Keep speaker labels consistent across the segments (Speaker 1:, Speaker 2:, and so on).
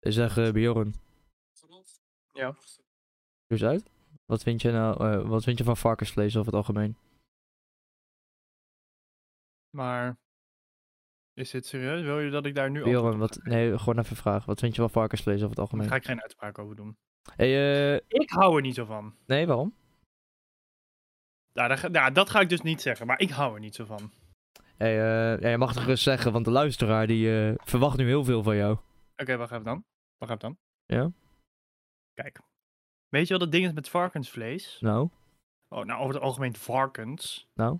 Speaker 1: Zeg eh Bjorn.
Speaker 2: Ja.
Speaker 1: Dus uit. Wat vind je nou, eh, wat vind je van varkensvlees over het algemeen?
Speaker 2: Maar is dit serieus? Wil je dat ik daar nu antwoord
Speaker 1: Bjorn,
Speaker 2: op
Speaker 1: wat,
Speaker 2: geef?
Speaker 1: nee, gewoon even vragen. Wat vind je van varkensvlees over het
Speaker 2: Daar
Speaker 1: algemeen?
Speaker 2: ga ik geen uitspraak over doen.
Speaker 1: Hey, eh,
Speaker 2: Ik hou er niet zo van.
Speaker 1: nee, waarom?
Speaker 2: Nou, daar ga- nou, dat ga ik dus niet zeggen, maar ik hou er niet zo van. Oké,
Speaker 1: Hey, eh, ja, je mag het gerust zeggen, want de luisteraar die eh, verwacht nu heel veel van jou.
Speaker 2: wacht even dan. Wacht even dan.
Speaker 1: Ja.
Speaker 2: Kijk. Weet je wat het ding is met varkensvlees?
Speaker 1: Nou,
Speaker 2: Oh, nou, over het algemeen varkens.
Speaker 1: Nou?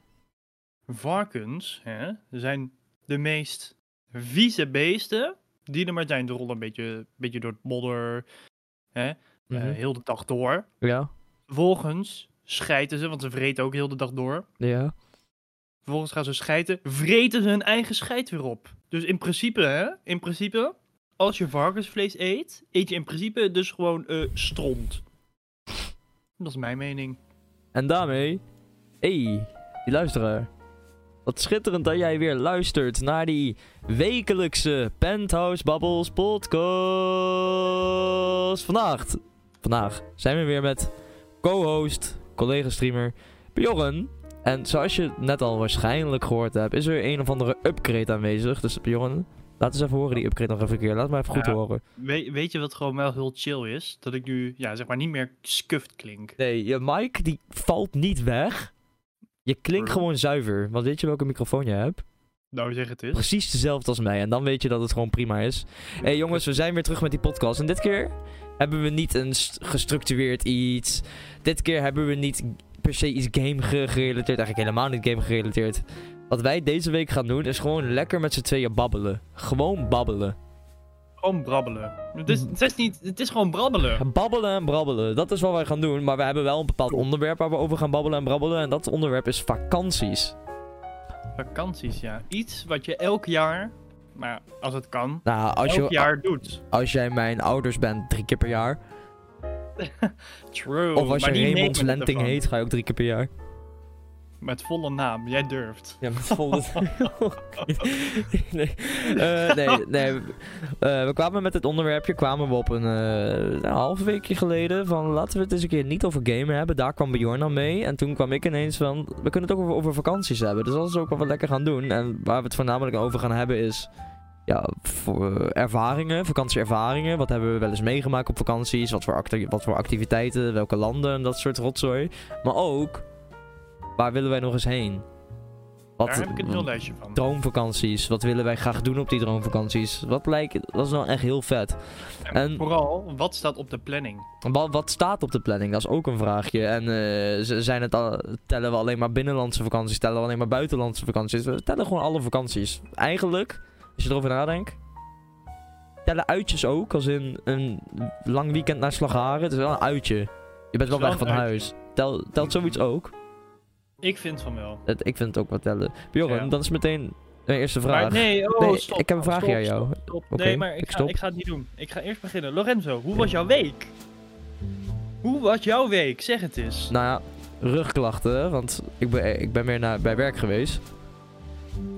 Speaker 2: Varkens hè, zijn de meest vieze beesten die er maar zijn. Ze rollen een beetje, beetje door het modder, eh,
Speaker 1: mhm.
Speaker 2: heel de dag door.
Speaker 1: ja,
Speaker 2: Vervolgens schijten ze, want ze vreten ook heel de dag door.
Speaker 1: ja,
Speaker 2: Vervolgens gaan ze schijten, vreten ze hun eigen scheid weer op. Dus in principe, hè, in principe, als je varkensvlees eet, eet je in principe dus gewoon eh stront. Dat is mijn mening.
Speaker 1: En daarmee, hey, die luisteraar. Wat schitterend dat jij weer luistert naar die wekelijkse Penthouse Bubbles podcast. Vandaag, vandaag zijn we weer met co-host, collega-streamer Bjorn. En zoals je net al waarschijnlijk gehoord hebt, is er een of andere upgrade aanwezig. Dus Bjorn, laat eens even horen die upgrade nog even een keer. Laat maar even goed
Speaker 2: Ja.
Speaker 1: horen.
Speaker 2: We- weet je wat gewoon wel heel chill is? Dat ik nu, ja, zeg maar niet meer scuffed klink.
Speaker 1: Nee, je mic die valt niet weg. Je klinkt gewoon zuiver. Want weet je welke microfoon je hebt?
Speaker 2: Nou, zeg het eens.
Speaker 1: precies dezelfde als mij. En dan weet je dat het gewoon prima is. Hé hey, jongens, we zijn weer terug met die podcast. En dit keer hebben we niet een st- gestructureerd iets. Dit keer hebben we niet per se iets game ge- gerelateerd. Eigenlijk helemaal niet game gerelateerd. Wat wij deze week gaan doen is gewoon lekker met z'n tweeën babbelen. Gewoon babbelen.
Speaker 2: Gewoon brabbelen. Het is, het is, niet, het is gewoon brabbelen.
Speaker 1: Babbelen en brabbelen, dat is wat wij gaan doen. Maar we hebben wel een bepaald onderwerp waar we over gaan babbelen en brabbelen. En dat onderwerp is vakanties.
Speaker 2: Vakanties, ja. Iets wat je elk jaar, maar als het kan,
Speaker 1: Nou, als,
Speaker 2: elk
Speaker 1: je,
Speaker 2: jaar doet.
Speaker 1: als jij mijn ouders bent, drie keer per jaar.
Speaker 2: True.
Speaker 1: of als je
Speaker 2: maar die nemen
Speaker 1: Raymond's
Speaker 2: het
Speaker 1: Lenting
Speaker 2: ervan.
Speaker 1: heet, ga je ook drie keer per jaar.
Speaker 2: Met volle naam, jij durft.
Speaker 1: Ja, met volle... nee, Eh, nee, nee. Eh, we kwamen met het onderwerpje, kwamen we op een, eh, een half weekje geleden van laten we het eens een keer niet over gamen hebben. Daar kwam Bjorn dan mee en toen kwam ik ineens van we kunnen het ook over, over vakanties hebben. Dus dat is ook wat we lekker gaan doen. En waar we het voornamelijk over gaan hebben is ja, voor, eh, ervaringen, vakantieervaringen. Wat hebben we wel eens meegemaakt op vakanties? Wat voor, acti- wat voor activiteiten, welke landen en dat soort rotzooi. Maar ook, waar willen wij nog eens heen? Wat,
Speaker 2: Daar heb ik een heel lijstje van.
Speaker 1: droomvakanties. Wat willen wij graag doen op die droomvakanties? Wat lijkt, dat is nou echt heel vet.
Speaker 2: En,
Speaker 1: en-
Speaker 2: vooral, wat staat op de planning?
Speaker 1: Wat, wat staat op de planning? Dat is ook een vraagje. En eh, z- zijn het al, tellen we alleen maar binnenlandse vakanties? Tellen we alleen maar buitenlandse vakanties? We tellen gewoon alle vakanties. Eigenlijk, als je erover nadenkt, tellen uitjes ook. Als in een lang weekend naar Slagharen. Het is wel een uitje. Je bent wel
Speaker 2: Het is
Speaker 1: weg van
Speaker 2: wel een
Speaker 1: huis. Tel, telt zoiets ook?
Speaker 2: Ik vind van wel.
Speaker 1: Het, ik vind het ook wel tellen. Bjorn,
Speaker 2: Ja.
Speaker 1: dan is meteen mijn eerste vraag.
Speaker 2: Maar nee, oh,
Speaker 1: Nee,
Speaker 2: stop.
Speaker 1: ik heb een
Speaker 2: stop,
Speaker 1: vraagje aan
Speaker 2: stop,
Speaker 1: jou.
Speaker 2: stop.
Speaker 1: Oké,
Speaker 2: nee, maar ik,
Speaker 1: ik
Speaker 2: ga,
Speaker 1: stop.
Speaker 2: ik ga het niet doen. Ik ga eerst beginnen. Lorenzo, hoe was jouw week? Hoe was jouw week? Zeg het eens.
Speaker 1: Nou ja, rugklachten, want ik ben, ik ben meer naar, bij werk geweest.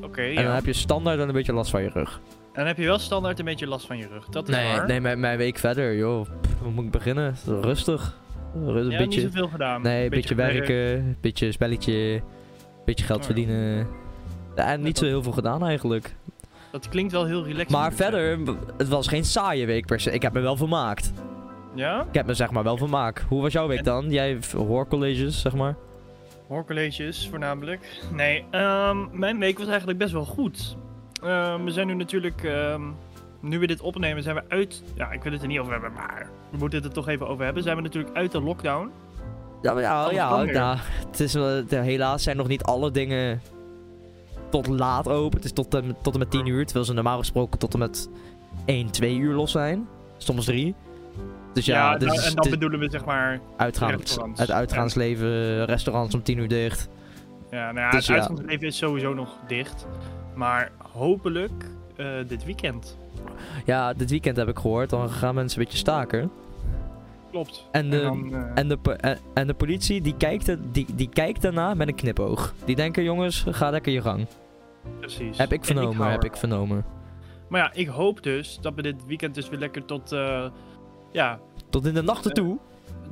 Speaker 2: Oké,
Speaker 1: Nou, En dan
Speaker 2: ja.
Speaker 1: heb je standaard dan een beetje last van je rug.
Speaker 2: En dan heb je wel standaard een beetje last van je rug. Dat is
Speaker 1: Nee,
Speaker 2: waar.
Speaker 1: nee mijn, mijn week verder, joh. Pff, hoe moet ik beginnen? Rustig. Ru- Een
Speaker 2: Ja,
Speaker 1: beetje,
Speaker 2: niet zoveel gedaan.
Speaker 1: nee, een beetje,
Speaker 2: gewerkt.
Speaker 1: werken, een beetje spelletje, een beetje geld
Speaker 2: Oh, ja.
Speaker 1: verdienen. Ja, en niet zo heel veel gedaan eigenlijk.
Speaker 2: Dat klinkt wel heel relaxed. moet
Speaker 1: Maar
Speaker 2: ik zeggen.
Speaker 1: verder, b- het was geen saaie week per se. Ik heb me wel vermaakt.
Speaker 2: Ja?
Speaker 1: Ik heb me zeg maar wel vermaakt. Hoe was jouw week dan? Jij v- hoorcolleges, zeg maar.
Speaker 2: Hoorcolleges voornamelijk. Nee, ehm, mijn week was eigenlijk best wel goed. Ehm, we zijn nu natuurlijk, ehm, nu we dit opnemen, zijn we uit. Ja, ik wil het er niet over hebben, maar we moeten het er toch even over hebben. Zijn we natuurlijk uit de lockdown.
Speaker 1: Ja, maar ja,
Speaker 2: Alles
Speaker 1: ja,
Speaker 2: kan weer.
Speaker 1: nou, het is, wel- het- helaas zijn nog niet alle dingen tot laat open. Het is tot en, tot en met 10 uur, terwijl ze normaal gesproken tot en met 1, 2 uur los zijn. Soms 3. Dus ja, dus
Speaker 2: nou,
Speaker 1: het is-
Speaker 2: en dan
Speaker 1: het is
Speaker 2: bedoelen we zeg maar.
Speaker 1: uitgaans,
Speaker 2: restaurants.
Speaker 1: het uitgaansleven, eh, restaurants om 10 uur dicht.
Speaker 2: Ja, nou ja,
Speaker 1: Dus
Speaker 2: het
Speaker 1: ja.
Speaker 2: uitgangsleven is sowieso nog dicht. Maar hopelijk eh, dit weekend.
Speaker 1: Ja, dit weekend heb ik gehoord, dan gaan mensen een beetje staken.
Speaker 2: Klopt.
Speaker 1: En de,
Speaker 2: en dan, eh,
Speaker 1: en de, po- en, en de politie, die kijkt, het- die, die kijkt daarna met een knipoog. Die denken, jongens, ga lekker je gang.
Speaker 2: precies.
Speaker 1: Heb ik
Speaker 2: En
Speaker 1: vernomen,
Speaker 2: hou
Speaker 1: heb
Speaker 2: er-
Speaker 1: ik vernomen.
Speaker 2: Maar ja, ik hoop dus dat we dit weekend dus weer lekker tot, eh, ja,
Speaker 1: Tot in de
Speaker 2: Eh.
Speaker 1: nachten toe.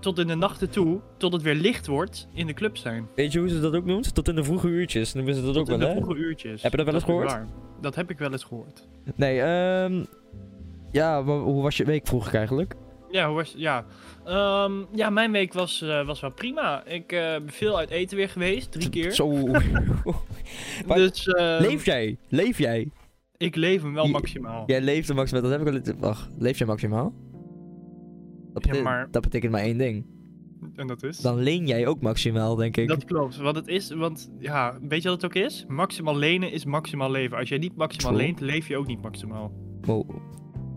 Speaker 2: tot in de nachten toe, tot het weer licht wordt, in de club zijn.
Speaker 1: Weet je hoe ze dat ook noemt? Tot in de vroege uurtjes. Noemen ze dat
Speaker 2: Tot
Speaker 1: ook
Speaker 2: in de
Speaker 1: wel, hè?
Speaker 2: vroege uurtjes.
Speaker 1: Heb je dat wel eens
Speaker 2: is waar. Dat heb ik wel eens gehoord.
Speaker 1: Nee, ehm... Ja, wa- hoe was je week vroeger eigenlijk?
Speaker 2: Ja, hoe was, ja. Ehm, ja mijn week was, eh, was wel prima. Ik eh, ben veel uit eten weer geweest, drie keer.
Speaker 1: Zo. maar-
Speaker 2: dus eh,
Speaker 1: leef jij? Leef jij?
Speaker 2: ik leef hem wel
Speaker 1: Je-
Speaker 2: maximaal.
Speaker 1: Jij leeft maximaal. Dat heb ik al... eens- Wacht, leef jij maximaal? Dat,
Speaker 2: Ja,
Speaker 1: bete-
Speaker 2: maar-
Speaker 1: dat betekent maar één ding.
Speaker 2: En dat is?
Speaker 1: Dan leen jij ook maximaal, denk ik.
Speaker 2: Dat klopt, want het is, want ja, weet je wat het ook is? Maximaal lenen is maximaal leven. Als jij niet maximaal
Speaker 1: True.
Speaker 2: leent, leef je ook niet maximaal.
Speaker 1: Maar hoe-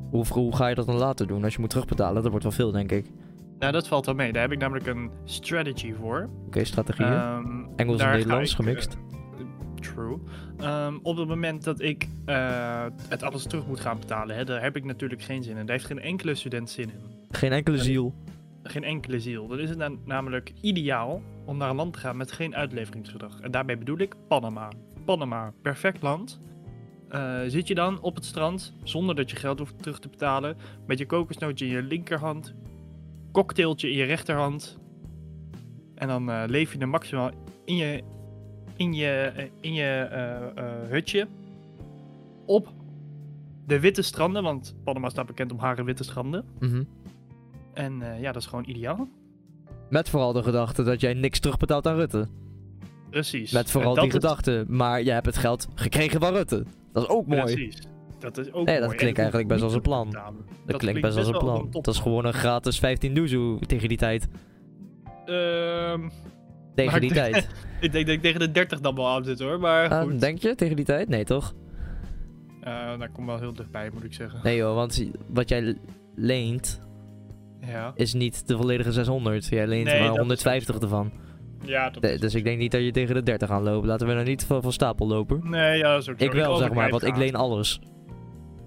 Speaker 1: hoe, hoe ga je dat dan later doen? Als je moet terugbetalen, dat wordt wel veel, denk ik. Oké,
Speaker 2: Nou, dat valt wel mee. Daar heb ik namelijk een strategy voor.
Speaker 1: strategieën.
Speaker 2: Ehm,
Speaker 1: Engels en
Speaker 2: daar ga
Speaker 1: Nederlands
Speaker 2: ik,
Speaker 1: gemixt.
Speaker 2: eh, true. Ehm, op het moment dat ik eh, het alles terug moet gaan betalen, hè, daar heb ik natuurlijk geen zin in. Daar heeft geen enkele student zin in.
Speaker 1: Geen enkele
Speaker 2: eh,
Speaker 1: ziel.
Speaker 2: Geen enkele ziel. Dan is het na- namelijk ideaal om naar een land te gaan met geen uitleveringsgedrag. En daarbij bedoel ik Panama. Panama, perfect land. Eh, zit je dan op het strand zonder dat je geld hoeft terug te betalen, met je kokosnootje in je linkerhand, cocktailtje in je rechterhand. En dan eh, leef je er maximaal in je, in je, eh, in je eh, eh, hutje op de witte stranden, want Panama staat bekend om haar witte stranden.
Speaker 1: Mhm.
Speaker 2: En eh, ja, dat is gewoon ideaal.
Speaker 1: Met vooral de gedachte dat jij niks terugbetaalt aan Rutte.
Speaker 2: Precies.
Speaker 1: Met vooral
Speaker 2: En
Speaker 1: die
Speaker 2: dat is-
Speaker 1: gedachte. Maar jij hebt het geld gekregen van Rutte. Dat is ook mooi.
Speaker 2: Precies. Dat is ook
Speaker 1: Nee, dat
Speaker 2: mooi. En
Speaker 1: klinkt
Speaker 2: hoef
Speaker 1: eigenlijk best
Speaker 2: je
Speaker 1: als een
Speaker 2: niet
Speaker 1: plan.
Speaker 2: te betalen.
Speaker 1: Dat, klinkt best als een
Speaker 2: wel
Speaker 1: plan.
Speaker 2: top.
Speaker 1: Dat is gewoon een gratis 15 doezoe tegen die tijd.
Speaker 2: Ehm,
Speaker 1: Tegen
Speaker 2: Maar
Speaker 1: die
Speaker 2: ik
Speaker 1: tijd.
Speaker 2: ik denk dat ik tegen de 30 dan wel aan zit hoor, maar
Speaker 1: Ah,
Speaker 2: goed.
Speaker 1: denk je? Tegen die tijd? Nee, toch?
Speaker 2: Eh, daar kom wel heel dichtbij, moet ik zeggen.
Speaker 1: Nee joh, want wat jij leent
Speaker 2: Ja.
Speaker 1: is niet de volledige 600. Jij leent
Speaker 2: Nee, dat
Speaker 1: maar
Speaker 2: is
Speaker 1: 150 ervan.
Speaker 2: ja, dat
Speaker 1: De-
Speaker 2: is...
Speaker 1: dus ik denk niet dat je tegen de 30 aan loopt. Laten we nou niet van, van stapel lopen.
Speaker 2: Nee, ja, dat is ook zo.
Speaker 1: Ik wel, zeg maar,
Speaker 2: overdrijf
Speaker 1: want ik
Speaker 2: graag.
Speaker 1: leen alles.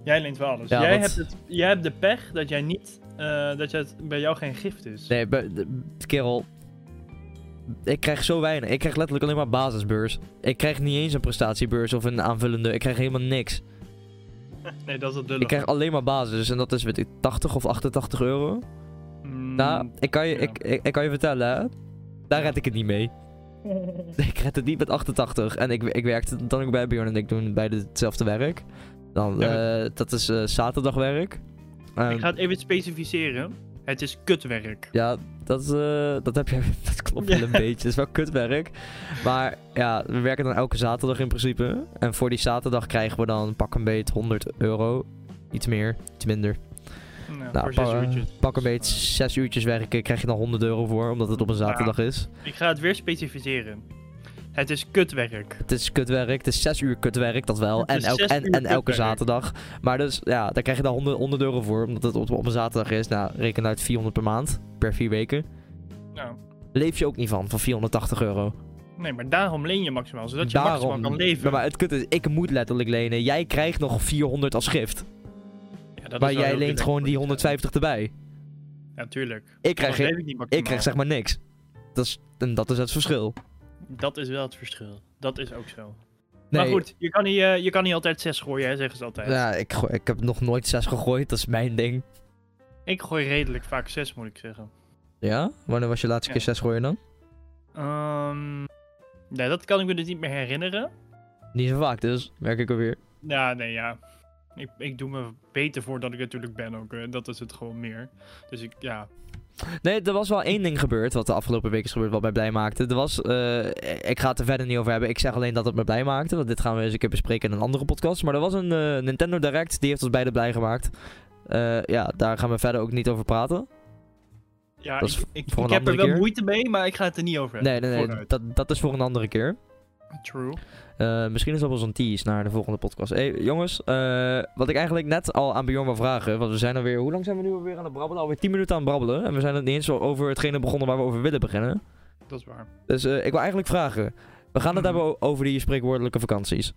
Speaker 2: Jij leent wel alles.
Speaker 1: Ja,
Speaker 2: jij,
Speaker 1: want-
Speaker 2: hebt het, jij hebt de pech dat jij niet... eh, dat jij het, bij jou geen gift is.
Speaker 1: Nee, be- de- kerel. Ik krijg zo weinig. Ik krijg letterlijk alleen maar basisbeurs. Ik krijg niet eens een prestatiebeurs of een aanvullende. Ik krijg helemaal niks.
Speaker 2: Nee, dat is het
Speaker 1: Ik
Speaker 2: lullig.
Speaker 1: krijg alleen maar basis Dus, en dat is weet ik, 80 of 88 euro. Nou, ik kan, je,
Speaker 2: Mm, ja.
Speaker 1: ik, ik, ik kan je vertellen, hè? daar red ik het niet mee. Ik red het niet met 88. En ik, ik werkte dan ook bij Bjorn en ik doen beide hetzelfde werk. Dan,
Speaker 2: Ja,
Speaker 1: eh, dat is eh, zaterdagwerk. Ehm,
Speaker 2: Ik ga het even specificeren. Het is kutwerk.
Speaker 1: Ja, dat, eh, dat, heb je, dat klopt wel een
Speaker 2: Ja.
Speaker 1: beetje. Het is wel kutwerk. Maar ja, we werken dan elke zaterdag in principe. En voor die zaterdag krijgen we dan pak een beet 100 euro. Iets meer, iets minder.
Speaker 2: Nou,
Speaker 1: Nou,
Speaker 2: voor zes
Speaker 1: pa-
Speaker 2: uurtjes.
Speaker 1: Pak een
Speaker 2: Dus,
Speaker 1: beetje 6 uurtjes werken, krijg je dan 100 euro voor, omdat het op een zaterdag is.
Speaker 2: eh, ik ga het weer specificeren. Het is kutwerk.
Speaker 1: Het is kutwerk, het is 6 uur kutwerk, dat wel.
Speaker 2: Het
Speaker 1: En,
Speaker 2: is
Speaker 1: elk,
Speaker 2: zes
Speaker 1: en,
Speaker 2: uur
Speaker 1: en elke
Speaker 2: kutwerk.
Speaker 1: zaterdag. Maar dus ja, daar krijg je dan 100, 100 euro voor, omdat het op, op een zaterdag is. Nou, reken uit 400 per maand, per 4 weken.
Speaker 2: Nou,
Speaker 1: Leef je ook niet van, van 480 euro.
Speaker 2: nee, maar daarom leen je maximaal, zodat je maximaal kan
Speaker 1: Ja,
Speaker 2: leven.
Speaker 1: maar het kut is, ik moet letterlijk lenen. Jij krijgt nog 400 als gift.
Speaker 2: Ja, dat
Speaker 1: maar
Speaker 2: is wel
Speaker 1: jij
Speaker 2: heel
Speaker 1: leent
Speaker 2: relaxed
Speaker 1: gewoon
Speaker 2: voor
Speaker 1: die
Speaker 2: jezelf.
Speaker 1: 150 erbij.
Speaker 2: Ja, tuurlijk.
Speaker 1: Ik krijg,
Speaker 2: Anders
Speaker 1: geen-
Speaker 2: leef ik, niet maximaal.
Speaker 1: ik krijg zeg maar niks. Dat is, en dat is het verschil.
Speaker 2: Dat is wel het verschil. Dat is ook zo.
Speaker 1: Nee,
Speaker 2: Maar goed, je kan, niet, eh, je kan niet altijd zes gooien, hè, zeggen ze altijd.
Speaker 1: Ja, ik, gooi- ik heb nog nooit 6 gegooid, dat is mijn ding.
Speaker 2: Ik gooi redelijk vaak zes, moet ik zeggen.
Speaker 1: Ja? Wanneer was je laatste
Speaker 2: Ja.
Speaker 1: keer 6 gooien dan?
Speaker 2: Ehm nee, dat kan ik me dus niet meer herinneren.
Speaker 1: Niet zo vaak dus, merk ik alweer.
Speaker 2: Ja, nee, ja. Ik, ik doe me beter voor dat ik natuurlijk ben ook. eh, Dat is het gewoon meer. Dus ik, ja.
Speaker 1: Nee, er was wel één ding gebeurd, wat de afgelopen week is gebeurd, wat mij blij maakte. Er was, eh, ik ga het er verder niet over hebben, ik zeg alleen dat het me blij maakte, want dit gaan we eens een keer bespreken in een andere podcast. Maar er was een eh, Nintendo Direct, die heeft ons beide blij gemaakt. Eh, ja, daar gaan we verder ook niet over praten.
Speaker 2: Ja,
Speaker 1: Dat is
Speaker 2: ik, ik,
Speaker 1: voor een
Speaker 2: ik heb
Speaker 1: andere
Speaker 2: er wel
Speaker 1: keer.
Speaker 2: moeite mee, maar ik ga het er niet over
Speaker 1: Nee,
Speaker 2: hebben.
Speaker 1: nee, nee,
Speaker 2: Vooruit.
Speaker 1: dat, dat is voor een andere keer.
Speaker 2: True.
Speaker 1: Eh, misschien is dat wel zo'n tease naar de volgende podcast. hey, jongens, eh, wat ik eigenlijk net al aan Bjorn wil vragen, want we zijn alweer, hoe lang zijn we nu alweer aan het brabbelen? Alweer 10 minuten aan het brabbelen en we zijn het niet eens over hetgene begonnen waar we over willen beginnen.
Speaker 2: Dat is waar.
Speaker 1: Dus eh, ik wil eigenlijk vragen. We gaan het
Speaker 2: Mhm.
Speaker 1: hebben o- over die spreekwoordelijke vakanties.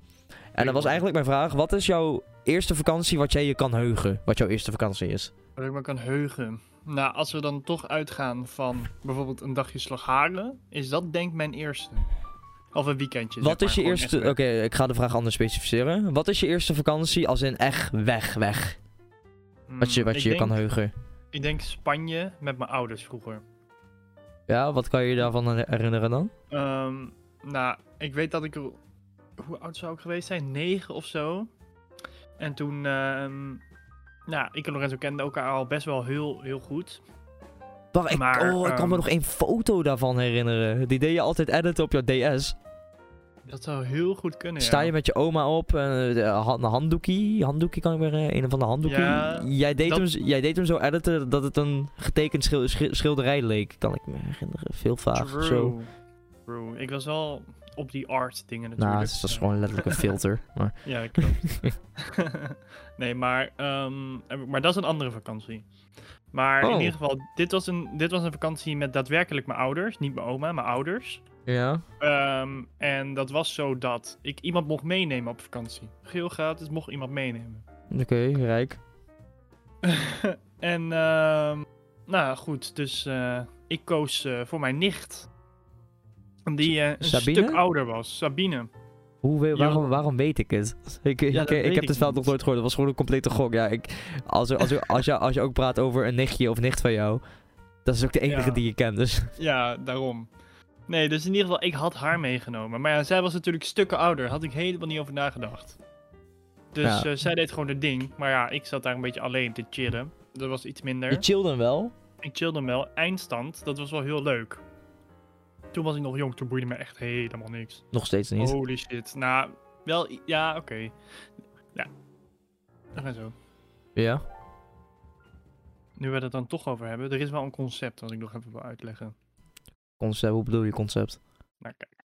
Speaker 1: En dat was eigenlijk mijn vraag. Wat is jouw eerste vakantie wat jij je kan heugen? Wat jouw eerste vakantie is?
Speaker 2: Wat ik me kan heugen. Nou, als we dan toch uitgaan van bijvoorbeeld een dagje slagharen, is dat denk ik mijn eerste. Of een weekendje.
Speaker 1: Wat
Speaker 2: zeg
Speaker 1: is je
Speaker 2: maar, gewoon
Speaker 1: eerste...
Speaker 2: echt
Speaker 1: Oké,
Speaker 2: weg.
Speaker 1: ik ga de vraag anders specificeren. Wat is je eerste vakantie als in echt weg, weg? Wat je,
Speaker 2: Mm,
Speaker 1: wat
Speaker 2: ik
Speaker 1: je je
Speaker 2: denk-
Speaker 1: kan heugen.
Speaker 2: Ik denk Spanje met mijn ouders vroeger.
Speaker 1: Ja, wat kan je je daarvan her- herinneren dan?
Speaker 2: Ehm, nou, ik weet dat ik... er- Hoe oud zou ik geweest zijn? Negen of zo. En toen... ehm, nou, ik en Lorenzo kenden elkaar al best wel heel, heel goed.
Speaker 1: Wacht, ik,
Speaker 2: Maar,
Speaker 1: oh, ik kan me
Speaker 2: ehm,
Speaker 1: nog één foto daarvan herinneren. Die deed je altijd editen op jouw DS.
Speaker 2: Dat zou heel goed kunnen,
Speaker 1: Sta
Speaker 2: ja.
Speaker 1: je met je oma op, eh, de ha- een handdoekie, handdoekie kan ik weer, eh, een van de handdoekie.
Speaker 2: Ja,
Speaker 1: jij, deed
Speaker 2: dat-
Speaker 1: hem, z- jij deed hem zo editen dat het een getekend schil- schi- schilderij leek, kan ik me herinneren. Veel vaag.
Speaker 2: True.
Speaker 1: Zo. Nou,
Speaker 2: True. Ik was wel op die art dingen natuurlijk.
Speaker 1: Nou, het is, dat is gewoon letterlijk een filter. Maar,
Speaker 2: Ja, klopt. nee, maar, ehm, maar dat is een andere vakantie. Maar
Speaker 1: Oh.
Speaker 2: in ieder geval, dit was, een, dit was een vakantie met daadwerkelijk mijn ouders. Niet mijn oma, mijn ouders.
Speaker 1: ja.
Speaker 2: Ehm, en dat was zo dat ik iemand mocht meenemen op vakantie. Geel gratis mocht iemand meenemen.
Speaker 1: Oké, rijk.
Speaker 2: en, ehm, nou goed, dus eh, ik koos eh, voor mijn nicht. Die eh, een
Speaker 1: Sabine?
Speaker 2: stuk ouder was. Sabine.
Speaker 1: Hoe, we-
Speaker 2: Ja.
Speaker 1: waarom, waarom weet ik het? Ik, ik,
Speaker 2: dat
Speaker 1: ik,
Speaker 2: weet
Speaker 1: heb
Speaker 2: ik
Speaker 1: dit veld
Speaker 2: niet.
Speaker 1: nog nooit gehoord. Dat was gewoon een complete gok. Ja, ik, als, er- als, er- als, je, als je ook praat over een nichtje of nicht van jou, dat is ook de enige
Speaker 2: Ja.
Speaker 1: die je kent. Dus
Speaker 2: Ja, daarom. Nee, dus in ieder geval, ik had haar meegenomen. Maar ja, zij was natuurlijk stukken ouder. Had ik helemaal niet over nagedacht. Dus
Speaker 1: Ja.
Speaker 2: eh, zij deed gewoon het ding. Maar ja, ik zat daar een beetje alleen te chillen. Dat was iets minder.
Speaker 1: je chillden wel.
Speaker 2: Ik chillde hem wel. Eindstand, dat was wel heel leuk. Toen was ik nog jong, toen boeide me echt helemaal niks.
Speaker 1: Nog steeds niet.
Speaker 2: Holy shit. Nou, wel, i- ja, oké. Ja. We gaan zo.
Speaker 1: Ja.
Speaker 2: Nu we het dan toch over hebben, er is wel een concept wat ik nog even wil uitleggen.
Speaker 1: Concept, hoe bedoel je concept?
Speaker 2: Nou, kijk.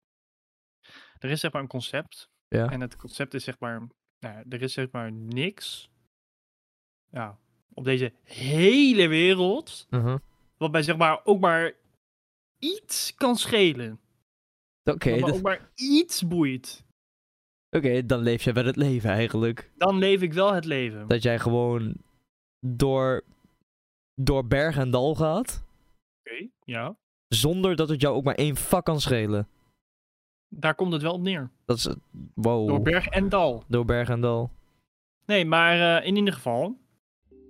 Speaker 2: Er is zeg maar een concept.
Speaker 1: Ja.
Speaker 2: En het concept is zeg maar. Nou, ja, er is zeg maar niks. Ja, op deze hele wereld.
Speaker 1: Mhm.
Speaker 2: Wat mij zeg maar ook maar iets kan schelen.
Speaker 1: Oké,
Speaker 2: wat mij
Speaker 1: dat-
Speaker 2: ook maar iets boeit.
Speaker 1: Oké, dan leef jij wel het leven eigenlijk.
Speaker 2: Dan leef ik wel het leven.
Speaker 1: Dat jij gewoon door, door berg en dal gaat,
Speaker 2: Ja.
Speaker 1: zonder dat het jou ook maar één vak kan schelen.
Speaker 2: Daar komt het wel op neer.
Speaker 1: Dat is, eh, wow,
Speaker 2: Door berg en dal.
Speaker 1: Door berg en dal.
Speaker 2: Nee, maar eh, in ieder geval.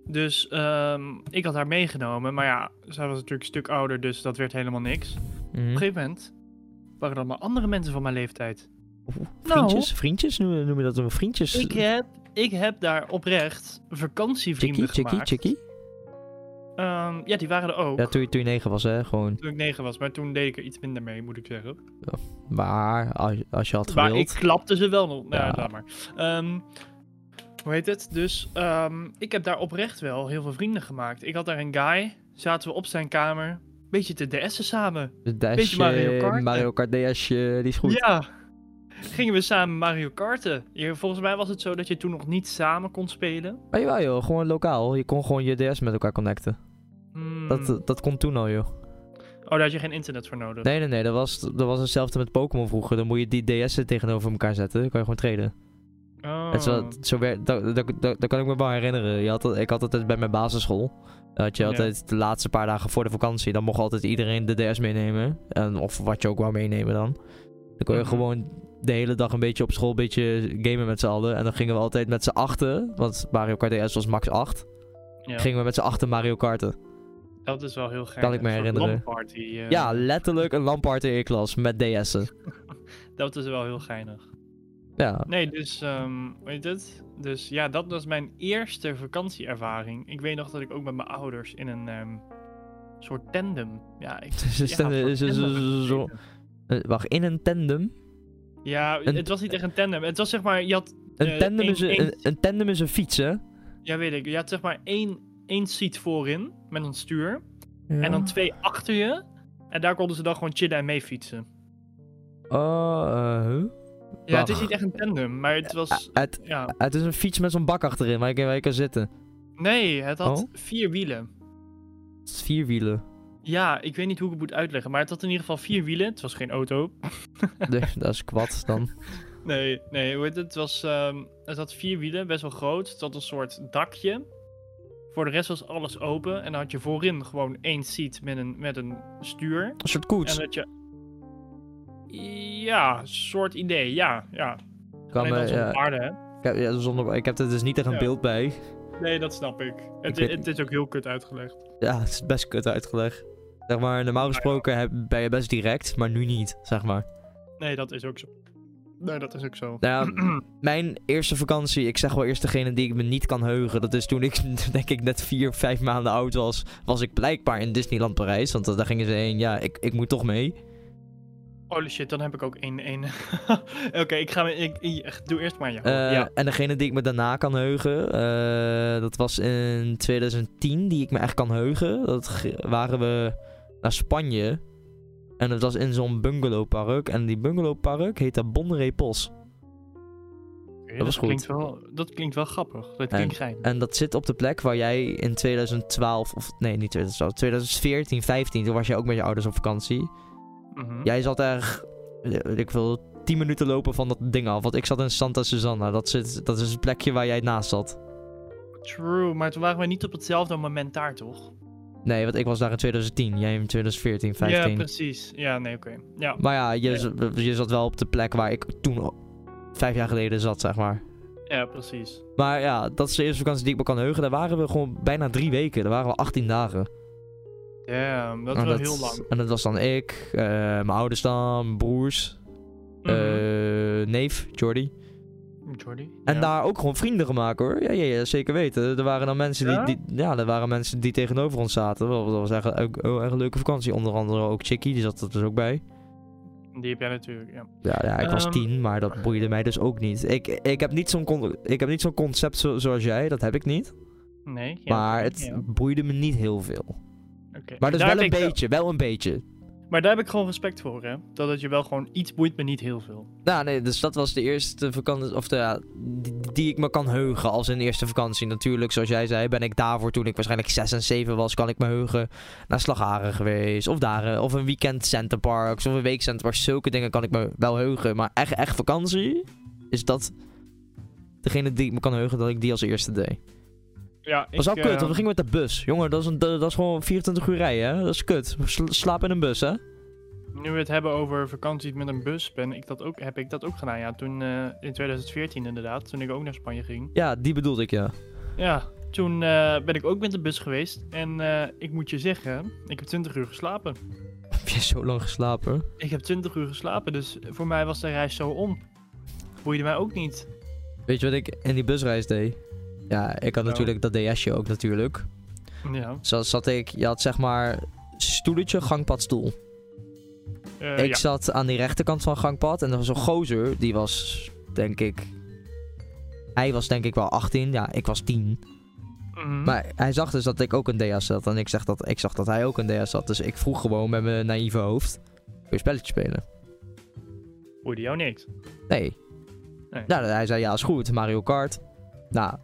Speaker 2: Dus ehm, ik had haar meegenomen. Maar ja, zij was natuurlijk een stuk ouder. Dus dat werd helemaal niks.
Speaker 1: Mhm.
Speaker 2: Op een gegeven moment waren dat maar andere mensen van mijn leeftijd.
Speaker 1: Vriendjes? Vriendjes? Noem, noem je dat een vriendjes?
Speaker 2: Ik heb, ik heb daar oprecht vakantievrienden
Speaker 1: chickie, chickie,
Speaker 2: gemaakt.
Speaker 1: chickie?
Speaker 2: Ehm, ja, die waren er ook.
Speaker 1: Ja, toen je, toen je negen was, hè, gewoon.
Speaker 2: Toen ik negen was, maar toen deed ik er iets minder mee, moet ik zeggen.
Speaker 1: Maar, als, als je had
Speaker 2: Maar
Speaker 1: gewild...
Speaker 2: ik klapte ze wel nog. Nou,
Speaker 1: Ja.
Speaker 2: ja. laat maar. Ehm, hoe heet het? Dus ehm, ik heb daar oprecht wel heel veel vrienden gemaakt. Ik had daar een guy, zaten we op zijn kamer, beetje te DS'en samen.
Speaker 1: Een dasje,
Speaker 2: Mario Kart,
Speaker 1: Mario Kart DSje, die is goed.
Speaker 2: Ja. Gingen we samen Mario Karten. Hier, Volgens mij was het zo dat je toen nog niet samen kon spelen.
Speaker 1: Maar jawel joh, gewoon lokaal. Je kon gewoon je DS met elkaar connecten.
Speaker 2: Hmm.
Speaker 1: Dat, eh, dat kon toen al joh.
Speaker 2: Oh, daar had je geen internet voor nodig.
Speaker 1: Nee, nee, nee. Dat was, dat was hetzelfde met Pokémon vroeger. Dan moet je die DS'en tegenover elkaar zetten. Dan kan je gewoon traden.
Speaker 2: Oh.
Speaker 1: Het is wel- zo werkt- dat, dat, dat, dat kan ik me wel herinneren. Je had, al- ik had altijd bij mijn basisschool. Dan had je
Speaker 2: Ja.
Speaker 1: altijd de laatste paar dagen voor de vakantie. Dan mocht altijd iedereen de DS meenemen. En, of wat je ook wou meenemen dan. Dan kon je
Speaker 2: Mhm.
Speaker 1: gewoon de hele dag een beetje op school een beetje gamen met z'n allen. En dan gingen we altijd met z'n achten. Want Mario Kart DS was max 8.
Speaker 2: Oh, Ja,
Speaker 1: Gingen we met z'n achten Mario Karten.
Speaker 2: Dat is wel heel gek.
Speaker 1: Kan ik me
Speaker 2: Een soort
Speaker 1: herinneren.
Speaker 2: lamparty, eh,
Speaker 1: Ja, letterlijk een Lampard in je klas met DS'en.
Speaker 2: Dat is wel heel geinig.
Speaker 1: Ja,
Speaker 2: Nee, dus, ehm hoe heet het? Dus ja, dat was mijn eerste vakantieervaring. Ik weet nog dat ik ook met mijn ouders in een ehm, soort tandem. Ja, ik.
Speaker 1: Ze
Speaker 2: ja,
Speaker 1: staan-
Speaker 2: een
Speaker 1: ze-
Speaker 2: soort
Speaker 1: ze-
Speaker 2: tandem
Speaker 1: ze-
Speaker 2: heb
Speaker 1: zo-
Speaker 2: gezeten.
Speaker 1: Eh, wacht, in een tandem?
Speaker 2: Ja,
Speaker 1: een-
Speaker 2: het was niet echt een tandem. Het was zeg maar, je had,
Speaker 1: Een,
Speaker 2: Eh,
Speaker 1: tandem,
Speaker 2: één-
Speaker 1: is een,
Speaker 2: één-
Speaker 1: een, een tandem is een fiets, hè?
Speaker 2: ja weet ik, je had zeg maar één, één seat voorin met een stuur. En dan twee achter je. En daar konden ze dan gewoon chillen en mee fietsen.
Speaker 1: Oh, eh, huh?
Speaker 2: Ja, het is
Speaker 1: Wacht.
Speaker 2: niet echt een tandem, maar het was.
Speaker 1: Eh, het,
Speaker 2: Ja.
Speaker 1: het is een fiets met zo'n bak achterin waar je, waar je kan zitten.
Speaker 2: Nee, het had
Speaker 1: Oh?
Speaker 2: vier wielen.
Speaker 1: Het is vier wielen.
Speaker 2: Ja, ik weet niet hoe ik het moet uitleggen, maar het had in ieder geval vier wielen. Het was geen auto.
Speaker 1: Nee, Dus, dat is kwad dan.
Speaker 2: Nee, nee, hoe heet het? Het, was, ehm, het had vier wielen, best wel groot. Het had een soort dakje. Voor de rest was alles open. En dan had je voorin gewoon één seat met een, met een stuur.
Speaker 1: Een soort koets.
Speaker 2: En dat je. ja, soort idee. Ja, ja.
Speaker 1: Kwam,
Speaker 2: Alleen dan
Speaker 1: eh,
Speaker 2: zonder
Speaker 1: ja,
Speaker 2: paarden, hè?
Speaker 1: ik, heb, ja, zonder, ik heb er dus niet echt een
Speaker 2: Ja.
Speaker 1: beeld bij.
Speaker 2: Nee, dat snap ik. Het,
Speaker 1: weet
Speaker 2: het is ook heel kut uitgelegd.
Speaker 1: Ja, het is best kut uitgelegd. Zeg maar, normaal gesproken heb, ben je best direct, maar nu niet, zeg maar.
Speaker 2: Nee, dat is ook zo. Nee, dat is ook zo.
Speaker 1: Nou ja, m- mijn eerste vakantie, ik zeg wel eerst degene die ik me niet kan heugen. Dat is toen ik, denk ik, net vier, vijf maanden oud was. Was ik blijkbaar in Disneyland Parijs. Want daar gingen ze heen, ja, ik, ik moet toch mee.
Speaker 2: Holy shit, dan heb ik ook één. één. Oké, ik ga. me- Ik, ik- doe eerst maar je.
Speaker 1: Eh,
Speaker 2: ja.
Speaker 1: En degene die ik me daarna kan heugen, eh, dat was in 2010, die ik me echt kan heugen. Dat ge- waren we naar Spanje. En dat was in zo'n bungalowpark. En die bungalowpark heette Bonrepos.
Speaker 2: Oké,
Speaker 1: was goed.
Speaker 2: Klinkt wel, dat klinkt wel grappig. Dat klinkt geinig.
Speaker 1: En dat zit op de plek waar jij in 2012, of nee, niet 2012, 2014, 15, toen was jij ook met je ouders op
Speaker 2: Hm.
Speaker 1: vakantie.
Speaker 2: Mhm.
Speaker 1: Jij zat er, eh, ik wil 10 minuten lopen van dat ding af. Want ik zat in Santa Susana. Dat, zit, dat is het plekje waar jij naast zat.
Speaker 2: True, maar toen waren we niet op hetzelfde moment daar, toch?
Speaker 1: Nee, want ik was daar in 2010, jij in 2014, 15.
Speaker 2: Ja, precies. Ja, nee, oké. Ja.
Speaker 1: maar ja, je, z- je zat wel op de plek waar ik toen al- vijf jaar geleden zat, zeg maar.
Speaker 2: ja, precies.
Speaker 1: Maar ja, dat is de eerste vakantie die ik me kan heugen. Daar waren we gewoon bijna drie weken. Daar waren we 18 dagen.
Speaker 2: Damn, dat is
Speaker 1: En
Speaker 2: wel heel lang.
Speaker 1: En Nou, dat was dan ik, eh, mijn ouders dan, mijn broers,
Speaker 2: Mhm.
Speaker 1: eh, neef, Jordy.
Speaker 2: Jordi?
Speaker 1: En
Speaker 2: ja.
Speaker 1: daar ook gewoon vrienden gemaakt hoor. Ja, ja, ja zeker weten. Er waren dan mensen die,
Speaker 2: Ja?
Speaker 1: die, ja, er waren mensen die tegenover ons zaten. Dat was echt, ook, ook echt een leuke vakantie. Onder andere ook Chicky, die zat er dus ook bij.
Speaker 2: Die heb jij natuurlijk, ja.
Speaker 1: Ja, ja ik was
Speaker 2: Ehm.
Speaker 1: tien, maar dat boeide mij dus ook niet. Ik, ik heb niet zo'n con- ik heb niet zo'n concept zo- zoals jij, dat heb ik niet.
Speaker 2: Nee? Ja,
Speaker 1: maar
Speaker 2: oké,
Speaker 1: het
Speaker 2: ja,
Speaker 1: boeide me niet heel veel.
Speaker 2: oké.
Speaker 1: Maar dus
Speaker 2: Daar
Speaker 1: wel
Speaker 2: heb
Speaker 1: een
Speaker 2: ik wel-
Speaker 1: beetje, wel een beetje.
Speaker 2: Maar daar heb ik gewoon respect voor, hè. Dat het je wel gewoon... Iets boeit me niet heel veel.
Speaker 1: Nou nee, dus dat was de eerste vakantie, of de, ja, die, die ik me kan heugen als een eerste vakantie. Natuurlijk, zoals jij zei, ben ik daarvoor toen ik waarschijnlijk 6 en 7 was, kan ik me heugen naar Slagharen geweest. Of daar, eh, of een weekend centerparks, of een week centerparks. Zulke dingen kan ik me wel heugen. Maar echt, echt vakantie, is dat degene die ik me kan heugen dat ik die als eerste deed.
Speaker 2: Ja, ik...
Speaker 1: Dat was wel
Speaker 2: eh,
Speaker 1: kut, want we gingen met de bus. Jongen, dat is, een, dat is gewoon 24 uur rijden, hè? Dat is kut. Sla- slaap in een bus, hè?
Speaker 2: Nu we het hebben over vakanties met een bus, ben ik dat ook, heb ik dat ook gedaan. Ja, toen eh, in 2014 inderdaad, toen ik ook naar Spanje ging.
Speaker 1: Ja, die bedoelde ik, ja.
Speaker 2: Ja, toen eh, ben ik ook met de bus geweest. En eh, ik moet je zeggen, ik heb 20 uur geslapen.
Speaker 1: Heb je zo lang geslapen?
Speaker 2: Ik heb 20 uur geslapen, dus voor mij was de reis zo om. Boeide mij ook niet.
Speaker 1: Weet je wat ik in die busreis deed? Ja, ik had
Speaker 2: Nou.
Speaker 1: natuurlijk dat DS'je ook natuurlijk.
Speaker 2: Ja,
Speaker 1: Zo zat ik, je had zeg maar stoeletje, gangpadstoel.
Speaker 2: eh,
Speaker 1: ik
Speaker 2: ja.
Speaker 1: zat aan die rechterkant van gangpad en er was een gozer, die was denk ik... Hij was denk ik wel 18, ja, ik was 10.
Speaker 2: Mhm.
Speaker 1: Maar hij zag dus dat ik ook een DA's had. En ik, zeg dat, ik zag dat hij ook een DA's had. Dus ik vroeg gewoon met mijn naïeve hoofd. Kun je spelletje spelen?
Speaker 2: Boeide jou niks.
Speaker 1: Nee.
Speaker 2: Nee.
Speaker 1: Nou, hij zei ja, is goed. Mario Kart. Nou.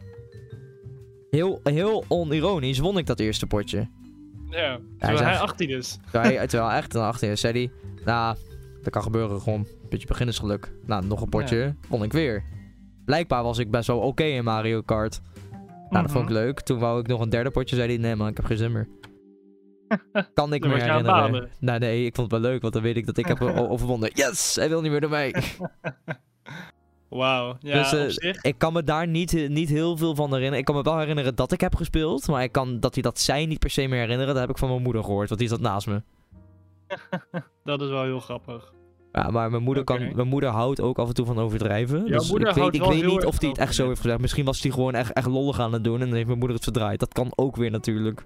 Speaker 1: Heel, heel onironisch won ik dat eerste potje.
Speaker 2: Ja,
Speaker 1: hij
Speaker 2: terwijl hij
Speaker 1: zegt-
Speaker 2: 18 is.
Speaker 1: Terwijl, hij- terwijl hij echt een 18 is, zei hij. Nou, dat kan gebeuren. Gewoon een beetje beginnersgeluk. Nou, nog een potje. Won ik weer. Blijkbaar was ik best wel oké in Mario Kart. Nou, dat
Speaker 2: Mhm.
Speaker 1: vond ik leuk. Toen wou ik nog een derde potje. Zei hij, nee man, ik heb geen zin meer. Kan ik
Speaker 2: Dan
Speaker 1: me
Speaker 2: was je aan het
Speaker 1: herinneren.
Speaker 2: balen.
Speaker 1: Nou nee, ik vond het wel leuk, want dan weet ik dat ik heb o- overwonnen. Yes, hij wil niet meer door mij.
Speaker 2: Wauw, ja,
Speaker 1: Dus, eh,
Speaker 2: op zich.
Speaker 1: ik kan me daar niet, niet heel veel van herinneren. Ik kan me wel herinneren dat ik heb gespeeld, maar ik kan dat hij dat zij niet per se meer herinneren. Dat heb ik van mijn moeder gehoord, want die zat naast me.
Speaker 2: Dat is wel heel grappig.
Speaker 1: Ja, maar mijn moeder,
Speaker 2: Oké.
Speaker 1: kan, mijn moeder houdt ook af en toe van overdrijven.
Speaker 2: Jouw
Speaker 1: dus
Speaker 2: moeder
Speaker 1: ik weet,
Speaker 2: houdt
Speaker 1: ik
Speaker 2: wel
Speaker 1: weet
Speaker 2: heel
Speaker 1: niet
Speaker 2: erg
Speaker 1: of hij het echt zo
Speaker 2: van
Speaker 1: heeft gezegd. Misschien was hij gewoon echt, echt lollig aan het doen en dan heeft mijn moeder het verdraaid. Dat kan ook weer natuurlijk.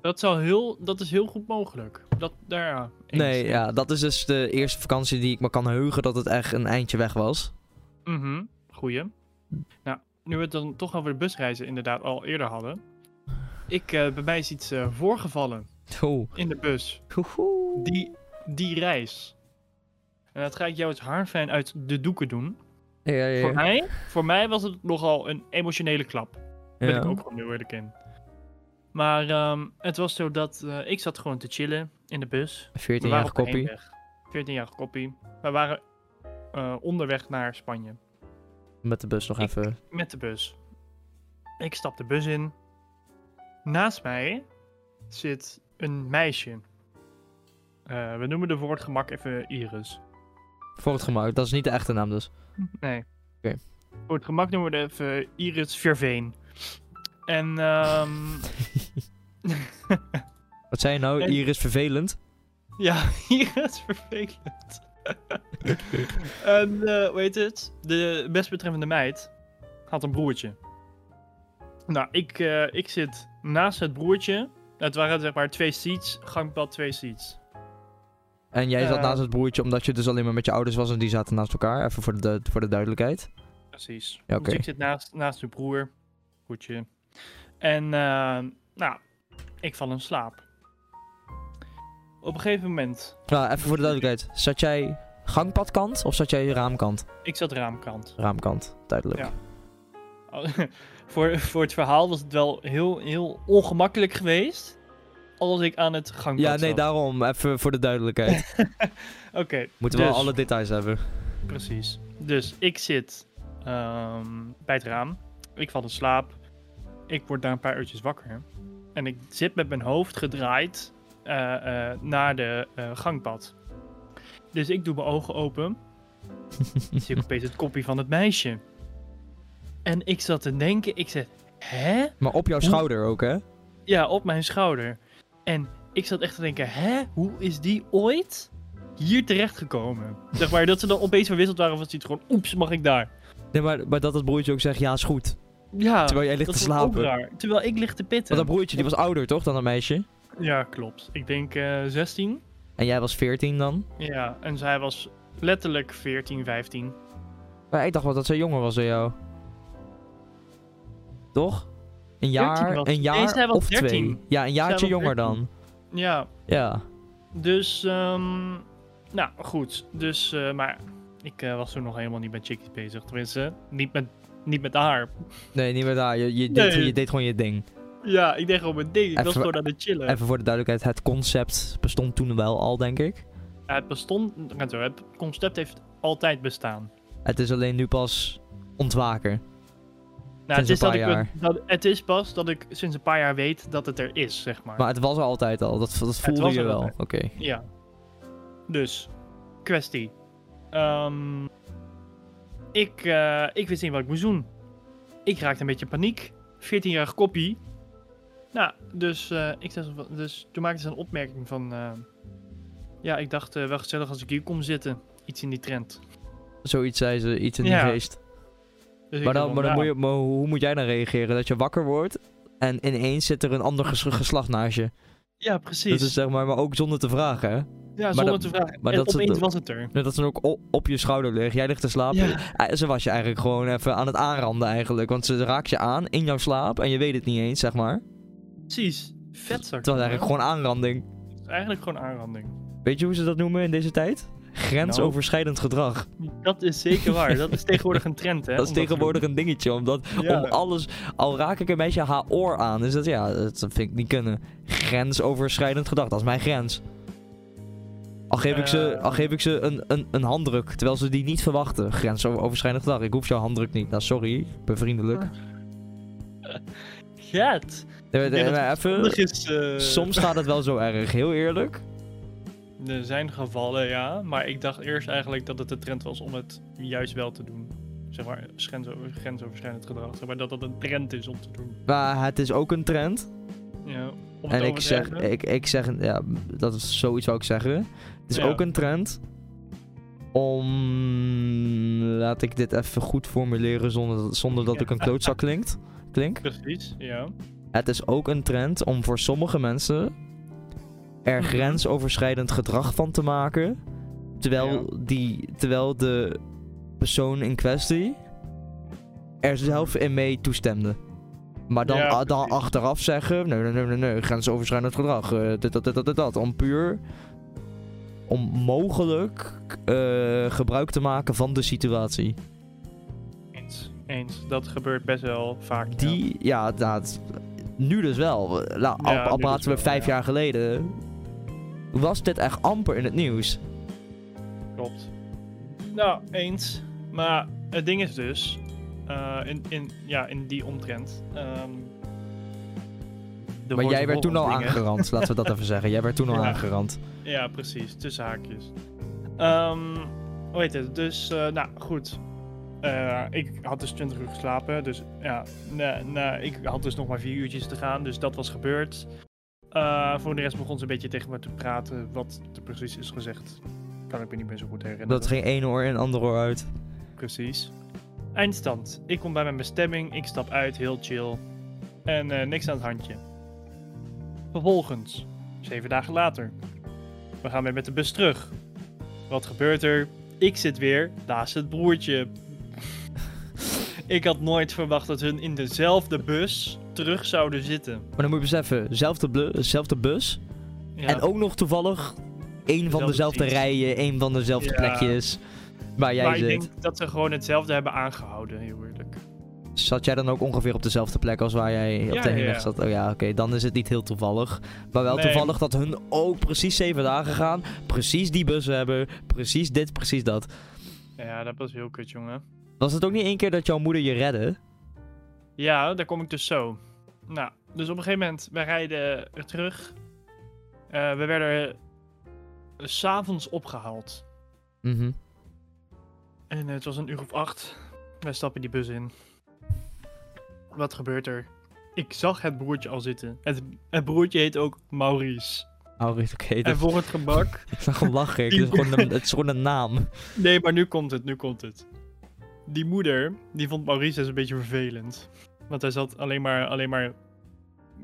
Speaker 2: Dat, zal heel, dat is heel goed mogelijk. Dat, daar, ja, eens.
Speaker 1: Nee, ja, dat is dus de eerste vakantie die ik me kan heugen dat het echt een eindje weg was.
Speaker 2: Mhm, goeie. Nou, nu we het dan toch over de busreizen inderdaad al eerder hadden. Ik, eh, bij mij is iets eh, voorgevallen
Speaker 1: Oeh.
Speaker 2: in de bus. Oh. Die, die reis. En dat ga ik jou als haarfijn uit de doeken doen.
Speaker 1: Ja, ja, ja.
Speaker 2: Voor, mij, voor mij was het nogal een emotionele klap. Daar ben ik ook gewoon heel eerlijk in. Maar ehm, het was zo dat eh, ik zat gewoon te chillen in de bus. We
Speaker 1: 14
Speaker 2: waren
Speaker 1: jaar
Speaker 2: op de
Speaker 1: koppie.
Speaker 2: heenweg. 14 jaar koppie. We waren eh, onderweg naar Spanje.
Speaker 1: Met de bus nog
Speaker 2: Ik-
Speaker 1: even.
Speaker 2: met de bus. Ik stap de bus in. Naast mij zit een meisje. Eh, we noemen de voor het gemak even Iris.
Speaker 1: Voor het gemak. Dat is niet de echte naam dus.
Speaker 2: Nee.
Speaker 1: Oké.
Speaker 2: Voor het gemak noemen we het even Iris Verveen. En ehm
Speaker 1: Wat zei je nou?
Speaker 2: Nee.
Speaker 1: Iris vervelend.
Speaker 2: ja, Iris Vervelend. en eh, hoe heet het? De best betreffende meid had een broertje. Nou, ik, eh, ik zit naast het broertje. Het waren zeg maar twee seats, gangpad twee seats.
Speaker 1: En jij zat
Speaker 2: Eh.
Speaker 1: naast het broertje omdat je dus alleen maar met je ouders was en die zaten naast elkaar. Even voor de, duid- voor de duidelijkheid.
Speaker 2: Precies.
Speaker 1: Ja, oké.
Speaker 2: Dus ik zit naast, naast mijn broer. Goedje. En, eh, nou, ik val in slaap. Op een gegeven moment,
Speaker 1: Nou, even voor de duidelijkheid. Zat jij gangpadkant of zat jij raamkant?
Speaker 2: ik zat raamkant.
Speaker 1: Raamkant, duidelijk.
Speaker 2: Ja. Oh, voor, voor het verhaal was het wel heel, heel ongemakkelijk geweest. Als ik aan het gangpad
Speaker 1: Ja, nee,
Speaker 2: zat.
Speaker 1: daarom. Even voor de duidelijkheid.
Speaker 2: Oké,
Speaker 1: Moeten we
Speaker 2: Dus-
Speaker 1: wel alle details hebben.
Speaker 2: precies. Dus ik zit ehm, bij het raam. Ik val in slaap. Ik word na een paar uurtjes wakker. En ik zit met mijn hoofd gedraaid eh, eh, naar de eh, gangpad. Dus ik doe mijn ogen open. Dan zie ik opeens het kopje van het meisje. En ik zat te denken, ik zei, hè?
Speaker 1: Maar op jouw
Speaker 2: Hoe-
Speaker 1: schouder ook, hè?
Speaker 2: Ja, op mijn schouder. En ik zat echt te denken, hè? Hoe is die ooit hier terechtgekomen? Zeg maar, dat ze dan opeens verwisseld waren van ziet gewoon, oeps, mag ik daar?
Speaker 1: Nee, maar, maar dat het broertje ook zegt, ja, is goed.
Speaker 2: Ja,
Speaker 1: Terwijl jij ligt
Speaker 2: Ah, dat
Speaker 1: te
Speaker 2: is ook
Speaker 1: slapen. Want
Speaker 2: raar. Terwijl ik lig te pitten.
Speaker 1: dat broertje, die was ouder, toch, dan dat meisje?
Speaker 2: Ja, klopt. Ik denk eh, 16.
Speaker 1: En jij was 14 dan?
Speaker 2: Ja, en zij was letterlijk 14, 15.
Speaker 1: Maar ik dacht wel dat zij jonger was dan jou. Toch? Een jaar,
Speaker 2: 13 was-
Speaker 1: een
Speaker 2: Nee,
Speaker 1: jaar
Speaker 2: zij was
Speaker 1: of
Speaker 2: 13.
Speaker 1: twee. Ja, een jaartje
Speaker 2: was
Speaker 1: jonger
Speaker 2: 13.
Speaker 1: dan.
Speaker 2: Ja,
Speaker 1: Ja.
Speaker 2: dus, ehm, nou goed. Dus, eh, maar ik eh, was toen nog helemaal niet met chickies bezig. Tenminste, niet met, niet met haar.
Speaker 1: Nee, niet meer daar. Je, je, deed,
Speaker 2: Nee.
Speaker 1: je deed gewoon je ding.
Speaker 2: Ja, ik deed gewoon mijn ding. Ik was
Speaker 1: Even-
Speaker 2: gewoon aan het chillen.
Speaker 1: Even voor de duidelijkheid, het concept bestond toen wel al, denk ik.
Speaker 2: Ja, het bestond, het concept heeft altijd bestaan.
Speaker 1: Het is alleen nu pas ontwaken.
Speaker 2: Nou, het,
Speaker 1: Sinds
Speaker 2: is
Speaker 1: een
Speaker 2: dat ik,
Speaker 1: paar
Speaker 2: het- dat, het is pas dat ik sinds een paar jaar weet dat het er is, zeg maar.
Speaker 1: Maar het was er altijd al, dat, dat voelde
Speaker 2: was
Speaker 1: je
Speaker 2: er
Speaker 1: wel.
Speaker 2: altijd.
Speaker 1: Oké.
Speaker 2: Ja. Dus, kwestie. Ehm, ik, eh, ik wist niet wat ik moest doen. Ik raakte een beetje in paniek. 14-jarig koppie. Nou, dus, eh, ik zei zo van- dus toen maakte ze een opmerking van... eh, ja, ik dacht eh, wel gezellig als ik hier kom zitten. Iets in die trend.
Speaker 1: Zoiets zei ze, iets in
Speaker 2: Ja.
Speaker 1: die geest.
Speaker 2: Dus ik
Speaker 1: Maar,
Speaker 2: zei
Speaker 1: dan,
Speaker 2: van,
Speaker 1: maar, dan
Speaker 2: nou,
Speaker 1: moet je, maar hoe moet jij dan reageren? Dat je wakker wordt en ineens zit er een ander ges- geslacht naast je.
Speaker 2: Ja,
Speaker 1: Dat
Speaker 2: precies.
Speaker 1: is zeg maar, maar ook zonder te vragen, hè?
Speaker 2: Ja, zonder
Speaker 1: dat-
Speaker 2: te vragen.
Speaker 1: maar
Speaker 2: en
Speaker 1: dat is het
Speaker 2: opeens
Speaker 1: ook.
Speaker 2: was het er.
Speaker 1: Ja, Dat ze dan ook o- op je schouder ligt. Jij ligt te slapen.
Speaker 2: Ja.
Speaker 1: Eh, Ze was je eigenlijk gewoon even aan het aanranden eigenlijk. Want ze raakt je aan in jouw slaap en je weet het niet eens, zeg maar.
Speaker 2: Precies. Vetzak.
Speaker 1: Het was eigenlijk gewoon aanranding.
Speaker 2: gewoon... eigenlijk gewoon aanranding.
Speaker 1: Weet je hoe ze dat noemen in deze tijd? Grensoverschrijdend
Speaker 2: Nou,
Speaker 1: gedrag.
Speaker 2: Dat is zeker waar. Dat is tegenwoordig een trend, hè?
Speaker 1: dat is
Speaker 2: om te
Speaker 1: tegenwoordig een dingetje. Omdat
Speaker 2: doen. Ja.
Speaker 1: om alles, al raak ik een beetje haar oor aan. Dus dat, ja, dat vind ik niet kunnen. Grensoverschrijdend gedrag, dat is mijn grens. Al geef ik ze,
Speaker 2: Eh.
Speaker 1: al geef ik ze een, een, een handdruk, terwijl ze die niet verwachten. Grensoverschrijdend gedrag. Ik hoef jouw handdruk niet. Nou, sorry, ik ben vriendelijk.
Speaker 2: Get.
Speaker 1: Nee,
Speaker 2: denk
Speaker 1: maar-
Speaker 2: dat
Speaker 1: maar
Speaker 2: het
Speaker 1: even,
Speaker 2: Handig is... eh,
Speaker 1: soms gaat het wel zo erg, heel eerlijk.
Speaker 2: Er zijn gevallen, ja. Maar ik dacht eerst eigenlijk dat het de trend was om het juist wel te doen. Zeg maar, grensover, grensoverschrijdend gedrag. Zeg maar dat dat een trend is om te doen.
Speaker 1: Maar het is ook een trend.
Speaker 2: Ja, om het
Speaker 1: En ik
Speaker 2: over te
Speaker 1: zeg,
Speaker 2: hebben.
Speaker 1: ik, ik zeg, ja, dat is zoiets zou ik zeggen. Het is
Speaker 2: Ja.
Speaker 1: ook een trend om, laat ik dit even goed formuleren zonder, dat- zonder dat ik een klootzak klinkt, klink.
Speaker 2: Precies, ja.
Speaker 1: Het is ook een trend om voor sommige mensen er
Speaker 2: Mhm.
Speaker 1: grensoverschrijdend gedrag van te maken. Terwijl,
Speaker 2: Ja.
Speaker 1: die, terwijl de persoon in kwestie er zelf in mee toestemde. Maar dan,
Speaker 2: Ja,
Speaker 1: a- dan
Speaker 2: precies.
Speaker 1: achteraf zeggen: nee, nee, nee, nee, nee grensoverschrijdend gedrag. eh, dit, dat, dit, dat, dit, dat. Om puur. Om mogelijk eh, gebruik te maken van de situatie.
Speaker 2: Eens. Eens. Dat gebeurt best wel vaak. ja.
Speaker 1: Die, ja, dat, nu dus wel. La, al,
Speaker 2: Ja,
Speaker 1: al
Speaker 2: nu
Speaker 1: praten
Speaker 2: dus
Speaker 1: we
Speaker 2: wel,
Speaker 1: vijf
Speaker 2: ja.
Speaker 1: jaar geleden. Was dit echt amper in het nieuws?
Speaker 2: Klopt. Nou, eens. Maar het ding is dus, eh, in, in, ja, in die omtrent. ehm, er
Speaker 1: maar
Speaker 2: wordt
Speaker 1: jij werd toen al
Speaker 2: dingen.
Speaker 1: aangerand, laten we dat even zeggen. Jij werd toen al
Speaker 2: Ja.
Speaker 1: aangerand.
Speaker 2: Ja, precies. Tussen haakjes. Ehm, hoe heet het? Dus, eh, nou goed. Eh, ik had dus 20 uur geslapen. Dus ja, na, na, ik had dus nog maar 4 uurtjes te gaan. Dus dat was gebeurd. Eh, voor de rest begon ze een beetje tegen me te praten. Wat er precies is gezegd, kan ik me niet meer zo goed herinneren.
Speaker 1: Dat ging één oor en ander oor uit.
Speaker 2: Precies. Eindstand. Ik kom bij mijn bestemming. Ik stap uit, heel chill. En eh, niks aan het handje. Vervolgens, zeven dagen later. We gaan weer met de bus terug. Wat gebeurt er? Ik zit weer naast het broertje. ik had nooit verwacht dat hun in dezelfde bus terug zouden zitten.
Speaker 1: Maar dan moet je beseffen, zelfde, blu- zelfde bus.
Speaker 2: Ja,
Speaker 1: En ook nog toevallig één van
Speaker 2: Dezelfde
Speaker 1: dezelfde
Speaker 2: seats.
Speaker 1: rijen, één van dezelfde
Speaker 2: Ja.
Speaker 1: plekjes. Waar jij
Speaker 2: maar
Speaker 1: zit.
Speaker 2: ik denk dat ze gewoon hetzelfde hebben aangehouden, heel eerlijk.
Speaker 1: Zat jij dan ook ongeveer op dezelfde plek als waar jij op
Speaker 2: Ja,
Speaker 1: de heenweg
Speaker 2: ja, ja.
Speaker 1: zat? Oh ja, oké, dan is het niet heel toevallig. Maar wel
Speaker 2: Nee.
Speaker 1: toevallig dat hun ook precies zeven dagen gaan, precies die bus hebben, precies dit, precies dat.
Speaker 2: Ja, dat was heel kut, jongen.
Speaker 1: Was het ook niet één keer dat jouw moeder je redde?
Speaker 2: Ja, daar kom ik dus zo. Nou, dus op een gegeven moment, wij rijden er terug. Eh, we werden eh, s'avonds opgehaald.
Speaker 1: Mhm.
Speaker 2: En het was een uur of acht. Wij stappen die bus in. Wat gebeurt er? Ik zag het broertje al zitten. Het, het broertje heet ook Maurice.
Speaker 1: Maurice, Oh, oké, dat-
Speaker 2: En voor het gebak...
Speaker 1: daarom lach ik. Het is gewoon een, het is gewoon een naam.
Speaker 2: Nee, maar nu komt het, nu komt het. Die moeder, die vond Maurice dus een beetje vervelend. Want hij zat alleen maar, alleen maar,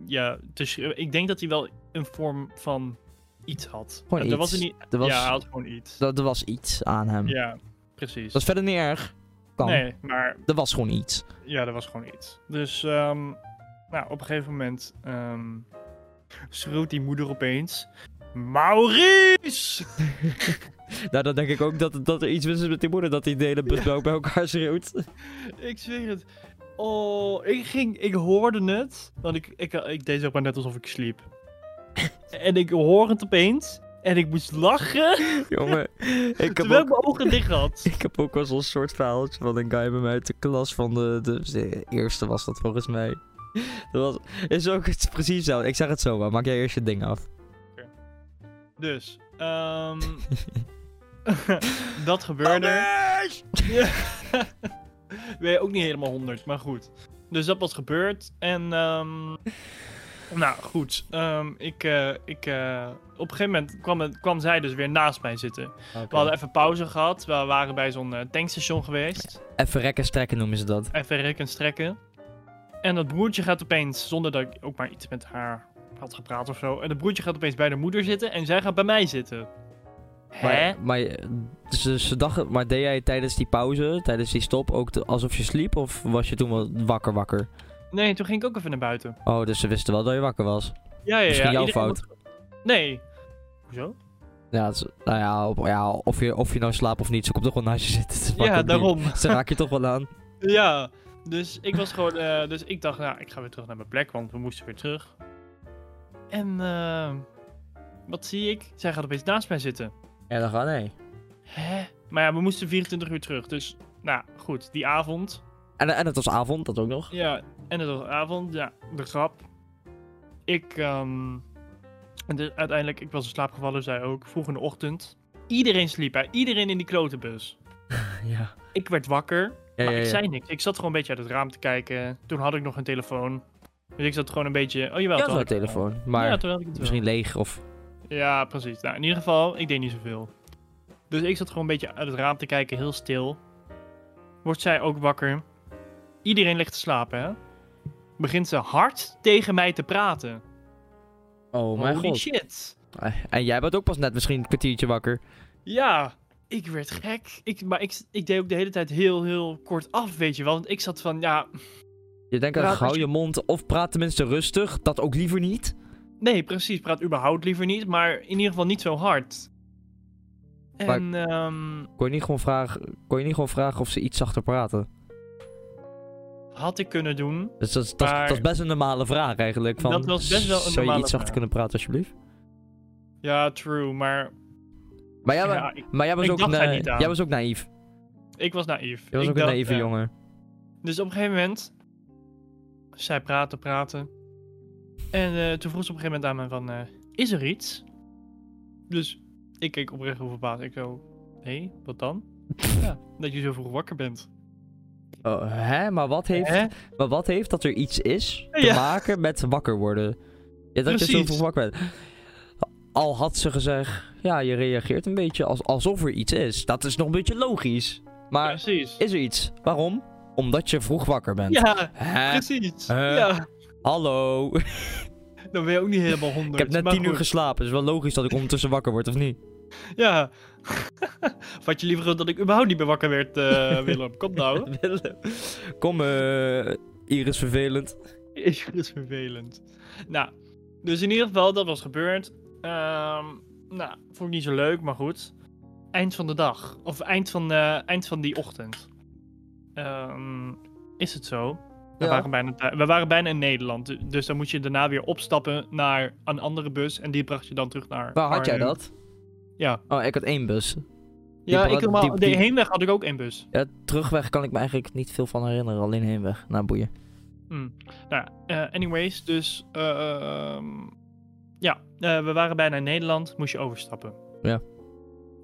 Speaker 2: ja, te schreeuwen. Ik denk dat hij wel een vorm van iets had.
Speaker 1: Gewoon
Speaker 2: Er was
Speaker 1: iets.
Speaker 2: er niet,
Speaker 1: Er was,
Speaker 2: Ja, hij had gewoon iets.
Speaker 1: dat, er was iets aan hem.
Speaker 2: Ja, precies.
Speaker 1: Dat is verder niet erg. Kan.
Speaker 2: nee, maar
Speaker 1: Er was gewoon iets.
Speaker 2: ja, dat was gewoon iets. Dus, ehm, nou, op een gegeven moment ehm, schreeuwt die moeder opeens... Maurice!
Speaker 1: Nou, dan denk ik ook dat, dat er iets mis is met die moeder, dat die de hele bus bij elkaar schreeuwt.
Speaker 2: Ik zweer het. Oh, ik ging, ik hoorde het. Want ik, ik, ik deed zeg maar net alsof ik sliep. en ik hoor het opeens. En ik moest lachen.
Speaker 1: Jongen, ik heb
Speaker 2: terwijl
Speaker 1: ook
Speaker 2: ik mijn ogen dicht had.
Speaker 1: Ik heb ook wel zo'n soort verhaaltje van een guy bij mij uit de klas van de, de, de eerste was dat volgens mij. Dat was, is ook het, precies zo. Ik zeg het zo, maar maak jij eerst je ding af.
Speaker 2: Dus, ehm dat gebeurde. Weet ook niet helemaal 100, maar goed. Dus dat was gebeurd. En, ehm, nou goed. Ehm, ik, eh, ik, eh, op een gegeven moment kwam, het, kwam zij dus weer naast mij zitten. We hadden even pauze gehad. We waren bij zo'n eh, tankstation geweest.
Speaker 1: Even rekken strekken noemen ze dat.
Speaker 2: Even rekken en strekken. En dat broertje gaat opeens, zonder dat ik ook maar iets met haar had gepraat of zo. En dat broertje gaat opeens bij de moeder zitten en zij gaat bij mij zitten. Hè?
Speaker 1: Maar, maar je- ze, ze dachten, maar deed jij tijdens die pauze, tijdens die stop, ook te- alsof je sliep? Of was je toen wel wakker wakker?
Speaker 2: Nee, toen ging ik ook even naar buiten.
Speaker 1: Oh, dus ze wisten wel dat je wakker was.
Speaker 2: Ja, ja, ja.
Speaker 1: Misschien jouw
Speaker 2: Iedereen
Speaker 1: fout.
Speaker 2: moet- Nee. Hoezo?
Speaker 1: Ja, het is- nou ja, op- ja of, je, of je nou slaapt of niet, ze komt toch wel naast je zitten. Het maakt ook
Speaker 2: Ja,
Speaker 1: niet-
Speaker 2: daarom.
Speaker 1: Ze raak je toch wel aan.
Speaker 2: Ja, dus ik was gewoon. eh, dus ik dacht, nou, ik ga weer terug naar mijn plek, want we moesten weer terug. En eh, wat zie ik? Zij gaat opeens naast mij zitten.
Speaker 1: Ja, dan gaan nee.
Speaker 2: Hè? Maar ja, we moesten 24 uur terug, dus nou goed, die avond.
Speaker 1: En, en het was avond, dat ook nog.
Speaker 2: Ja, en het was avond, ja, de grap. Ik, ehm, en dus uiteindelijk, ik was in slaap gevallen, zij ook, vroeg in de ochtend. Iedereen sliep, hè? iedereen in die klote bus.
Speaker 1: Ja.
Speaker 2: Ik werd wakker,
Speaker 1: Ja,
Speaker 2: Maar
Speaker 1: ja,
Speaker 2: ik
Speaker 1: ja.
Speaker 2: zei niks. Ik zat gewoon een beetje uit het raam te kijken. Toen had ik nog een telefoon. Dus ik zat gewoon een beetje... Oh jawel,
Speaker 1: Ja,
Speaker 2: toen
Speaker 1: zo'n
Speaker 2: had ik het wel.
Speaker 1: telefoon. Maar
Speaker 2: Ja, toen had ik het wel.
Speaker 1: misschien leeg of...
Speaker 2: Ja, precies. Nou, in ieder geval, ik deed niet zoveel. Dus ik zat gewoon een beetje uit het raam te kijken, heel stil. Wordt zij ook wakker. Iedereen ligt te slapen, hè? Begint ze hard tegen mij te praten.
Speaker 1: Oh
Speaker 2: Holy shit.
Speaker 1: Eh, En jij bent ook pas net misschien een kwartiertje wakker.
Speaker 2: Ja, ik werd gek. Ik, maar ik, ik deed ook de hele tijd heel, heel kort af, weet je wel. Want ik zat van, ja,
Speaker 1: Je denkt,
Speaker 2: Praat
Speaker 1: aan
Speaker 2: als
Speaker 1: hou
Speaker 2: je-
Speaker 1: je mond of praat tenminste rustig. Dat ook liever niet.
Speaker 2: Nee, precies. Praat überhaupt liever niet, maar in ieder geval niet zo hard.
Speaker 1: Maar-
Speaker 2: En ehm,
Speaker 1: Kon je niet gewoon vragen, kon je niet gewoon vragen of ze iets zachter praten?
Speaker 2: had ik kunnen doen.
Speaker 1: Dus dat, is- dat, is-
Speaker 2: Maar-
Speaker 1: dat is best een normale vraag eigenlijk. Van,
Speaker 2: Dat was best wel een
Speaker 1: Zou je
Speaker 2: normale
Speaker 1: iets zachter
Speaker 2: vraag.
Speaker 1: kunnen praten alsjeblieft?
Speaker 2: Ja, true, maar
Speaker 1: Maar jij, wa-
Speaker 2: ja, ik,
Speaker 1: maar jij, was,
Speaker 2: ik
Speaker 1: ook
Speaker 2: dacht daar
Speaker 1: na-
Speaker 2: niet aan.
Speaker 1: jij was ook naïef.
Speaker 2: ik was naïef.
Speaker 1: Jij was ook
Speaker 2: Ik
Speaker 1: een
Speaker 2: dacht,
Speaker 1: naïeve
Speaker 2: ja.
Speaker 1: jongen.
Speaker 2: Dus op een gegeven moment, zij praten, praten. En eh, toen vroeg ze op een gegeven moment aan mij van, eh, is er iets? Dus ik keek oprecht heel verbaasd. Ik zo, hé, wat dan? Ja, dat je zo vroeg wakker bent.
Speaker 1: Oh, hè? Maar wat, heeft,
Speaker 2: Hè?
Speaker 1: maar wat heeft dat er iets is te
Speaker 2: Ja.
Speaker 1: maken met wakker worden? Ja, dat je zo
Speaker 2: Precies.
Speaker 1: vroeg wakker bent. Al had ze gezegd, ja, je reageert een beetje als, alsof er iets is. Dat is nog een beetje logisch. Maar
Speaker 2: precies.
Speaker 1: is er iets? Waarom? Omdat je vroeg wakker bent.
Speaker 2: Ja,
Speaker 1: Hè?
Speaker 2: precies.
Speaker 1: Eh.
Speaker 2: Ja,
Speaker 1: Hallo.
Speaker 2: dan ben je ook niet helemaal honderd.
Speaker 1: Ik heb net
Speaker 2: maar
Speaker 1: tien uur
Speaker 2: goed.
Speaker 1: geslapen. is wel logisch dat ik ondertussen wakker word, of niet?
Speaker 2: Ja. Of had je liever gehad dat ik überhaupt niet meer wakker werd, eh, Willem? Kom nou.
Speaker 1: Willem. Kom, eh Iris vervelend.
Speaker 2: Is dat is vervelend. Nou, dus in ieder geval, dat was gebeurd. Ehm, nou, vond ik niet zo leuk, maar goed. Eind van de dag, of eind van, eh, eind van die ochtend. Ehm, is het zo? We,
Speaker 1: Ja.
Speaker 2: waren bijna, thu- we waren bijna in Nederland, du- dus dan moest je daarna weer opstappen naar een andere bus. En die bracht je dan terug naar.
Speaker 1: Waar had jij
Speaker 2: Arnhem.
Speaker 1: dat?
Speaker 2: Ja.
Speaker 1: Oh, ik had één bus.
Speaker 2: Ja,
Speaker 1: bra-
Speaker 2: ik helemaal,
Speaker 1: die- die-
Speaker 2: de heenweg had ik ook één bus.
Speaker 1: Ja, terugweg kan ik me eigenlijk niet veel van herinneren. Alleen heenweg. Nou, boeien.
Speaker 2: Hmm. Nou, ja, eh, anyways, dus eh, ehm, ja, eh, we waren bijna in Nederland, moest je overstappen.
Speaker 1: Ja.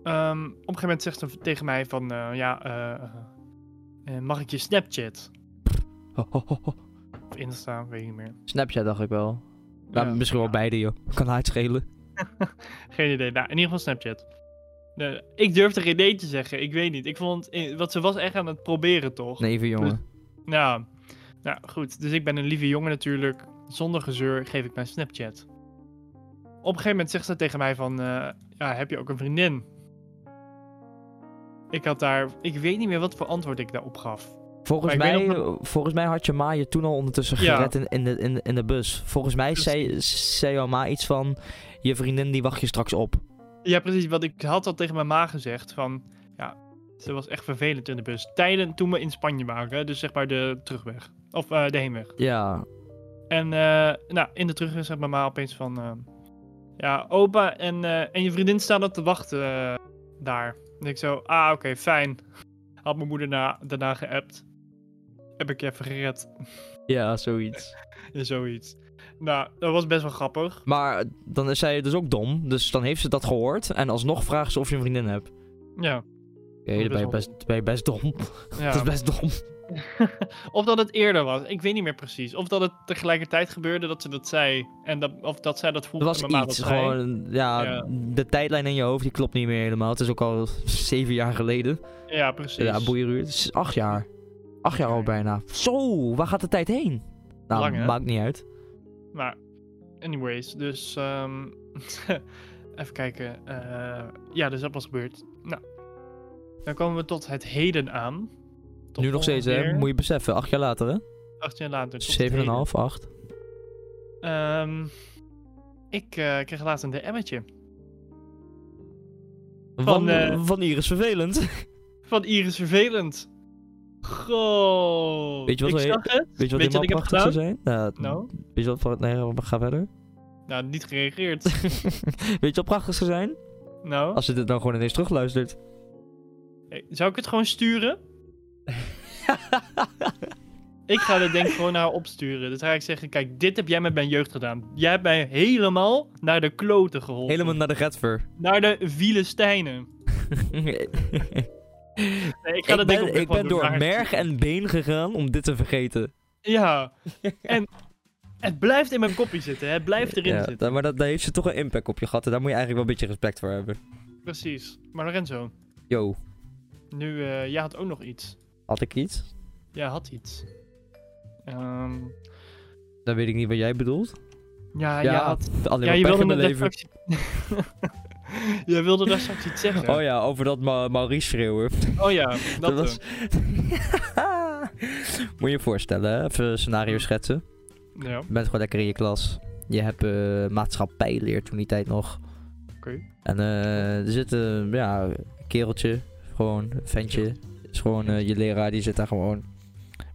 Speaker 2: Ehm, op een gegeven moment zegt ze tegen mij van, eh, ja, eh, eh, mag ik je Snapchat
Speaker 1: Ho, ho, ho, ho.
Speaker 2: of Insta, weet ik niet meer.
Speaker 1: Snapchat dacht ik wel. Nou,
Speaker 2: Ja.
Speaker 1: misschien wel beide, joh. Kan haar het schelen.
Speaker 2: Geen idee. Nou, in ieder geval Snapchat. Nee, ik durfde geen nee te zeggen, ik weet niet. Ik vond, eh, want ze was echt aan het proberen toch?
Speaker 1: Nee, even jongen.
Speaker 2: Nou, nou goed. Dus ik ben een lieve jongen natuurlijk. Zonder gezeur geef ik mijn Snapchat. Op een gegeven moment zegt ze tegen mij van... eh, ja, heb je ook een vriendin? Ik had daar... Ik weet niet meer wat voor antwoord ik daarop gaf.
Speaker 1: Volgens
Speaker 2: Maar ik
Speaker 1: mij,
Speaker 2: weet
Speaker 1: volgens mij had je Ma je toen al ondertussen
Speaker 2: Ja.
Speaker 1: gered in, in, de, in, de- in de bus. Volgens mij zei, zei jouw Ma iets van... Je vriendin, die wacht je straks op.
Speaker 2: Ja, precies. Want ik had al tegen mijn ma gezegd van... Ja, ze was echt vervelend in de bus. Tijden toen we in Spanje waren. hè, Dus zeg maar de terugweg. Of eh, de heenweg.
Speaker 1: Ja.
Speaker 2: En eh, nou, in de terugweg zegt mama opeens van... eh, ja, opa en, eh, en je vriendin staan op te wachten eh, daar. En ik zo, ah, oké, fijn. Had mijn moeder na, daarna geappt. Heb ik je even gered.
Speaker 1: Ja, zoiets.
Speaker 2: En zoiets. Nou, dat was best wel grappig.
Speaker 1: Maar dan is zij dus ook dom. Dus dan heeft ze dat gehoord. En alsnog vraagt ze of je een vriendin hebt. Oké,
Speaker 2: Ja,
Speaker 1: dan ben je, best, ben je best dom.
Speaker 2: ja.
Speaker 1: Dat is best dom.
Speaker 2: Of dat het eerder was. Ik weet niet meer precies. Of dat het tegelijkertijd gebeurde dat ze dat zei. En dat, of dat zij dat vroeg.
Speaker 1: Er was
Speaker 2: en mama
Speaker 1: iets.
Speaker 2: dat zei.
Speaker 1: Gewoon, ja,
Speaker 2: Ja.
Speaker 1: de tijdlijn in je hoofd die klopt niet meer helemaal. Het is ook al zeven jaar geleden.
Speaker 2: Ja, precies.
Speaker 1: Ja, boeieruur. Het is acht jaar. Acht jaar al bijna. Zo, waar gaat de tijd heen? Nou,
Speaker 2: Lang, hè?
Speaker 1: maakt niet uit.
Speaker 2: Maar, anyways, dus. ehm, even kijken. eh, ja, dus dat was gebeurd. Nou, dan komen we tot het heden aan. Tot
Speaker 1: nu nog steeds, hè?
Speaker 2: ongeveer
Speaker 1: Moet je beseffen. Acht jaar later, hè?
Speaker 2: 18 jaar later. tot het
Speaker 1: Zeven en een
Speaker 2: heden.
Speaker 1: half, acht.
Speaker 2: Ehm, ik eh, kreeg laatst een DM'tje
Speaker 1: Van,
Speaker 2: eh,
Speaker 1: van Iris vervelend.
Speaker 2: van Iris Vervelend. Goh.
Speaker 1: Weet je wat
Speaker 2: ik
Speaker 1: we-
Speaker 2: zag het?
Speaker 1: Weet je wat
Speaker 2: Weet je
Speaker 1: helemaal
Speaker 2: wat ik heb
Speaker 1: prachtig zou zijn? Nou,
Speaker 2: Nou,
Speaker 1: Weet je wat... Nee, we gaan verder.
Speaker 2: nou, niet gereageerd.
Speaker 1: Weet je wat prachtig zou zijn?
Speaker 2: nou,
Speaker 1: Als je dit nou gewoon ineens terugluistert.
Speaker 2: eh, zou ik het gewoon sturen? Ik ga dit denk ik gewoon naar haar opsturen. Dus dan ga ik zeggen, kijk, dit heb jij met mijn jeugd gedaan. Jij hebt mij helemaal naar de kloten geholpen.
Speaker 1: Helemaal naar de Redver.
Speaker 2: Naar de Filistijnen. Nee, ik ga
Speaker 1: ik
Speaker 2: dat denk
Speaker 1: ben,
Speaker 2: ook
Speaker 1: ik
Speaker 2: gewoon
Speaker 1: ben door
Speaker 2: naar-
Speaker 1: merg en been gegaan om dit te vergeten.
Speaker 2: Ja. En het blijft in mijn kopje zitten. hè. Het blijft erin
Speaker 1: Ja,
Speaker 2: zitten.
Speaker 1: da- maar dat, daar heeft ze toch een impact op je gehad. En daar moet je eigenlijk wel een beetje respect voor hebben.
Speaker 2: Precies. Maar Lorenzo,
Speaker 1: Yo,
Speaker 2: nu, eh, jij had ook nog iets.
Speaker 1: had ik iets?
Speaker 2: Jij had iets. Ehm,
Speaker 1: Dan weet ik niet wat jij bedoelt.
Speaker 2: ja, jij had...
Speaker 1: alleen
Speaker 2: Ja,
Speaker 1: maar
Speaker 2: je
Speaker 1: pech
Speaker 2: wilde
Speaker 1: in mijn
Speaker 2: daar
Speaker 1: leven.
Speaker 2: straks... Jij wilde daar straks iets zeggen.
Speaker 1: Oh ja, over dat Ma Maurice schreeuwen.
Speaker 2: Oh ja, dat,
Speaker 1: Dat was...
Speaker 2: was...
Speaker 1: moet je je voorstellen, hè? even een scenario schetsen.
Speaker 2: Ja,
Speaker 1: Je bent gewoon lekker in je klas. Je hebt eh, maatschappijleer toen die tijd nog.
Speaker 2: Oké.
Speaker 1: En eh, er zit een ja, een kereltje, gewoon een ventje. Is gewoon eh, je leraar, die zit daar gewoon.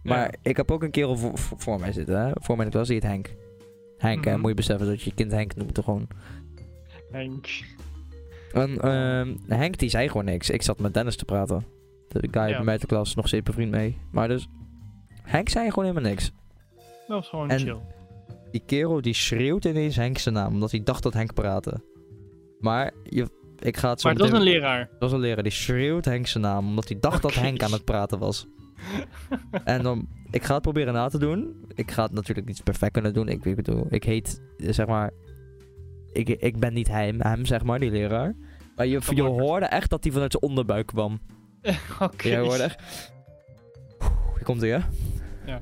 Speaker 1: Maar ik heb ook een kerel voor, voor, voor mij zitten, hè? voor mijn klas, die heet Henk. Henk, hè?
Speaker 2: Mhm.
Speaker 1: moet je beseffen dat je je kind Henk noemt gewoon.
Speaker 2: Henk.
Speaker 1: En ehm, Henk die zei gewoon niks. Ik zat met Dennis te praten. De guy bij mij uit de klas, nog steeds bevriend mee. Maar dus, Henk zei gewoon helemaal niks.
Speaker 2: Dat was gewoon
Speaker 1: En-
Speaker 2: chill.
Speaker 1: Die kerel die schreeuwt ineens Henk zijn naam, omdat hij dacht dat Henk praatte. Maar je, Ik ga het zo
Speaker 2: Maar dat is
Speaker 1: meteen-
Speaker 2: een leraar.
Speaker 1: Dat was een leraar die schreeuwt Henk zijn naam, omdat hij dacht dat
Speaker 2: Oké.
Speaker 1: Henk aan het praten was. en dan, ik ga het proberen na te doen. Ik ga het natuurlijk niet perfect kunnen doen. Ik, ik bedoel, ik heet, eh, zeg maar, ik, ik ben niet hem, hem, zeg maar, die leraar. Maar je,
Speaker 2: Dat
Speaker 1: je
Speaker 2: wordt-
Speaker 1: hoorde echt dat hij vanuit zijn onderbuik kwam.
Speaker 2: Oké.
Speaker 1: Je hoorde echt... Oeh, Hier komt hij, hè?
Speaker 2: Ja.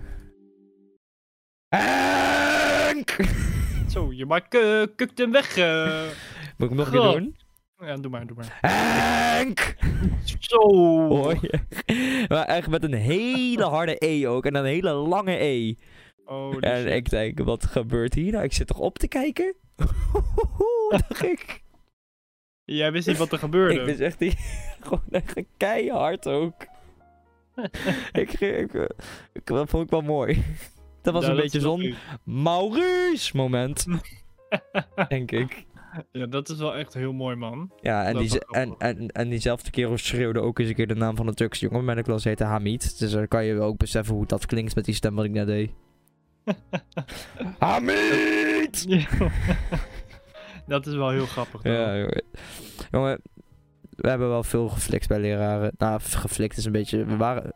Speaker 1: Henk!
Speaker 2: Zo, je maakt eh, kukt hem weg. eh.
Speaker 1: Moet ik hem nog een keer
Speaker 2: God.
Speaker 1: doen?
Speaker 2: Ja, doe maar, doe maar.
Speaker 1: Henk!
Speaker 2: Zo.
Speaker 1: Hoor je? Maar echt met een hele harde E ook. En een hele lange E.
Speaker 2: Oh, die
Speaker 1: En
Speaker 2: shit.
Speaker 1: ik denk, wat gebeurt hier nou? Ik zit toch op te kijken? dacht ik.
Speaker 2: Jij wist niet wat er gebeurde.
Speaker 1: Ik wist echt die... Gewoon echt keihard ook. ik, ik, ik, ik- dat vond ik wel mooi. Dat was
Speaker 2: Ja,
Speaker 1: een beetje
Speaker 2: is wel
Speaker 1: zo'n
Speaker 2: goed.
Speaker 1: Maurice moment, denk ik.
Speaker 2: ja, dat is wel echt heel mooi, man.
Speaker 1: Ja, en,
Speaker 2: Dat
Speaker 1: die,
Speaker 2: is
Speaker 1: ze-
Speaker 2: wel
Speaker 1: en,
Speaker 2: grappig.
Speaker 1: en, en diezelfde kerel schreeuwde ook eens een keer de naam van een Turkse jongen. Mijn klas heette Hamid. Dus dan kan je ook beseffen hoe dat klinkt met die stem wat ik net deed. Hamid!
Speaker 2: dat is wel heel grappig. dan.
Speaker 1: Ja, jongen. jongen. We hebben wel veel geflikt bij leraren. Nou, f- geflikt is een beetje... We waren...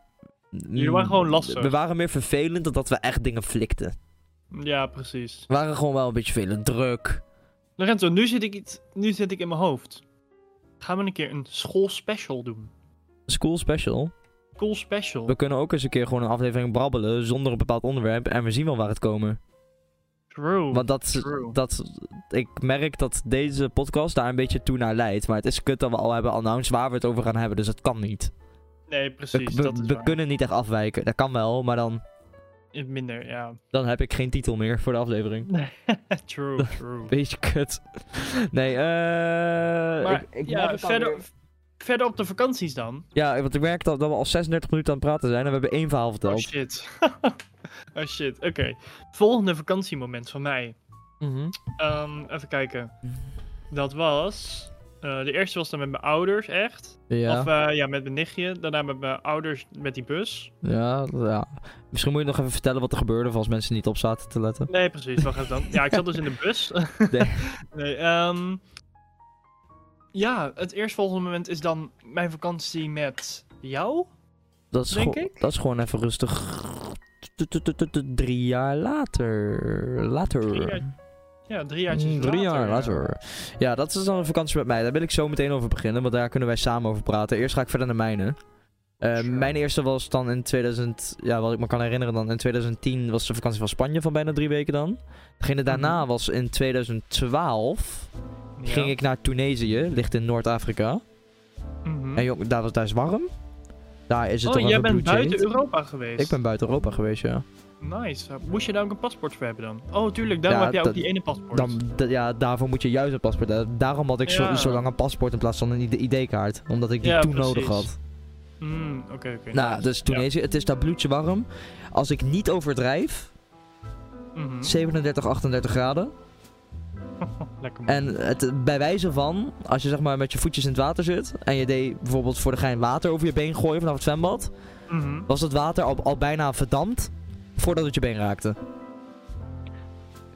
Speaker 2: Jullie waren gewoon lastig.
Speaker 1: We waren meer vervelend dan dat we echt dingen flikten.
Speaker 2: ja, precies.
Speaker 1: We waren gewoon wel een beetje vervelend. Druk.
Speaker 2: Lorenzo, nu zit, ik iets, nu zit ik in mijn hoofd. Gaan we een keer een schoolspecial doen?
Speaker 1: School special.
Speaker 2: School special.
Speaker 1: We kunnen ook eens een keer gewoon een aflevering brabbelen zonder een bepaald onderwerp. En we zien wel waar het komen.
Speaker 2: True.
Speaker 1: Want dat, is-
Speaker 2: True.
Speaker 1: dat, ik merk dat deze podcast daar een beetje toe naar leidt. Maar het is kut dat we al hebben announced waar we het over gaan hebben. Dus dat kan niet.
Speaker 2: Nee,
Speaker 1: We,
Speaker 2: precies.
Speaker 1: we-
Speaker 2: dat is
Speaker 1: we
Speaker 2: waar.
Speaker 1: kunnen niet echt afwijken. Dat kan wel, maar dan,
Speaker 2: Minder, ja.
Speaker 1: dan heb ik geen titel meer voor de aflevering.
Speaker 2: True, true.
Speaker 1: Beetje kut. Nee, eh.
Speaker 2: Maar
Speaker 1: ik, ik merk
Speaker 2: ja,
Speaker 1: het alweer.
Speaker 2: verder, verder op de vakanties dan. Oh,
Speaker 1: ja, want ik merk dat, dat we al 36 minuten aan het praten zijn en we hebben één verhaal
Speaker 2: Oh
Speaker 1: verteld.
Speaker 2: shit. oh shit, oké. Volgende vakantiemoment van mij.
Speaker 1: Mhm.
Speaker 2: Ehm, even kijken. Dat was... eh, de eerste was dan met mijn ouders, echt.
Speaker 1: Ja,
Speaker 2: Of eh, ja, met mijn nichtje. Daarna met mijn ouders met die bus.
Speaker 1: ja, ja. Misschien moet je nog even vertellen wat er gebeurde voor als mensen niet op zaten te letten.
Speaker 2: Nee, precies. Wacht even dan. Ja, ik zat dus in de bus.
Speaker 1: Nee.
Speaker 2: nee ehm, ja, het eerstvolgende moment is dan mijn vakantie met jou.
Speaker 1: Dat is,
Speaker 2: Denk
Speaker 1: gewoon-
Speaker 2: ik.
Speaker 1: dat is gewoon even rustig. t- t- t- t- Drie jaar later. Later.
Speaker 2: Drie jaar- Ja, drie jaar
Speaker 1: Mm, Drie jaar later. Ja, dat is dan een vakantie met mij. Daar wil ik zo meteen over beginnen, want daar kunnen wij samen over praten. Eerst ga ik verder naar mijne. Eh,
Speaker 2: Sure.
Speaker 1: Mijn eerste was dan in 2000, ja, wat ik me kan herinneren dan, in 2010 was de vakantie van Spanje van bijna drie weken dan. Degene daarna
Speaker 2: Mhm.
Speaker 1: was in 2012,
Speaker 2: Ja.
Speaker 1: ging ik naar Tunesië, ligt in Noord-Afrika.
Speaker 2: Mhm.
Speaker 1: En jong, daar, was, daar is warm. Daar is het
Speaker 2: Oh,
Speaker 1: toch
Speaker 2: jij
Speaker 1: even
Speaker 2: bent
Speaker 1: blue jade.
Speaker 2: buiten Europa geweest.
Speaker 1: Ik ben buiten Europa geweest, ja.
Speaker 2: Nice. Moest je daar ook een paspoort voor hebben dan? Oh, tuurlijk. Daarom
Speaker 1: Ja,
Speaker 2: heb jij ook
Speaker 1: dat-
Speaker 2: die ene paspoort.
Speaker 1: Dan, d- ja, daarvoor moet je juist een paspoort hebben. Daarom had ik zo,
Speaker 2: Ja.
Speaker 1: zo lang een paspoort in plaats van een ID-kaart. Omdat ik die
Speaker 2: Ja,
Speaker 1: toen
Speaker 2: precies.
Speaker 1: nodig had.
Speaker 2: Mm, Oké, oké.
Speaker 1: Nou, dus Tunesië, het is daar bloedje warm. Als ik niet overdrijf,
Speaker 2: Mhm.
Speaker 1: 37, 38 graden.
Speaker 2: Lekker man.
Speaker 1: En het, bij wijze van, als je zeg maar met je voetjes in het water zit. en je deed bijvoorbeeld voor de gein water over je been gooien vanaf het zwembad.
Speaker 2: Mhm.
Speaker 1: was het water al, al bijna verdampt voordat het je been raakte.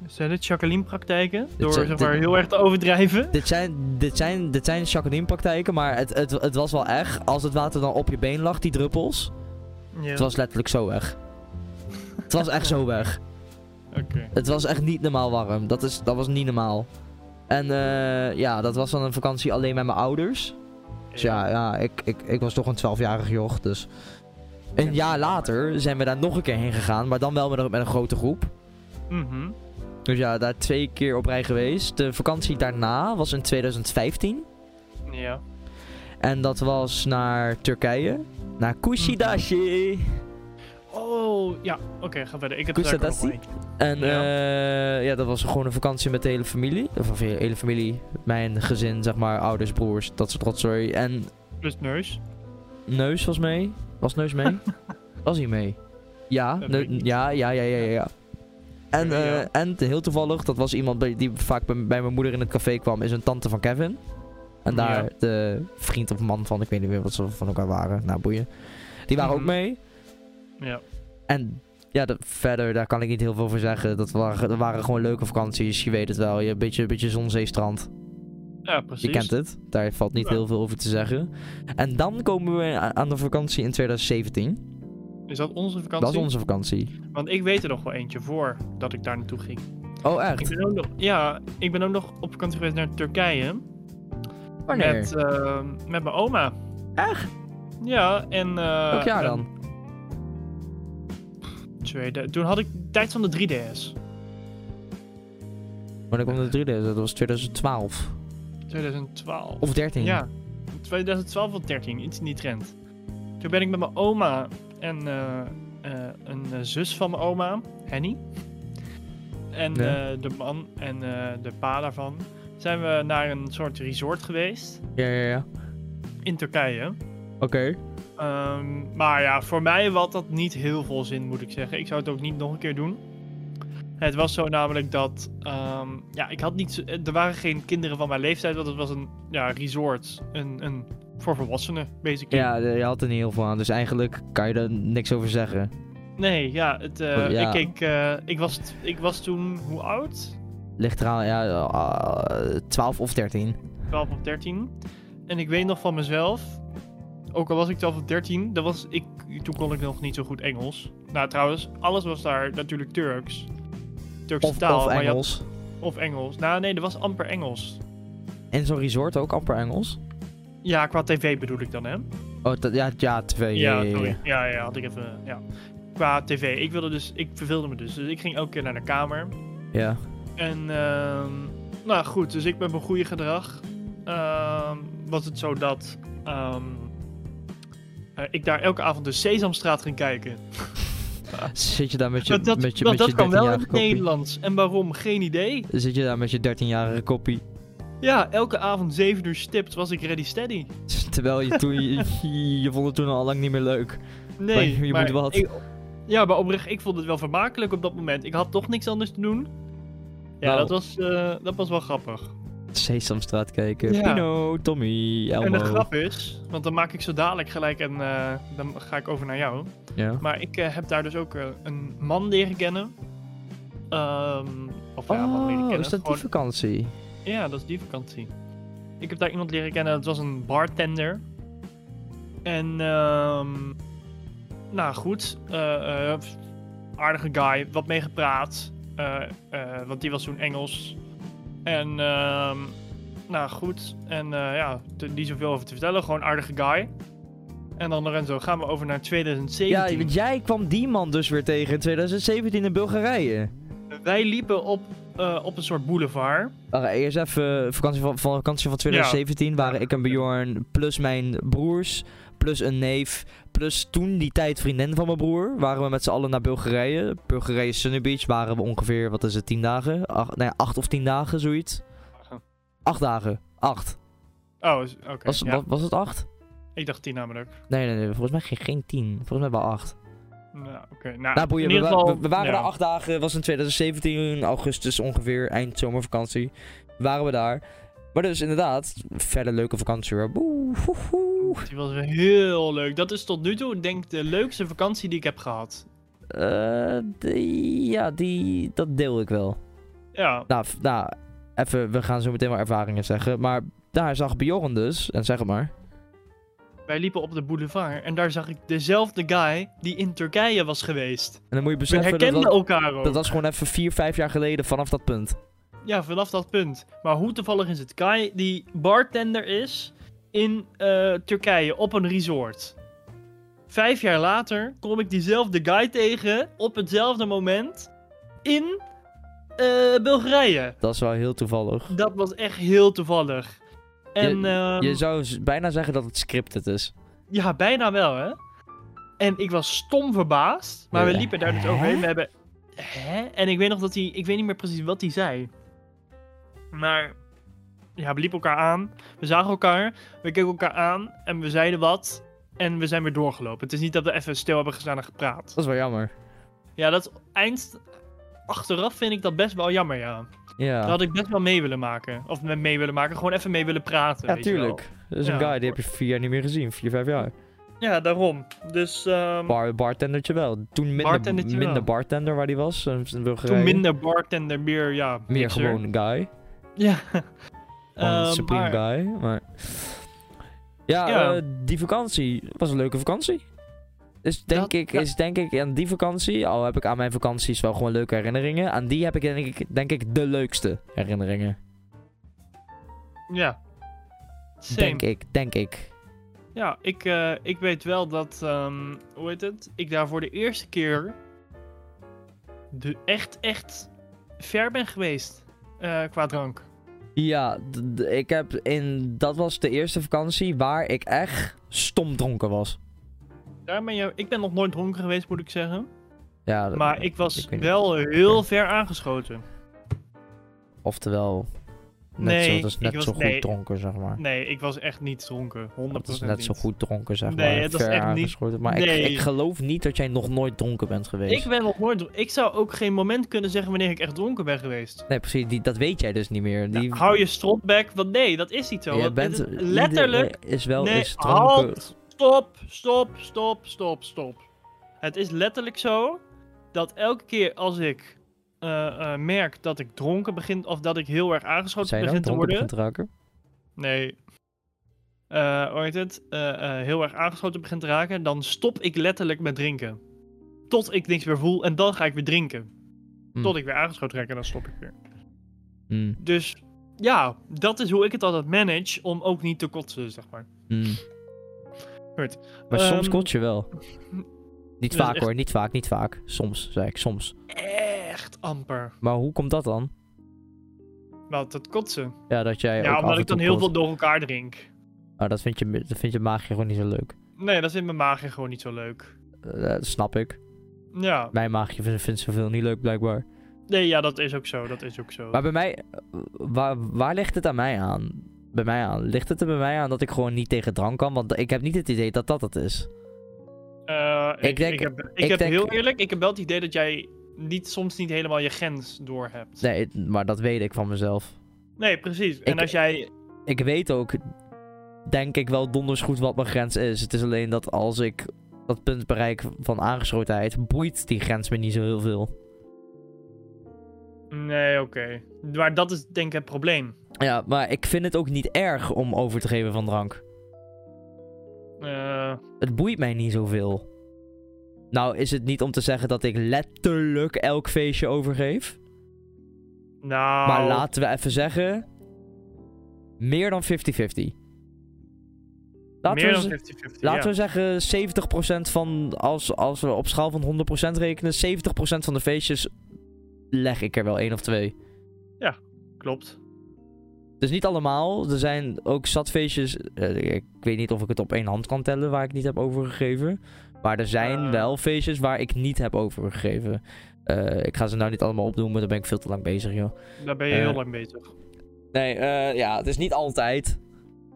Speaker 2: Zijn dit Jacqueline-praktijken? Door
Speaker 1: zijn-
Speaker 2: zeg maar
Speaker 1: dit-
Speaker 2: heel erg te overdrijven?
Speaker 1: Dit zijn, dit zijn, dit zijn Jacqueline-praktijken, maar het, het, het was wel echt. Als het water dan op je been lag, die druppels.
Speaker 2: Ja.
Speaker 1: Het was letterlijk zo weg. Het was echt zo weg.
Speaker 2: Oké.
Speaker 1: Het was echt niet normaal warm. Dat, is, dat was niet normaal. En eh, ja, dat was dan een vakantie alleen met mijn ouders. Dus ja, ja ik, ik, ik was toch een 12-jarig joch, dus... Een jaar later zijn we daar nog een keer heen gegaan, maar dan wel met een, met een grote groep.
Speaker 2: Mhm.
Speaker 1: Dus ja, daar twee keer op rij geweest. De vakantie daarna was in 2015.
Speaker 2: Ja.
Speaker 1: En dat was naar Turkije. Naar Kushidasi.
Speaker 2: Oh, ja. Oké, ga verder. Ik heb
Speaker 1: Goed
Speaker 2: er ook nog
Speaker 1: zo,
Speaker 2: wel
Speaker 1: dat
Speaker 2: eentje.
Speaker 1: En
Speaker 2: Ja.
Speaker 1: eh, ja, dat was gewoon een vakantie met de hele familie. Of, of de hele familie, mijn gezin, zeg maar, ouders, broers, dat soort rotzooi. En
Speaker 2: Dus neus.
Speaker 1: Neus was mee. Was Neus mee? was hij mee? Ja,
Speaker 2: Dat
Speaker 1: Neu-
Speaker 2: weet ik niet.
Speaker 1: ja, ja, ja, ja, ja. ja. En,
Speaker 2: Ja, ja.
Speaker 1: eh, en te- heel toevallig, dat was iemand bij- die vaak bij, bij mijn moeder in het café kwam, is een tante van Kevin. En daar
Speaker 2: Ja.
Speaker 1: de vriend of man van, ik weet niet meer wat ze van elkaar waren. Nou, boeien. Die waren
Speaker 2: Mhm.
Speaker 1: ook mee.
Speaker 2: Ja.
Speaker 1: En ja, dat- verder, daar kan ik niet heel veel voor zeggen. Dat waren, dat waren gewoon leuke vakanties, je weet het wel. Je, een beetje, een beetje zon, zee, strand.
Speaker 2: Eh, Ja, precies.
Speaker 1: Je kent het. Daar valt niet
Speaker 2: Ja.
Speaker 1: heel veel over te zeggen. En dan komen we a- aan de vakantie in 2017.
Speaker 2: Is dat onze vakantie?
Speaker 1: Dat is onze vakantie.
Speaker 2: Want ik weet er nog wel eentje voor dat ik daar naartoe ging.
Speaker 1: Oh,
Speaker 2: Ik
Speaker 1: echt?
Speaker 2: ben ook nog, ja, ik ben ook nog op vakantie geweest naar Turkije.
Speaker 1: Wanneer?
Speaker 2: Met, eh, met mijn oma.
Speaker 1: Echt?
Speaker 2: Ja, en... eh,
Speaker 1: Welk jaar
Speaker 2: en-
Speaker 1: dan?
Speaker 2: Tweede. Toen had ik tijd van de 3DS.
Speaker 1: Wanneer kwam de 3D? Dat was 2012.
Speaker 2: 2012.
Speaker 1: Of 13.
Speaker 2: Ja, 2012 of 13, iets in die trend. Toen ben ik met mijn oma en eh, eh, een eh, zus van mijn oma, Henny. En
Speaker 1: Ja.
Speaker 2: eh, de man en eh, de pa daarvan. Zijn we naar een soort resort geweest
Speaker 1: Ja, ja, ja.
Speaker 2: in Turkije.
Speaker 1: Oké.
Speaker 2: Ehm, maar ja, voor mij had dat niet heel veel zin, moet ik zeggen. Ik zou het ook niet nog een keer doen. Het was zo namelijk dat... ehm, ja, ik had niet... zo- Er waren geen kinderen van mijn leeftijd, want het was een ja, resort. Een, een, voor volwassenen, basically.
Speaker 1: Ja, de- je had er niet heel veel aan. Dus eigenlijk kan je er niks over zeggen.
Speaker 2: Nee, ja, het, eh,
Speaker 1: Oh, ja.
Speaker 2: Ik, keek, eh, ik, was, t- ik was toen hoe oud?
Speaker 1: Ligt eraan, ja, eh, 12 of 13.
Speaker 2: 12 of 13. En ik weet nog van mezelf, ook al was ik 12 of 13, dat was ik, toen kon ik nog niet zo goed Engels. Nou, trouwens, alles was daar natuurlijk Turks. Turkse
Speaker 1: Of,
Speaker 2: taal.
Speaker 1: of
Speaker 2: maar je had-
Speaker 1: Engels.
Speaker 2: of Engels. Nou, nee, er was amper Engels.
Speaker 1: En zo'n resort ook amper Engels.
Speaker 2: Ja, qua tv bedoel ik dan, hè?
Speaker 1: Oh, dat- ja, ja, twee.
Speaker 2: Ja, sorry. Ja, ja, had ik even, ja. Qua tv, ik wilde dus, ik verveelde me dus. Dus ik ging elke keer naar de kamer.
Speaker 1: Ja.
Speaker 2: En ehm, nou goed, dus ik met mijn goede gedrag ehm, was het zo dat ehm, eh, ik daar elke avond de Sesamstraat ging kijken.
Speaker 1: Zit je daar met je,
Speaker 2: Want dat
Speaker 1: met je,
Speaker 2: want
Speaker 1: met
Speaker 2: dat
Speaker 1: je
Speaker 2: kan wel in
Speaker 1: 13-jarige
Speaker 2: het
Speaker 1: koppie?
Speaker 2: Nederlands. En waarom? Geen idee.
Speaker 1: Zit je daar met je 13-jarige koppie?
Speaker 2: Ja, elke avond 7 uur stipt was ik ready steady.
Speaker 1: Terwijl je toen, je, je, je vond het toen al lang niet meer leuk.
Speaker 2: Nee,
Speaker 1: Maar je moet
Speaker 2: maar
Speaker 1: wat.
Speaker 2: ik- ja, maar oprecht, ik vond het wel vermakelijk op dat moment. Ik had toch niks anders te doen. Ja,
Speaker 1: Nou.
Speaker 2: dat, was, eh, dat was wel grappig.
Speaker 1: Sesamstraat kijken.
Speaker 2: Ja.
Speaker 1: Pino, Tommy, Elmo.
Speaker 2: En de grap is, want dan maak ik zo dadelijk gelijk en eh, dan ga ik over naar jou.
Speaker 1: Ja.
Speaker 2: Maar ik eh, heb daar dus ook eh, een man leren kennen. Ehm, of ja, man leren
Speaker 1: Oh,
Speaker 2: kennen.
Speaker 1: is dat die
Speaker 2: gewoon-
Speaker 1: vakantie?
Speaker 2: Ja, dat is die vakantie. Ik heb daar iemand leren kennen, dat was een bartender. En, ehm nou goed, eh, eh, aardige guy, wat mee gepraat. eh, eh, want die was toen Engels. En, ehm, nou goed, en eh, ja, te- niet zoveel over te vertellen, gewoon aardige guy. En dan Lorenzo, gaan we over naar 2017.
Speaker 1: Ja, want jij kwam die man dus weer tegen in 2017 in Bulgarije.
Speaker 2: Wij liepen op, eh, op een soort boulevard.
Speaker 1: Wacht, eerst even eh, vakantie van, van vakantie van 2017 waren ik en Bjorn plus mijn broers, plus een neef, plus toen die tijd vriendin van mijn broer. Waren we met z'n allen naar Bulgarije. Bulgarije Sunny Beach waren we ongeveer, wat is het, 10 dagen? Ach, nee, 8 of 10 dagen, zoiets. Acht dagen. Acht.
Speaker 2: Oh, is- oké.
Speaker 1: Was,
Speaker 2: ja.
Speaker 1: was, was het acht?
Speaker 2: Ik dacht tien namelijk.
Speaker 1: Nee, nee, nee. Volgens mij geen, geen tien. Volgens mij wel acht.
Speaker 2: Nou, oké. Nou,
Speaker 1: nou, boeien.
Speaker 2: in
Speaker 1: We,
Speaker 2: ieder
Speaker 1: wa-
Speaker 2: geval,
Speaker 1: we- we waren
Speaker 2: ja.
Speaker 1: daar acht dagen. was in 2017, augustus ongeveer. Eind zomervakantie. Waren we daar. Maar dus inderdaad, verder leuke vakantie hoor. Boe, hoe, hoe.
Speaker 2: Die was heel leuk. Dat is tot nu toe, denk ik, de leukste vakantie die ik heb gehad.
Speaker 1: Eh, die, ja, die, dat deel ik wel.
Speaker 2: Ja,
Speaker 1: Nou, f- nou even, we gaan zo meteen wel ervaringen zeggen. Maar daar zag Bjorn dus, en zeg het maar.
Speaker 2: wij liepen op de boulevard en daar zag ik dezelfde guy die in Turkije was geweest.
Speaker 1: En dan moet je
Speaker 2: We
Speaker 1: beseffen, dat,
Speaker 2: herkenden
Speaker 1: dat,
Speaker 2: elkaar ook.
Speaker 1: dat was gewoon even vier, vijf jaar geleden vanaf dat punt.
Speaker 2: Ja, vanaf dat punt. Maar hoe toevallig is het? Guy die bartender is in eh, Turkije op een resort. Vijf jaar later kom ik diezelfde guy tegen op hetzelfde moment in eh, Bulgarije.
Speaker 1: Dat is wel heel toevallig.
Speaker 2: Dat was echt heel toevallig. En, ehm,
Speaker 1: Je zou z- bijna zeggen dat het scripted is.
Speaker 2: Ja, bijna wel, hè? En ik was stom verbaasd. Maar we
Speaker 1: Eh,
Speaker 2: liepen daar dus
Speaker 1: hè?
Speaker 2: overheen. We hebben... Hè? En ik weet nog dat hij... Ik weet niet meer precies wat hij zei. Maar... Ja, we liepen elkaar aan. We zagen elkaar. We keken elkaar aan. En we zeiden wat. En we zijn weer doorgelopen. Het is niet dat we even stil hebben gestaan en gepraat.
Speaker 1: Dat is wel jammer.
Speaker 2: Ja, dat is eind... Achteraf vind ik dat best wel jammer, ja.
Speaker 1: Ja,
Speaker 2: Dat had ik best wel mee willen maken. Of mee willen maken. Gewoon even mee willen praten.
Speaker 1: ja
Speaker 2: weet je wel.
Speaker 1: tuurlijk. Dat is een
Speaker 2: Ja.
Speaker 1: guy, die heb je vier jaar niet meer gezien. Vier, vijf jaar.
Speaker 2: Ja, daarom. Dus... ehm,
Speaker 1: Bar, bartendertje wel. Toen minder
Speaker 2: Bartendertje
Speaker 1: minder
Speaker 2: wel.
Speaker 1: bartender waar die was. eh, in Bulgarije.
Speaker 2: Toen minder bartender, meer ja.
Speaker 1: Meer
Speaker 2: mixer.
Speaker 1: gewoon guy.
Speaker 2: Ja.
Speaker 1: One
Speaker 2: Ehm,
Speaker 1: Supreme
Speaker 2: maar-
Speaker 1: Guy. Maar... Ja,
Speaker 2: Ja.
Speaker 1: eh, die vakantie was een leuke vakantie. Dus denk,
Speaker 2: Dat-
Speaker 1: ik,
Speaker 2: ja.
Speaker 1: is denk ik aan die vakantie, al heb ik aan mijn vakanties wel gewoon leuke herinneringen, aan die heb ik denk ik, denk ik de leukste herinneringen.
Speaker 2: Ja. Same.
Speaker 1: Denk ik, denk ik.
Speaker 2: Ja, ik, eh, ik weet wel dat, ehm, hoe heet het? Ik daar voor de eerste keer de echt, echt ver ben geweest eh, qua drank.
Speaker 1: Ja, d- d- ik heb in, dat was de eerste vakantie waar ik echt stom dronken was.
Speaker 2: Daar ben je, ik ben nog nooit dronken geweest, moet ik zeggen.
Speaker 1: Ja, dat-
Speaker 2: Maar ik was
Speaker 1: Eh, ik weet niet.
Speaker 2: wel heel ver aangeschoten.
Speaker 1: Oftewel, net
Speaker 2: Nee,
Speaker 1: zo, dat is net
Speaker 2: ik was-
Speaker 1: zo goed
Speaker 2: nee.
Speaker 1: dronken, zeg maar.
Speaker 2: Nee, ik was echt niet dronken. 100%
Speaker 1: Dat is net
Speaker 2: niet.
Speaker 1: zo goed dronken, zeg
Speaker 2: Nee,
Speaker 1: maar.
Speaker 2: het was echt niet-
Speaker 1: aangeschoten. Maar ik,
Speaker 2: Nee.
Speaker 1: ik geloof niet dat jij nog nooit dronken bent geweest.
Speaker 2: Ik ben nog nooit dronken. Ik zou ook geen moment kunnen zeggen wanneer ik echt dronken ben geweest.
Speaker 1: Nee, precies. Die, dat weet jij dus niet meer. Die...
Speaker 2: Nou, hou je strotbek, want nee, dat is niet zo.
Speaker 1: Jij
Speaker 2: Want
Speaker 1: bent...
Speaker 2: het is
Speaker 1: iedereen
Speaker 2: letterlijk
Speaker 1: Is wel
Speaker 2: Nee,
Speaker 1: is dronken.
Speaker 2: halt. Stop, stop, stop, stop, stop. Het is letterlijk zo dat elke keer als ik eh, eh, merk dat ik dronken begin, of dat ik heel erg aangeschoten
Speaker 1: Zijn
Speaker 2: begin
Speaker 1: dan
Speaker 2: te
Speaker 1: nou? dronken begint
Speaker 2: worden.
Speaker 1: te raken?
Speaker 2: Nee. Eh hoe heet het? Eh, eh, heel erg aangeschoten begin te raken, dan stop ik letterlijk met drinken. Tot ik niks meer voel en dan ga ik weer drinken.
Speaker 1: Mm.
Speaker 2: Tot ik weer aangeschoten raak en dan stop ik weer.
Speaker 1: Mm,
Speaker 2: Dus ja, dat is hoe ik het altijd manage om ook niet te kotsen, zeg maar.
Speaker 1: mm.
Speaker 2: Goed,
Speaker 1: Maar soms
Speaker 2: ehm,
Speaker 1: kot je wel. Niet
Speaker 2: dat is
Speaker 1: vaak
Speaker 2: echt-
Speaker 1: hoor, niet vaak, niet vaak. Soms, zei ik, soms.
Speaker 2: Echt amper.
Speaker 1: Maar hoe komt dat dan?
Speaker 2: Wat, dat kotsen.
Speaker 1: Ja, dat jij ook
Speaker 2: Ja,
Speaker 1: af
Speaker 2: omdat
Speaker 1: en
Speaker 2: ik dan
Speaker 1: toe
Speaker 2: heel
Speaker 1: kot.
Speaker 2: veel door elkaar drink.
Speaker 1: Oh, dat vind je, dat vind je maagje gewoon niet zo leuk.
Speaker 2: Nee, dat vindt mijn maag gewoon niet zo leuk.
Speaker 1: Eh, dat snap ik.
Speaker 2: Ja,
Speaker 1: Mijn maagje vindt, vindt zoveel niet leuk, blijkbaar.
Speaker 2: nee, ja, dat is ook zo, dat is ook zo.
Speaker 1: Maar bij mij, eh, waar, waar ligt het aan mij aan? Bij mij aan? Ligt het er bij mij aan dat ik gewoon niet tegen drank kan? Want ik heb niet het idee dat dat het is.
Speaker 2: Eh,
Speaker 1: ik denk-
Speaker 2: ik heb, ik
Speaker 1: ik
Speaker 2: heb
Speaker 1: denk-
Speaker 2: heel eerlijk, ik heb wel het idee dat jij niet, soms niet helemaal je grens door hebt.
Speaker 1: Nee, het- maar dat weet ik van mezelf.
Speaker 2: Nee, precies. en
Speaker 1: Ik-
Speaker 2: als jij...
Speaker 1: Ik weet ook, denk ik wel donders goed wat mijn grens is. Het is alleen dat als ik dat punt bereik van aangeschotenheid, boeit die grens me niet zo heel veel.
Speaker 2: Nee, oké. Maar dat is denk ik het probleem.
Speaker 1: Ja, maar ik vind het ook niet erg om over te geven van drank.
Speaker 2: Eh,
Speaker 1: Het boeit mij niet zoveel. Nou is het niet om te zeggen dat ik letterlijk elk feestje overgeef.
Speaker 2: nou...
Speaker 1: Maar laten we even zeggen. Meer dan 50-50. Laten,
Speaker 2: meer
Speaker 1: we,
Speaker 2: dan 50-50,
Speaker 1: z- laten
Speaker 2: ja.
Speaker 1: we zeggen 70% van. Als, als we op schaal van 100% rekenen. 70% van de feestjes. leg ik er wel één of twee.
Speaker 2: Klopt.
Speaker 1: Dus niet allemaal. Er zijn ook zat feestjes. eh, ik weet niet of ik het op één hand kan tellen. waar ik niet heb overgegeven. Maar er zijn
Speaker 2: Eh.
Speaker 1: wel feestjes waar ik niet heb overgegeven. Eh, ik ga ze nou niet allemaal opdoen, maar dan ben ik veel te lang bezig, joh.
Speaker 2: Daar ben je
Speaker 1: Eh,
Speaker 2: heel lang bezig.
Speaker 1: Nee, eh, ja, het is niet altijd.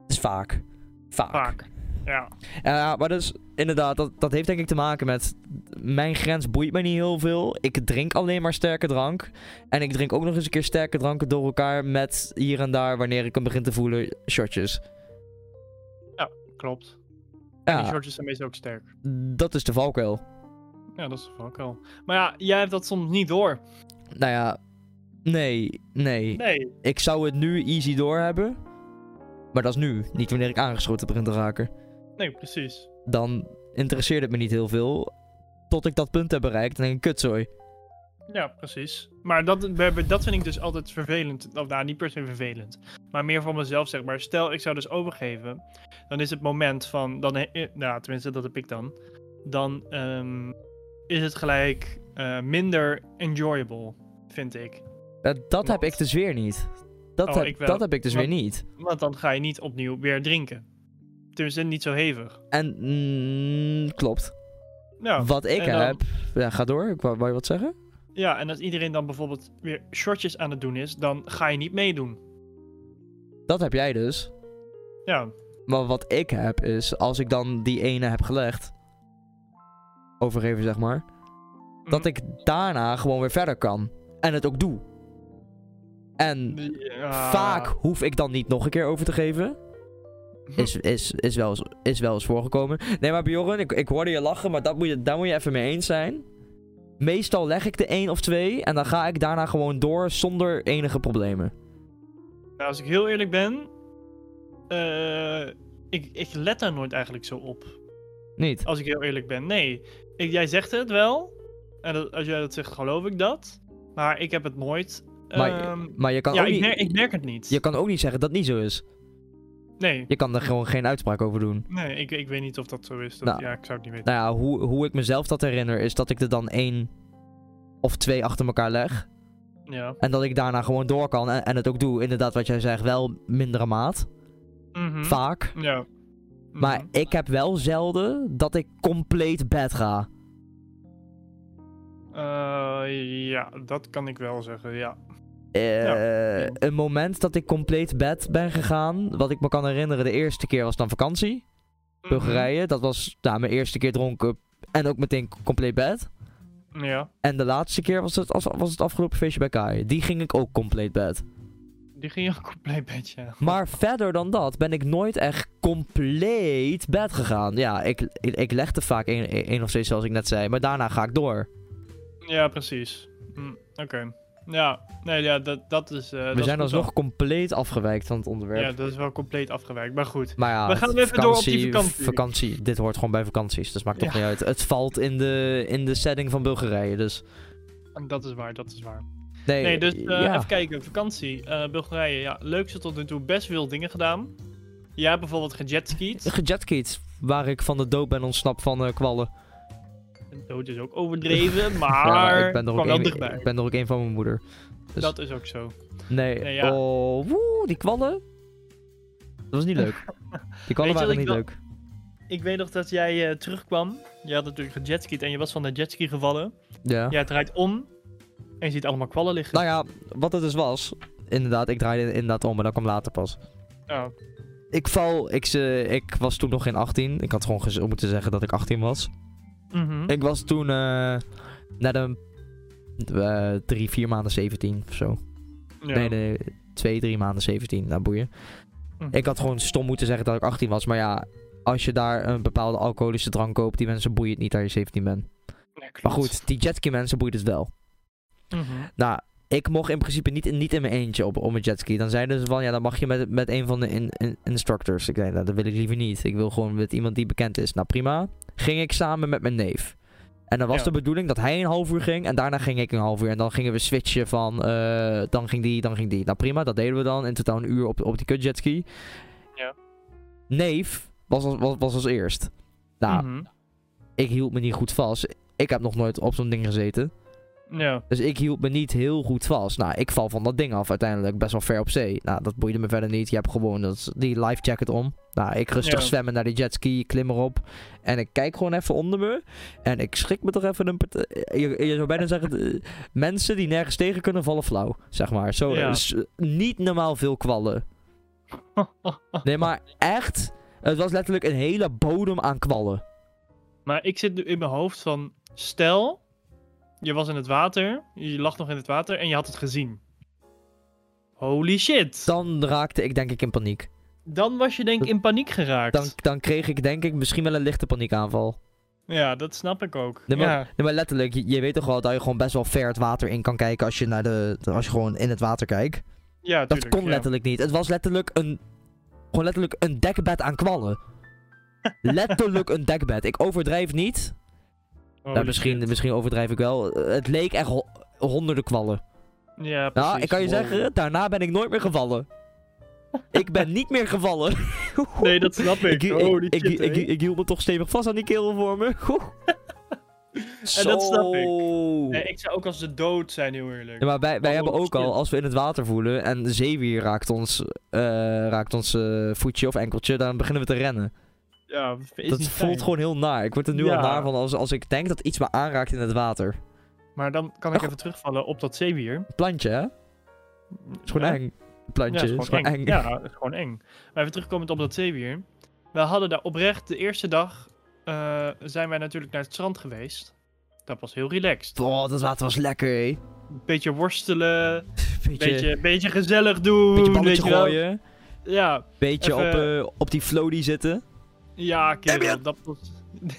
Speaker 1: Het is vaak. Vaak.
Speaker 2: Vaak. Ja.
Speaker 1: Ja, maar dus inderdaad, dat, dat heeft denk ik te maken met... Mijn grens boeit mij niet heel veel. Ik drink alleen maar sterke drank. En ik drink ook nog eens een keer sterke dranken door elkaar... met hier en daar, wanneer ik hem begin te voelen, shotjes.
Speaker 2: Klopt. En die
Speaker 1: Ja,
Speaker 2: shortjes zijn meestal ook sterk.
Speaker 1: dat is de valkuil.
Speaker 2: Ja, dat is ook wel. Maar ja, jij hebt dat soms niet door.
Speaker 1: Nou ja, nee, nee.
Speaker 2: Nee.
Speaker 1: Ik zou het nu easy door hebben. Maar dat is nu, niet wanneer ik aangeschoten begin te raken.
Speaker 2: Nee, precies.
Speaker 1: Dan interesseert het me niet heel veel... tot ik dat punt heb bereikt en denk ik, kutzooi.
Speaker 2: Ja, precies. Maar dat, we hebben- dat vind ik dus altijd vervelend. Of nou, niet per se vervelend. Maar meer voor mezelf, zeg maar. Stel, ik zou dus overgeven. Dan is het moment van... Dan, he- eh, nou, tenminste, dat heb ik dan. Dan ehm, is het gelijk eh, minder enjoyable, vind ik.
Speaker 1: Eh, dat heb
Speaker 2: Want-
Speaker 1: ik dus weer niet. Dat,
Speaker 2: Oh,
Speaker 1: heb,
Speaker 2: ik wel.
Speaker 1: dat heb ik dus
Speaker 2: Want-
Speaker 1: weer niet.
Speaker 2: Want dan ga je niet opnieuw weer drinken. Tenminste, niet zo hevig.
Speaker 1: En mm, klopt.
Speaker 2: Nou,
Speaker 1: wat ik
Speaker 2: en dan-
Speaker 1: heb. Ja, ga door. Ik wou, wou je wat zeggen?
Speaker 2: ja, en als iedereen dan bijvoorbeeld weer shortjes aan het doen is... dan ga je niet meedoen.
Speaker 1: Dat heb jij dus.
Speaker 2: Ja,
Speaker 1: Maar wat ik heb is, als ik dan die ene heb gelegd. Overgeven zeg maar. Dat
Speaker 2: Mhm.
Speaker 1: ik daarna gewoon weer verder kan. En het ook doe. En
Speaker 2: Mm. ja.
Speaker 1: vaak hoef ik dan niet nog een keer over te geven. Is, is, is, wel, eens, is wel eens voorgekomen. Nee, maar Bjorn, ik, ik hoorde je lachen, maar dat moet je, daar moet je even mee eens zijn. Meestal leg ik de één of twee en dan ga ik daarna gewoon door zonder enige problemen.
Speaker 2: Nou, als ik heel eerlijk ben, eh, ik, ik let daar nooit eigenlijk zo op.
Speaker 1: Niet?
Speaker 2: Als ik heel eerlijk ben, nee. Ik, jij zegt het wel. En dat- als jij dat zegt, geloof ik dat. Maar ik heb het nooit.
Speaker 1: Maar-
Speaker 2: ehm,
Speaker 1: Maar je kan,
Speaker 2: ja,
Speaker 1: ook
Speaker 2: ik
Speaker 1: niet,
Speaker 2: merk, ik merk het niet.
Speaker 1: je kan ook niet zeggen dat het niet zo is.
Speaker 2: Nee,
Speaker 1: Je kan er gewoon geen uitspraak over doen.
Speaker 2: nee ik, ik weet niet of dat zo is. Dat,
Speaker 1: Nou.
Speaker 2: Ja, ik zou het niet weten.
Speaker 1: Nou ja, hoe, hoe ik mezelf dat herinner is dat ik er dan één of twee achter elkaar leg.
Speaker 2: Ja.
Speaker 1: En dat ik daarna gewoon door kan en, en het ook doe. Inderdaad, wat jij zegt, wel mindere maat.
Speaker 2: Mhm.
Speaker 1: Vaak.
Speaker 2: Ja. Mhm.
Speaker 1: Maar ik heb wel zelden dat ik compleet bed ga.
Speaker 2: Eh, ja, dat kan ik wel zeggen, ja.
Speaker 1: Eh,
Speaker 2: Ja.
Speaker 1: Een moment dat ik compleet bed ben gegaan, wat ik me kan herinneren, de eerste keer was dan vakantie.
Speaker 2: Mhm.
Speaker 1: Bulgarije, dat was nou, mijn eerste keer dronken en ook meteen c- compleet bed.
Speaker 2: Mhm. Ja,
Speaker 1: En de laatste keer was het, als- was het afgelopen feestje bij Kai. Die ging ik ook compleet bed.
Speaker 2: die ging ook compleet bedje. ja.
Speaker 1: Maar verder dan dat ben ik nooit echt compleet bed gegaan. Ja, ik, ik, ik legde vaak één- één of twee, zoals ik net zei. Maar daarna ga ik
Speaker 2: Eh,
Speaker 1: door.
Speaker 2: Ja, precies. Mm, Oké. Ja, nee, ja, dat, dat is... eh, dat
Speaker 1: We
Speaker 2: is
Speaker 1: zijn
Speaker 2: goed
Speaker 1: alsnog compleet afgewijkt van het
Speaker 2: dan.
Speaker 1: onderwerp.
Speaker 2: Ja, dat is wel compleet afgewerkt, maar goed.
Speaker 1: Maar ja,
Speaker 2: We gaan even door op die vakantie.
Speaker 1: vakantie. Dit hoort gewoon bij vakanties, dus maakt toch
Speaker 2: Ja.
Speaker 1: niet uit. Het valt in de, in de setting van Bulgarije, dus...
Speaker 2: Dat is waar, dat is waar.
Speaker 1: Nee,
Speaker 2: Nee, dus eh,
Speaker 1: ja.
Speaker 2: even kijken. Vakantie, eh, Bulgarije, ja. Leukste tot nu toe, best veel dingen gedaan. Jij hebt bijvoorbeeld gejetskied.
Speaker 1: Gejetkiet, waar ik van de dood ben ontsnapt van eh, kwallen.
Speaker 2: Dood is ook overdreven, maar,
Speaker 1: Ja, maar
Speaker 2: ik ben
Speaker 1: er
Speaker 2: kwam
Speaker 1: ook
Speaker 2: wel
Speaker 1: een-
Speaker 2: dichtbij.
Speaker 1: ik ben er ook een van mijn moeder. dus-
Speaker 2: Dat is ook zo.
Speaker 1: Nee,
Speaker 2: Nee, ja.
Speaker 1: oh, woe, die kwallen. Dat was niet leuk. Die kwallen
Speaker 2: wat
Speaker 1: waren
Speaker 2: ik
Speaker 1: niet
Speaker 2: wel-
Speaker 1: leuk.
Speaker 2: Ik weet nog dat jij eh, terugkwam. Je had natuurlijk gejetskied en je was van de jetski gevallen.
Speaker 1: Ja.
Speaker 2: Jij draait om en je ziet allemaal kwallen liggen.
Speaker 1: Nou ja, wat het dus was... Inderdaad, ik draaide inderdaad om, maar dat kwam later pas.
Speaker 2: Ja.
Speaker 1: Ik val... Ik, ze, ik was toen nog geen 18. Ik had gewoon gez- moeten zeggen dat ik 18 was.
Speaker 2: Mhm.
Speaker 1: Ik was toen eh net een eh, drie, vier maanden 17 of zo.
Speaker 2: Ja.
Speaker 1: Nee, nee, twee, drie maanden 17. Nou, boeien.
Speaker 2: Mhm.
Speaker 1: Ik had gewoon stom moeten zeggen dat ik 18 was. Maar ja, als je daar een bepaalde alcoholische drank koopt, die mensen boeien het niet dat je 17 bent.
Speaker 2: Ja, klopt.
Speaker 1: Maar goed, die jetski mensen boeit het wel.
Speaker 2: Mhm.
Speaker 1: Nou, ik mocht in principe niet, niet in mijn eentje op, op een jetski. Dan zeiden ze van, ja, dan mag je met, met een van de in- in- instructors. Ik zei, nou, dat wil ik liever niet. Ik wil gewoon met iemand die bekend is. Nou, prima. Ging ik samen met mijn neef. En dan was
Speaker 2: Ja.
Speaker 1: de bedoeling dat hij een half uur ging en daarna ging ik een half uur. En dan gingen we switchen van, eh, dan ging die, dan ging die. Nou prima, dat deden we dan. In totaal een uur op, op die kutjetski.
Speaker 2: Ja.
Speaker 1: Neef was als, was, was als eerst. Nou,
Speaker 2: Mhm.
Speaker 1: ik hield me niet goed vast. Ik heb nog nooit op zo'n ding gezeten.
Speaker 2: Ja.
Speaker 1: Dus ik hield me niet heel goed vast. Nou, ik val van dat ding af uiteindelijk. Best wel ver op zee. Nou, dat boeide me verder niet. Je hebt gewoon dat, die life jacket om. Nou, ik rustig
Speaker 2: Ja.
Speaker 1: zwemmen naar die jetski. Klim erop. En ik kijk gewoon even onder me. En ik schrik me toch even een... part- eh, Je, je zou bijna zeggen... eh, mensen die nergens tegen kunnen vallen flauw. Zeg maar. Zo,
Speaker 2: Ja.
Speaker 1: is niet normaal veel kwallen.
Speaker 2: Oh.
Speaker 1: Nee, maar echt... Het was letterlijk een hele bodem aan kwallen.
Speaker 2: maar ik zit nu in mijn hoofd van, stel, je was in het water, je lag nog in het water en je had het gezien. Holy shit. Dan,
Speaker 1: Dan raakte ik denk ik in paniek.
Speaker 2: was je denk ik in paniek geraakt.
Speaker 1: Dan, dan kreeg ik denk ik misschien wel een lichte paniekaanval.
Speaker 2: Ja, dat snap ik ook.
Speaker 1: Nee, maar-
Speaker 2: ja.
Speaker 1: Nee, maar letterlijk, je, je weet toch wel dat je gewoon best wel ver het water in kan kijken als je, naar de, als je gewoon in het water kijkt.
Speaker 2: ja,
Speaker 1: Dat
Speaker 2: tuurlijk,
Speaker 1: kon
Speaker 2: ja.
Speaker 1: letterlijk niet. Het was letterlijk een, gewoon letterlijk een dekbed aan kwallen. letterlijk een dekbed. Ik overdrijf niet.
Speaker 2: Holy
Speaker 1: Ja, misschien,
Speaker 2: shit.
Speaker 1: misschien overdrijf ik wel. Eh, Het leek echt ho- honderden kwallen.
Speaker 2: Ja, precies.
Speaker 1: Nou, ik kan je
Speaker 2: Wow.
Speaker 1: zeggen, daarna ben ik nooit meer gevallen. ik ben niet meer gevallen.
Speaker 2: Nee, dat snap ik.
Speaker 1: ik,
Speaker 2: Holy
Speaker 1: ik,
Speaker 2: shit,
Speaker 1: ik, ik,
Speaker 2: hè.
Speaker 1: ik hield me toch stevig vast aan die kerel voor me.
Speaker 2: En dat snap ik.
Speaker 1: Zo.
Speaker 2: Nee, ik zou ook als de dood zijn, heel eerlijk.
Speaker 1: Ja, maar wij, wij
Speaker 2: Oh,
Speaker 1: hebben ook al,
Speaker 2: shit.
Speaker 1: als we in het water voelen en de zeewier raakt ons, eh, raakt ons eh, voetje of enkeltje, dan beginnen we te rennen.
Speaker 2: Ja, is
Speaker 1: dat
Speaker 2: niet
Speaker 1: voelt
Speaker 2: fijn.
Speaker 1: gewoon heel naar. Ik word er nu
Speaker 2: Ja.
Speaker 1: al naar van als, als ik denk dat iets me aanraakt in het water.
Speaker 2: Maar dan kan ik even terugvallen op dat zeewier.
Speaker 1: Plantje, hè? Is gewoon
Speaker 2: Ja.
Speaker 1: eng. Plantje,
Speaker 2: ja,
Speaker 1: is gewoon eng.
Speaker 2: Ja, nou, is gewoon eng. Maar even terugkomend op dat zeewier. We hadden daar oprecht de eerste dag eh, zijn wij natuurlijk naar het strand geweest. Dat was heel relaxed.
Speaker 1: Oh, dat water was lekker, hé.
Speaker 2: Beetje worstelen,
Speaker 1: Beetje, beetje,
Speaker 2: beetje, beetje gezellig doen.
Speaker 1: balletje
Speaker 2: weet je wel.
Speaker 1: gooien.
Speaker 2: Ja,
Speaker 1: Beetje op,
Speaker 2: Even-
Speaker 1: eh, op die floaty zitten.
Speaker 2: ja
Speaker 1: Damn
Speaker 2: kerel, dat was,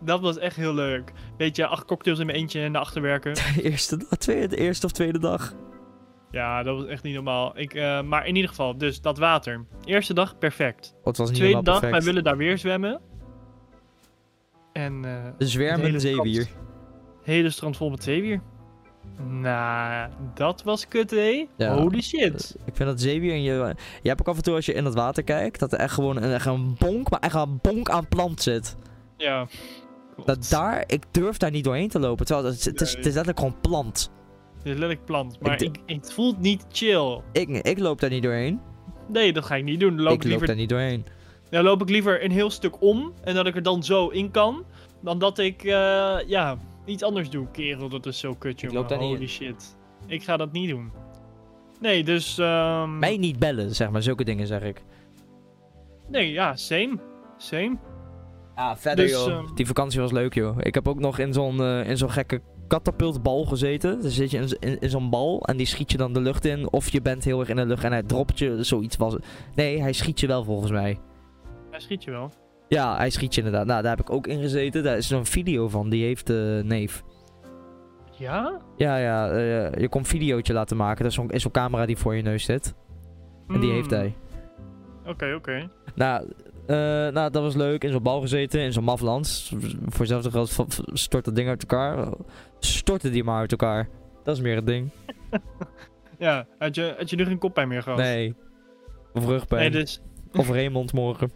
Speaker 2: dat was echt heel leuk. Weet je, acht cocktails in mijn eentje en de achterwerken.
Speaker 1: De eerste, tweede, de eerste of tweede dag. Oh,
Speaker 2: Ja, dat was echt niet normaal. Ik, eh, maar in ieder geval, dus dat water. Eerste dag perfect.
Speaker 1: Oh, het was niet
Speaker 2: Tweede
Speaker 1: helemaal
Speaker 2: dag, wij
Speaker 1: perfect.
Speaker 2: willen daar weer zwemmen. En eh
Speaker 1: De zwermende
Speaker 2: hele
Speaker 1: zeewier.
Speaker 2: hele strand vol met zeewier. Nou, dat was kut, hé.
Speaker 1: Ja. Eh,
Speaker 2: Holy shit.
Speaker 1: Ik vind dat zeewier en je... Je hebt ook af en toe als je in dat water kijkt, dat er echt gewoon een, echt een bonk, maar echt een bonk aan plant zit.
Speaker 2: Ja.
Speaker 1: Dat daar, ik durf daar niet doorheen te lopen, terwijl het, het, is, het is letterlijk gewoon plant.
Speaker 2: Dit is letterlijk plant, maar
Speaker 1: denk-
Speaker 2: ik, het voelt niet chill.
Speaker 1: Ik, ik loop daar niet doorheen.
Speaker 2: Nee, dat ga ik niet doen. Dan loop ik,
Speaker 1: ik loop
Speaker 2: liever, Mm.
Speaker 1: daar niet doorheen.
Speaker 2: dan loop ik liever een heel stuk om en dat ik er dan zo in kan, dan dat ik, eh, ja, iets anders doe. Kerel, dat is zo kut, jongen.
Speaker 1: loop daar niet
Speaker 2: Holy
Speaker 1: in.
Speaker 2: shit. Ik ga dat niet doen. Nee, dus, ehm
Speaker 1: Mij niet bellen, zeg maar, zulke dingen zeg ik.
Speaker 2: nee, ja, same. Same.
Speaker 1: Ja, verder
Speaker 2: Dus,
Speaker 1: joh.
Speaker 2: ehm,
Speaker 1: Die vakantie was leuk joh. Ik heb ook nog in zo'n eh, in zo'n gekke katapultbal gezeten. Dan zit je in, z- in, in zo'n bal en die schiet je dan de lucht in. Of je bent heel erg in de lucht en hij dropt je, zoiets was het. Nee, hij schiet je wel volgens mij.
Speaker 2: Hij schiet je wel.
Speaker 1: Ja, hij schiet je inderdaad. Nou, daar heb ik ook in gezeten. Daar is zo'n video van, die heeft de neef.
Speaker 2: Ja?
Speaker 1: Ja, ja, eh, je kon een videootje laten maken. Dat is zo'n is zo'n camera die voor je neus zit. En die
Speaker 2: Hmm,
Speaker 1: heeft hij.
Speaker 2: Oké, oké.
Speaker 1: Nou, eh, nou, dat was leuk. In zo'n bal gezeten, in zo'n mafland. Voor zelfs geld v- v- stort dat ding uit elkaar. Stortte die maar uit elkaar. Dat is meer het ding.
Speaker 2: Ja, had je, had je nu geen koppijn meer gehad?
Speaker 1: Nee. Of rugpijn.
Speaker 2: Oh. Nee, dus,
Speaker 1: Of Raymond morgen.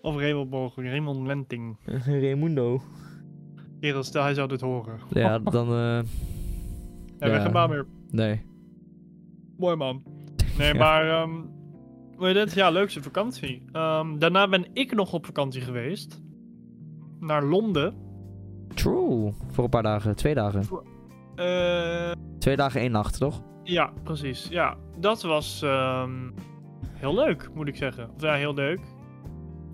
Speaker 2: of Raymond Borg, Raymond Lenting.
Speaker 1: Raimundo.
Speaker 2: Kerel, stel hij zou dit horen.
Speaker 1: Ja, dan... eh,
Speaker 2: Ja, we
Speaker 1: Ja.
Speaker 2: gaan baan meer.
Speaker 1: nee.
Speaker 2: Mooi man. Nee,
Speaker 1: Ja.
Speaker 2: maar... ehm hoe heet het? Ja, leukste vakantie. Ehm, daarna ben ik nog op vakantie geweest. Naar Londen.
Speaker 1: True. Voor een paar dagen. Twee dagen.
Speaker 2: Eh,
Speaker 1: Twee dagen, één nacht, toch?
Speaker 2: ja, precies. Ja, dat was ehm, heel leuk, moet ik zeggen. Of ja, heel leuk.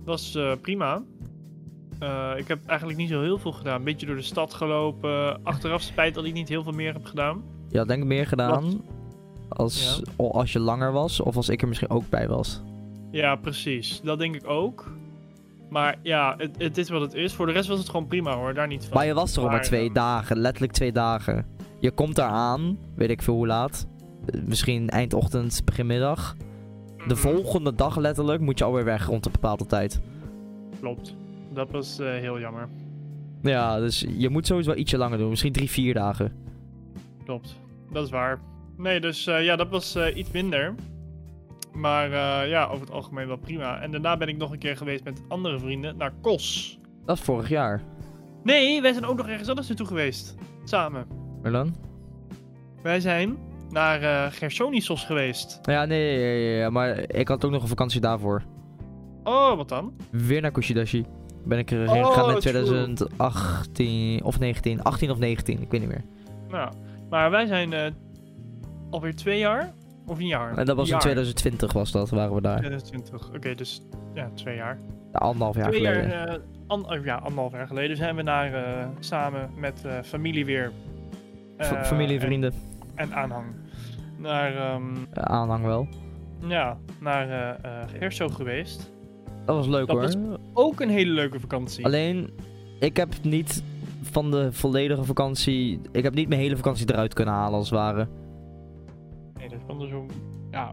Speaker 2: Was eh, prima. Eh, ik heb eigenlijk niet zo heel veel gedaan. Een beetje door de stad gelopen. Achteraf spijt dat ik niet heel veel meer heb gedaan.
Speaker 1: Je had denk ik meer gedaan... Als, o- als je langer was. Of als ik er misschien ook bij was.
Speaker 2: Ja, precies. Dat denk ik ook. Maar ja, het, het is wat het is. Voor de rest was het gewoon prima hoor, daar niet van.
Speaker 1: Maar je was er al maar
Speaker 2: Maar,
Speaker 1: twee
Speaker 2: ehm,
Speaker 1: dagen, letterlijk twee dagen. Je komt daar aan, weet ik veel hoe laat. Eh, Misschien eindochtend, beginmiddag. De volgende dag letterlijk moet je alweer weg rond een bepaalde tijd.
Speaker 2: Klopt. Dat was eh, heel jammer.
Speaker 1: Ja, dus je moet sowieso wel ietsje langer doen. Misschien drie, vier dagen.
Speaker 2: Klopt. Dat is waar. Nee, dus eh, ja, dat was eh, iets minder. Maar eh, ja, over het algemeen wel prima. En daarna ben ik nog een keer geweest met andere vrienden naar Kos.
Speaker 1: Dat is vorig jaar.
Speaker 2: Nee, wij zijn ook nog ergens anders naartoe geweest. Samen.
Speaker 1: Maar dan?
Speaker 2: Wij zijn naar eh Gersonisos geweest.
Speaker 1: Ja, nee, ja, ja, ja, maar ik had ook nog een vakantie daarvoor.
Speaker 2: Oh, wat dan?
Speaker 1: Weer naar Kushidashi. Ben ik er
Speaker 2: Oh,
Speaker 1: gegaan in
Speaker 2: true.
Speaker 1: 2018 of 19. 18 of 19, ik weet niet meer.
Speaker 2: Nou, maar wij zijn eh, alweer twee jaar? Of een jaar?
Speaker 1: En dat was in
Speaker 2: Jaar.
Speaker 1: 2020 was dat, waren we daar.
Speaker 2: 2020. Oké, dus ja, twee jaar.
Speaker 1: Anderhalf jaar
Speaker 2: twee
Speaker 1: geleden.
Speaker 2: jaar, eh, an- oh, ja, anderhalf jaar geleden zijn we naar eh, samen met eh, familie weer. eh,
Speaker 1: F- Familie,
Speaker 2: en-
Speaker 1: vrienden,
Speaker 2: En, aanhang. Naar, ehm,
Speaker 1: eh, aanhang wel.
Speaker 2: ja, naar eh eh, Gerso geweest.
Speaker 1: Dat was leuk
Speaker 2: Dat
Speaker 1: hoor.
Speaker 2: was- Ook een hele leuke vakantie.
Speaker 1: Alleen, ik heb niet van de volledige vakantie. Ik heb niet mijn hele vakantie eruit kunnen halen, als het ware.
Speaker 2: Nee, dat kwam er zo. Ja,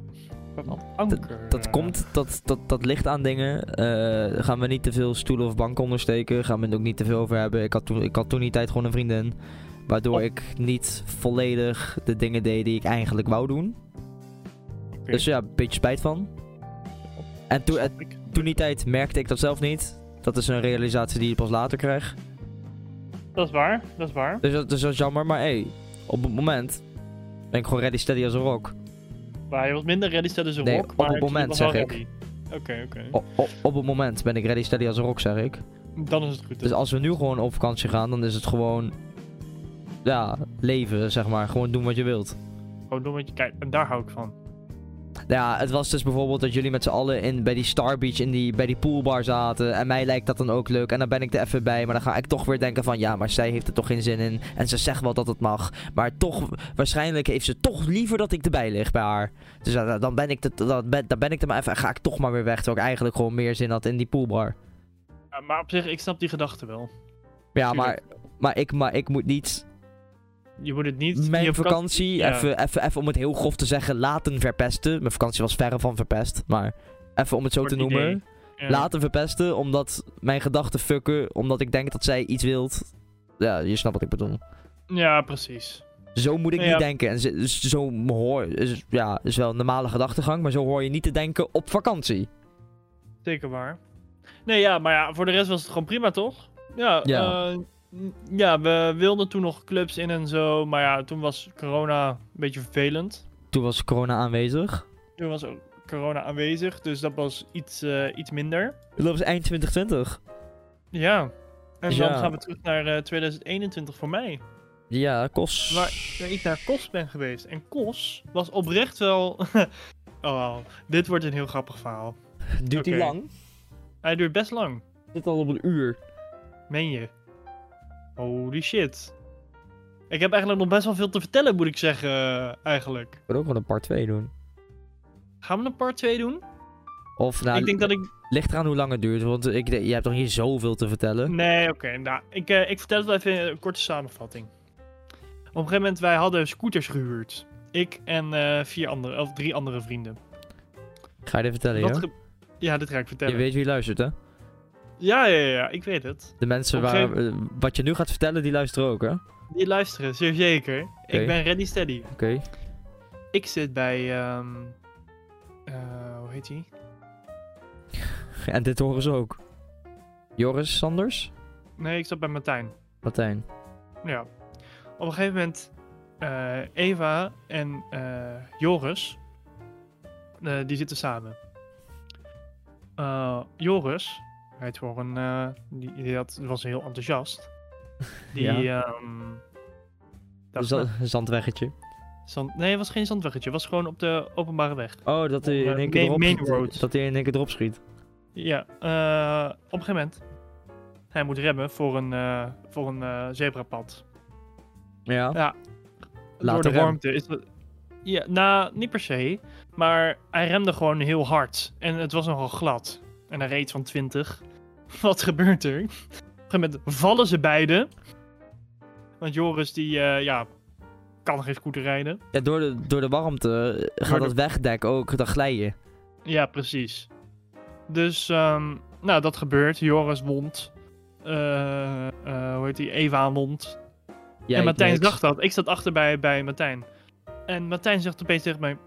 Speaker 2: wat anker.
Speaker 1: Dat
Speaker 2: eh,
Speaker 1: komt, dat, dat, dat ligt aan dingen. Eh, gaan we niet te veel stoelen of banken ondersteken. Gaan we het ook niet te veel over hebben. Ik had, toen, ik had toen die tijd gewoon een vriendin. Waardoor
Speaker 2: Oh.
Speaker 1: ik niet volledig de dingen deed die ik eigenlijk wou doen.
Speaker 2: oké,
Speaker 1: Dus ja, een beetje spijt van. En toen,
Speaker 2: snap ik.
Speaker 1: toen die tijd merkte ik dat zelf niet. Dat is een realisatie die je pas later krijgt.
Speaker 2: Dat is waar, dat is waar.
Speaker 1: Dus dat, dus dat is jammer, maar hey, op het moment ben ik gewoon ready steady als een rock.
Speaker 2: Maar je was minder ready stel dus een
Speaker 1: Nee,
Speaker 2: rock.
Speaker 1: op
Speaker 2: maar
Speaker 1: het
Speaker 2: je was
Speaker 1: moment,
Speaker 2: wel
Speaker 1: zeg ik. Oh.
Speaker 2: ready. Oké, oké.
Speaker 1: O- o- op het moment ben ik ready steady als een rock, zeg ik.
Speaker 2: Dan is het goed.
Speaker 1: Dus als we nu gewoon op vakantie gaan, dan is het gewoon. Ja, leven, zeg maar. Gewoon doen wat je wilt.
Speaker 2: Gewoon doen wat je kijkt. En daar hou ik van.
Speaker 1: Ja, het was dus bijvoorbeeld dat jullie met z'n allen in, bij die Star Beach in die, bij die poolbar zaten. En mij lijkt dat dan ook leuk. En dan ben ik er even bij. Maar dan ga ik toch weer denken van ja, maar zij heeft er toch geen zin in. En ze zegt wel dat het mag. Maar toch, waarschijnlijk heeft ze toch liever dat ik erbij lig bij haar. Dus ja, dan ben ik, te, dan ben, dan ben ik er maar even. en Ga ik toch maar weer weg. Terwijl ik eigenlijk gewoon meer zin had in die poolbar.
Speaker 2: Ja, maar op zich, ik snap die gedachte wel.
Speaker 1: Ja,
Speaker 2: Tuurlijk.
Speaker 1: maar, maar, ik, maar ik moet niet
Speaker 2: je moet het niet... je
Speaker 1: Mijn
Speaker 2: vakantie-
Speaker 1: vakantie,
Speaker 2: ja.
Speaker 1: even, even, even om het heel grof te zeggen, laten verpesten. Mijn vakantie was verre van verpest, maar even om het zo
Speaker 2: Voor
Speaker 1: te
Speaker 2: het
Speaker 1: noemen.
Speaker 2: idee. ja.
Speaker 1: Laten verpesten, omdat mijn gedachten fucken, omdat ik denk dat zij iets wilt. Ja, je snapt wat ik bedoel.
Speaker 2: Ja, precies.
Speaker 1: Zo moet ik
Speaker 2: Ja.
Speaker 1: niet denken. En ze- dus zo hoor, is, ja, is wel een normale gedachtegang, maar zo hoor je niet te denken op vakantie.
Speaker 2: Zeker waar. Nee, ja, maar ja, voor de rest was het gewoon prima, toch? Ja,
Speaker 1: Ja.
Speaker 2: eh, n- ja we wilden toen nog clubs in en zo. Maar ja, toen was corona een beetje vervelend.
Speaker 1: Toen was corona aanwezig.
Speaker 2: Toen was ook corona aanwezig, dus dat was iets, eh, iets minder.
Speaker 1: Dat was eind 2020.
Speaker 2: Ja. En
Speaker 1: Ja.
Speaker 2: dan gaan we terug naar eh, 2021 voor mij.
Speaker 1: Ja, kost.
Speaker 2: Waar, waar ik naar Kos ben geweest. En Kos was oprecht wel... oh, dit wordt een heel grappig verhaal.
Speaker 1: Duurt die
Speaker 2: Oké.
Speaker 1: lang?
Speaker 2: Hij duurt best lang.
Speaker 1: Zit al op een uur.
Speaker 2: Meen je? Holy shit. Ik heb eigenlijk nog best wel veel te vertellen, moet ik zeggen, eh, eigenlijk.
Speaker 1: Ik wil ook wel een part 2 doen.
Speaker 2: Gaan we een part 2 doen?
Speaker 1: Of nou,
Speaker 2: ik denk dat ik...
Speaker 1: ligt eraan hoe lang het duurt, want ik, denk- je hebt toch hier zoveel te vertellen.
Speaker 2: Nee, oké. nou, ik, eh, ik vertel het wel even in een korte samenvatting. Op een gegeven moment, wij hadden scooters gehuurd. Ik en eh, vier andere, of drie andere vrienden.
Speaker 1: Ga je dit vertellen,
Speaker 2: Dat
Speaker 1: ja?
Speaker 2: ge- ja, dit ga ik
Speaker 1: Je
Speaker 2: vertellen.
Speaker 1: weet wie luistert, hè?
Speaker 2: Ja, ja, ja, ja, ik weet het.
Speaker 1: De mensen
Speaker 2: Op een
Speaker 1: waar, eh, wat je nu gaat vertellen, die luisteren ook, hè? Oké.
Speaker 2: Die luisteren, zeer zeker.
Speaker 1: Oké.
Speaker 2: Ik ben ready steady. Ik zit bij... ehm, eh, hoe heet die?
Speaker 1: En dit horen ze ook. Joris, Sanders,
Speaker 2: Nee, ik zat bij Martijn.
Speaker 1: Martijn.
Speaker 2: Ja. Op een gegeven moment, eh, Eva en eh, Joris, eh, die zitten samen. Eh, Joris, hij is gewoon, eh, die, die had, was heel enthousiast. Die,
Speaker 1: Ja.
Speaker 2: ehm, dat
Speaker 1: Dus dat- Zandweggetje.
Speaker 2: zand- nee, het was geen zandweggetje, het was gewoon op de openbare weg.
Speaker 1: Oh, dat hij in
Speaker 2: Eh,
Speaker 1: één keer
Speaker 2: main-
Speaker 1: erop
Speaker 2: main road.
Speaker 1: Dat hij in één keer erop schiet.
Speaker 2: Ja, eh, op een gegeven moment, hij moet remmen voor een, eh, voor een eh, zebrapad.
Speaker 1: Ja.
Speaker 2: Ja.
Speaker 1: Laat
Speaker 2: door
Speaker 1: de
Speaker 2: de
Speaker 1: rem.
Speaker 2: warmte is dat... Ja, nou, niet per se. Maar hij remde gewoon heel hard. En het was nogal glad. En hij reed van 20. Wat gebeurt er? Op een gegeven moment vallen ze beiden. Want Joris, die, eh, ja, kan geen scooter rijden.
Speaker 1: Ja, door, de, door de warmte eh, gaat
Speaker 2: de-
Speaker 1: dat wegdek ook, dan glij je.
Speaker 2: Ja, precies. Dus, ehm, nou, dat gebeurt. Joris wond. Eh, eh, hoe heet die? Eva wond.
Speaker 1: Jij
Speaker 2: en Martijn
Speaker 1: niks.
Speaker 2: dacht dat. Ik zat achter bij, bij Martijn. En Martijn zegt opeens tegen mij...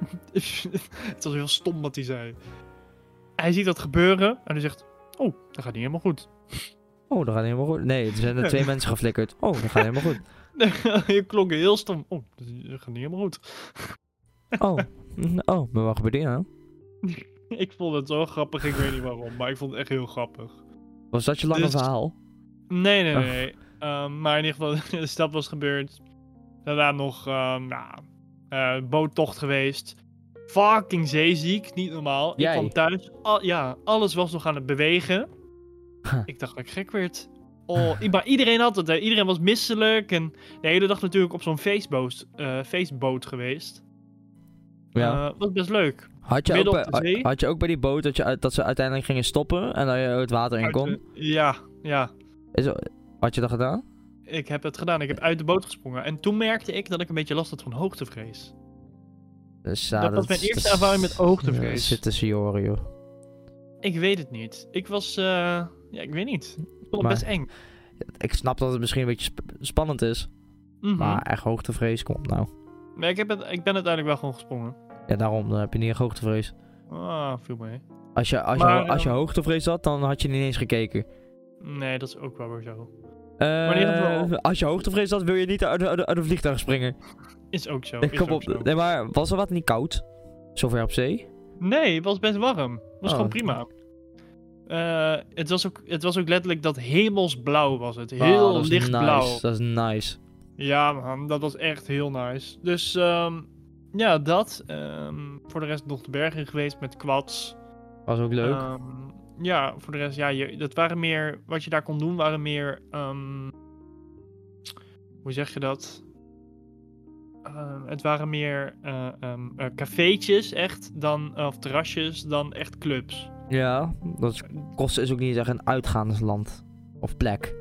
Speaker 2: het was heel stom wat hij zei. Hij ziet dat gebeuren en hij zegt... Oh, dat gaat niet helemaal goed.
Speaker 1: Oh, dat gaat helemaal goed. Nee, er zijn er twee mensen geflikkerd. Oh, dat gaat helemaal goed.
Speaker 2: Je klonk heel stom. Oh, dat gaat niet helemaal goed.
Speaker 1: Oh, mm, oh maar wat gebeurde er?
Speaker 2: Ik vond het zo grappig, ik weet niet waarom. Maar ik vond het echt heel grappig.
Speaker 1: Was dat je lange
Speaker 2: Dus-
Speaker 1: verhaal?
Speaker 2: Nee, nee,
Speaker 1: Ach.
Speaker 2: nee. Ehm, maar in ieder geval, de stap was gebeurd. Daarna nog, ehm nou, eh, boottocht geweest. Fucking zeeziek, niet normaal.
Speaker 1: Jij?
Speaker 2: Ik kwam thuis, al, ja, alles was nog aan het bewegen.
Speaker 1: Huh.
Speaker 2: Ik dacht dat ik gek werd. Oh, i- maar iedereen had het, hè. Iedereen was misselijk en de hele dag natuurlijk op zo'n feestboot, eh, feestboot geweest.
Speaker 1: Ja.
Speaker 2: Eh, was best leuk.
Speaker 1: Had je, ook
Speaker 2: midden
Speaker 1: bij,
Speaker 2: op de
Speaker 1: had,
Speaker 2: zee.
Speaker 1: had je ook bij die boot dat, je, uit- dat ze uiteindelijk gingen stoppen en dat je het water in
Speaker 2: Uit
Speaker 1: kon?
Speaker 2: de- ja, ja.
Speaker 1: Is, had je dat gedaan?
Speaker 2: Ik heb het gedaan. Ik heb uit de boot gesprongen. En toen merkte ik dat ik een beetje last had van hoogtevrees.
Speaker 1: Dus, ja,
Speaker 2: dat was mijn
Speaker 1: is-
Speaker 2: eerste
Speaker 1: dat is-
Speaker 2: ervaring met
Speaker 1: Ja, dat
Speaker 2: hoogtevrees.
Speaker 1: zit tussen je oren, joh.
Speaker 2: Ik weet het niet. Ik was, eh, ja, ik weet niet. Ik vond het
Speaker 1: Maar-
Speaker 2: best eng.
Speaker 1: Ik snap dat het misschien een beetje sp- spannend is,
Speaker 2: Mhm.
Speaker 1: maar echt hoogtevrees, kom op nou.
Speaker 2: Maar ik, heb het, ik ben uiteindelijk wel gewoon gesprongen.
Speaker 1: Ja, daarom dan heb je niet echt hoogtevrees.
Speaker 2: Ah, viel mee.
Speaker 1: Als je, als,
Speaker 2: Maar,
Speaker 1: je, als je
Speaker 2: ehm,
Speaker 1: hoogtevrees had, dan had je niet eens gekeken.
Speaker 2: Nee, dat is ook wel weer zo. in ieder geval-
Speaker 1: Eh als je hoogtevrees had, wil je niet uit, uit, uit een vliegtuig springen.
Speaker 2: Is ook zo.
Speaker 1: Ik
Speaker 2: Is
Speaker 1: kom
Speaker 2: ook
Speaker 1: op,
Speaker 2: zo.
Speaker 1: nee, maar was er wat niet koud? Zover op zee?
Speaker 2: Nee, het was best warm. Het was
Speaker 1: Oh.
Speaker 2: gewoon prima. Eh, het, was ook, het was ook letterlijk dat hemelsblauw was het. Heel
Speaker 1: Ah, dat is
Speaker 2: lichtblauw.
Speaker 1: Nice, dat is nice.
Speaker 2: Ja, man, dat was echt heel nice. Dus ehm, ja, dat. Ehm, voor de rest nog de bergen geweest met kwads.
Speaker 1: Was ook leuk.
Speaker 2: Ehm, ja, voor de rest, ja, je, dat waren meer, wat je daar kon doen waren meer, ehm, hoe zeg je dat? Ehm, het waren meer eh ehm, eh, cafeetjes echt, dan, eh, of terrasjes, dan echt clubs.
Speaker 1: ja, dat is, Kosten is ook niet echt een uitgaansland of plek.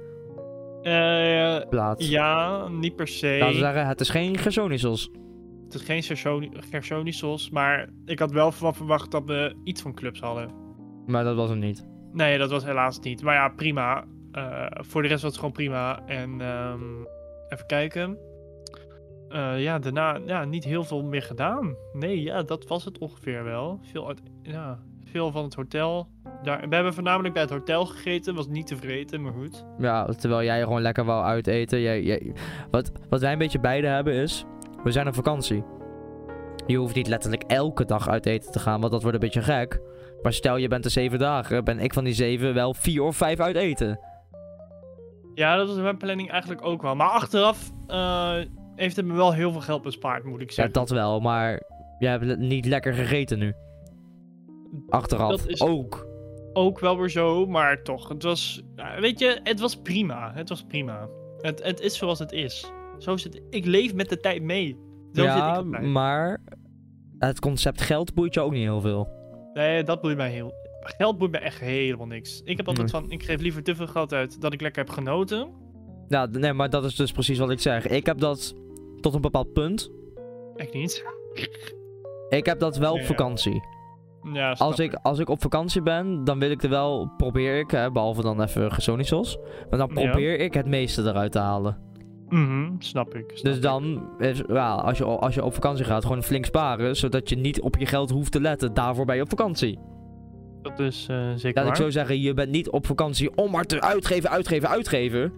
Speaker 2: Eh,
Speaker 1: plaats.
Speaker 2: ja, niet per se.
Speaker 1: Laten we zeggen, het is geen Gersonisos.
Speaker 2: Het is geen Gersoni- Gersonisos, maar ik had wel van verwacht dat we iets van clubs hadden.
Speaker 1: Maar dat was hem niet.
Speaker 2: Nee, dat was helaas niet. Maar ja, prima. Eh, voor de rest was het gewoon prima. En ehm, even kijken. Eh, ja, daarna ja, niet heel veel meer gedaan. Nee, ja, dat was het ongeveer wel. Veel, uit, ja, veel van het hotel. Daar, we hebben voornamelijk bij het hotel gegeten. Was niet tevreden, maar goed.
Speaker 1: Ja, terwijl jij gewoon lekker wou uiteten. Jij, jij... Wat, wat wij een beetje beide hebben is, we zijn op vakantie. Je hoeft niet letterlijk elke dag uit eten te gaan, want dat wordt een beetje gek. Maar stel je bent er zeven dagen, ben ik van die zeven wel vier of vijf uit eten.
Speaker 2: Ja, dat was mijn planning eigenlijk ook wel. Maar achteraf eh, heeft het me wel heel veel geld bespaard, moet ik
Speaker 1: Ja,
Speaker 2: zeggen.
Speaker 1: dat wel, maar jij hebt le- niet lekker gegeten nu. Achteraf
Speaker 2: Dat is-
Speaker 1: ook.
Speaker 2: Ook wel weer zo, maar toch. Het was, ja, weet je, het was prima. Het was prima. Het, het is zoals het is. Zo zit, ik leef met de tijd mee. Zo zit
Speaker 1: ja, mm.
Speaker 2: ik erbij.
Speaker 1: maar het concept geld boeit je ook niet heel veel.
Speaker 2: Nee, dat boeit mij heel... Geld boeit mij echt helemaal niks. Ik heb altijd
Speaker 1: Nee.
Speaker 2: van, ik geef liever te veel geld uit dat ik lekker heb genoten.
Speaker 1: Ja, nee, maar dat is dus precies wat ik zeg. Ik heb dat tot een bepaald punt.
Speaker 2: Echt niet.
Speaker 1: Ik heb dat wel op
Speaker 2: Ja.
Speaker 1: vakantie.
Speaker 2: Ja, snap
Speaker 1: Als ik, als ik op vakantie ben, dan wil ik er wel, probeer ik, hè, behalve dan even gesonisos, maar dan
Speaker 2: Ja.
Speaker 1: probeer ik het meeste eruit te halen.
Speaker 2: Mhm, snap ik. snap
Speaker 1: Dus dan, is, ja, als, je, als je op vakantie gaat, gewoon flink sparen, zodat je niet op je geld hoeft te letten. Daarvoor ben je op vakantie.
Speaker 2: ik. Dat is eh, zeker
Speaker 1: Laat ik
Speaker 2: waar.
Speaker 1: zo zeggen, je bent niet op vakantie om maar te uitgeven, uitgeven, uitgeven.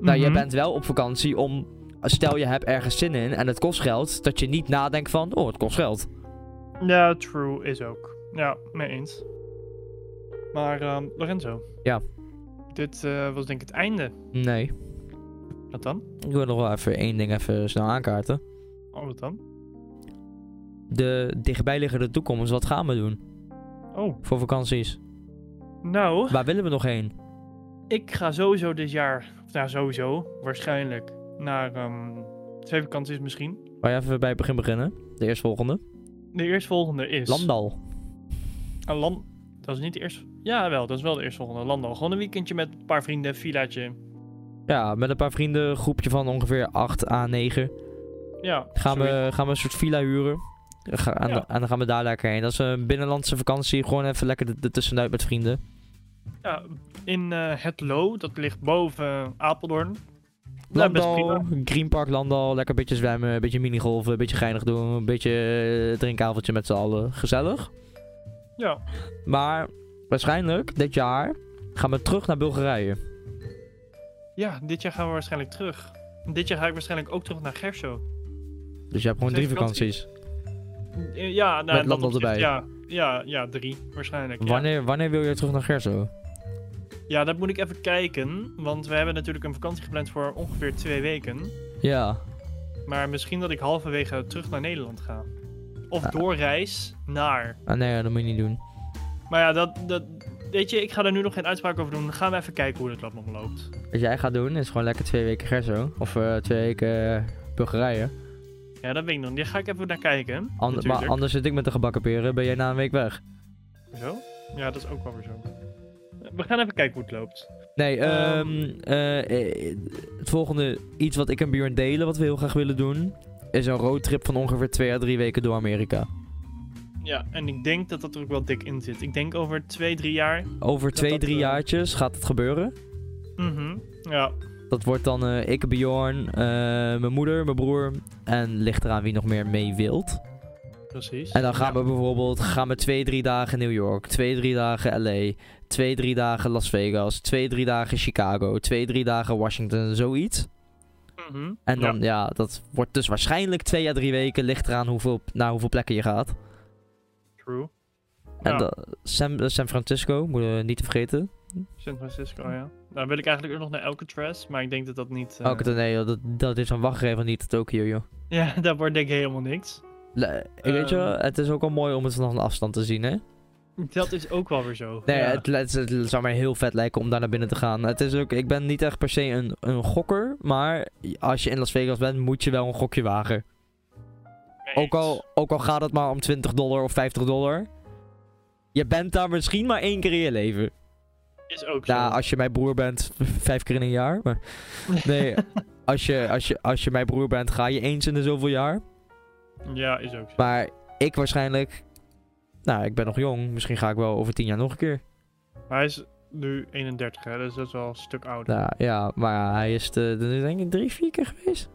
Speaker 1: Nou, je
Speaker 2: Mhm.
Speaker 1: bent wel op vakantie om, stel je hebt ergens zin in en het kost geld, dat je niet nadenkt van, oh, het kost geld.
Speaker 2: Ja, true is ook. Ja, mee eens. Maar ehm, Lorenzo.
Speaker 1: Ja.
Speaker 2: Dit eh, was denk ik het einde.
Speaker 1: Nee,
Speaker 2: Wat dan?
Speaker 1: ik wil nog wel even één ding even snel aankaarten.
Speaker 2: Oh, wat dan?
Speaker 1: de dichtbijliggende toekomst. Wat gaan we doen
Speaker 2: Oh,
Speaker 1: voor vakanties?
Speaker 2: nou.
Speaker 1: Waar willen we nog heen?
Speaker 2: Ik ga sowieso dit jaar, of nou sowieso, waarschijnlijk, naar ehm, twee vakanties misschien.
Speaker 1: Waar je even bij het begin beginnen. De eerstvolgende.
Speaker 2: De eerstvolgende is...
Speaker 1: Landal.
Speaker 2: Ah, Lam- Dat is niet de eerste... Ja, wel, dat is wel de eerstvolgende. Landal. Gewoon een weekendje met een paar vrienden, villaatje.
Speaker 1: Ja, met een paar vrienden. Groepje van ongeveer 8 à 9.
Speaker 2: Ja.
Speaker 1: Gaan
Speaker 2: zoiets.
Speaker 1: we, gaan we een soort villa huren. Ga- en,
Speaker 2: Ja.
Speaker 1: en dan gaan we daar lekker heen. Dat is een binnenlandse vakantie. Gewoon even lekker er- er tussenuit met vrienden.
Speaker 2: Ja, in eh Het Loo, dat ligt boven Apeldoorn. Nou, best
Speaker 1: Landal, Greenpark Landal. Lekker een beetje zwemmen. Een beetje minigolven. Een beetje geinig doen. Een beetje eh, drinkavondje met z'n allen. Gezellig.
Speaker 2: Ja.
Speaker 1: Maar waarschijnlijk dit jaar gaan we terug naar Bulgarije.
Speaker 2: Ja, dit jaar gaan we waarschijnlijk terug. Dit jaar ga ik waarschijnlijk ook terug naar Gerso.
Speaker 1: Dus je hebt gewoon
Speaker 2: Twee
Speaker 1: drie vakanties.
Speaker 2: Eh, Ja, nou,
Speaker 1: Met
Speaker 2: in dat
Speaker 1: Landel
Speaker 2: opzicht,
Speaker 1: erbij.
Speaker 2: Ja, ja, ja, drie waarschijnlijk. Ja.
Speaker 1: Wanneer, wanneer wil je terug naar Gerso?
Speaker 2: ja, dat moet ik even kijken. Want we hebben natuurlijk een vakantie gepland voor ongeveer twee weken.
Speaker 1: Ja.
Speaker 2: Maar misschien dat ik halverwege terug naar Nederland ga. Of
Speaker 1: Ah.
Speaker 2: doorreis naar.
Speaker 1: Ah, nee, dat moet je niet doen.
Speaker 2: Maar ja, dat, dat. Weet je, ik ga daar nu nog geen uitspraak over doen. Dan gaan we even kijken hoe het land nog loopt.
Speaker 1: Wat jij gaat doen is gewoon lekker twee weken Gerso. Of eh, twee weken eh, Bulgarije.
Speaker 2: Ja, dat weet ik nog. Daar ga ik even naar kijken.
Speaker 1: An-
Speaker 2: natuurlijk.
Speaker 1: maar anders zit ik met de gebakken peren. Ben jij na een week weg?
Speaker 2: Zo? Ja, dat is ook wel weer zo. We gaan even kijken hoe het loopt.
Speaker 1: Nee,
Speaker 2: Ehm.
Speaker 1: ehm, eh, eh, het volgende, iets wat ik en Björn delen, wat we heel graag willen doen, is een roadtrip van ongeveer twee à drie weken door Amerika.
Speaker 2: Ja, en ik denk dat dat er ook wel dik in zit. Ik denk over twee, drie jaar.
Speaker 1: Over twee,
Speaker 2: dat,
Speaker 1: drie
Speaker 2: eh,
Speaker 1: jaartjes gaat het gebeuren.
Speaker 2: Mhm. Ja,
Speaker 1: Dat wordt dan eh, ik, Bjorn, mijn moeder, mijn broer en ligt eraan wie nog meer mee wilt.
Speaker 2: precies.
Speaker 1: En dan gaan
Speaker 2: Ja.
Speaker 1: we bijvoorbeeld gaan we twee, drie dagen New York, twee, drie dagen LA, twee, drie dagen Las Vegas, twee, drie dagen Chicago, twee, drie dagen Washington, zoiets.
Speaker 2: Mhm.
Speaker 1: En dan,
Speaker 2: Ja.
Speaker 1: ja, dat wordt dus waarschijnlijk twee à drie weken, ligt eraan hoeveel, naar hoeveel plekken je gaat.
Speaker 2: True.
Speaker 1: En
Speaker 2: Ja.
Speaker 1: dan- San, eh, San Francisco, moeten we niet te vergeten.
Speaker 2: San Francisco, ja. Dan wil ik eigenlijk ook nog naar Alcatraz, maar ik denk dat dat niet... eh,
Speaker 1: Elke Oh, nee, joh, dat, dat is een wachtgever niet Tokio, joh.
Speaker 2: Ja, dat wordt denk ik helemaal niks.
Speaker 1: Le- weet je, wel,
Speaker 2: Ehm.
Speaker 1: het is ook al mooi om het vanaf een afstand te zien, hè?
Speaker 2: Dat is ook wel weer zo.
Speaker 1: Nee,
Speaker 2: ja.
Speaker 1: het, het- het zou mij heel vet lijken om daar naar binnen te gaan. Het is ook, ik ben niet echt per se een, een gokker, maar als je in Las Vegas bent, moet je wel een gokje wagen.
Speaker 2: Mee
Speaker 1: Ook al,
Speaker 2: eens.
Speaker 1: ook al gaat het maar om 20 dollar of 50 dollar. Je bent daar misschien maar één keer in je leven.
Speaker 2: Is ook zo.
Speaker 1: Nou, als je mijn broer bent, vijf keer in een jaar. Maar nee, als je, als, je, als je mijn broer bent, ga je eens in de zoveel jaar.
Speaker 2: Ja, is ook zo.
Speaker 1: Maar ik waarschijnlijk... Nou, ik ben nog jong. Misschien ga ik wel over tien jaar nog een keer.
Speaker 2: Maar hij is nu 31, hè, dus dat is wel een stuk ouder.
Speaker 1: Nou, ja, maar hij is de, de- denk ik drie, vier keer geweest.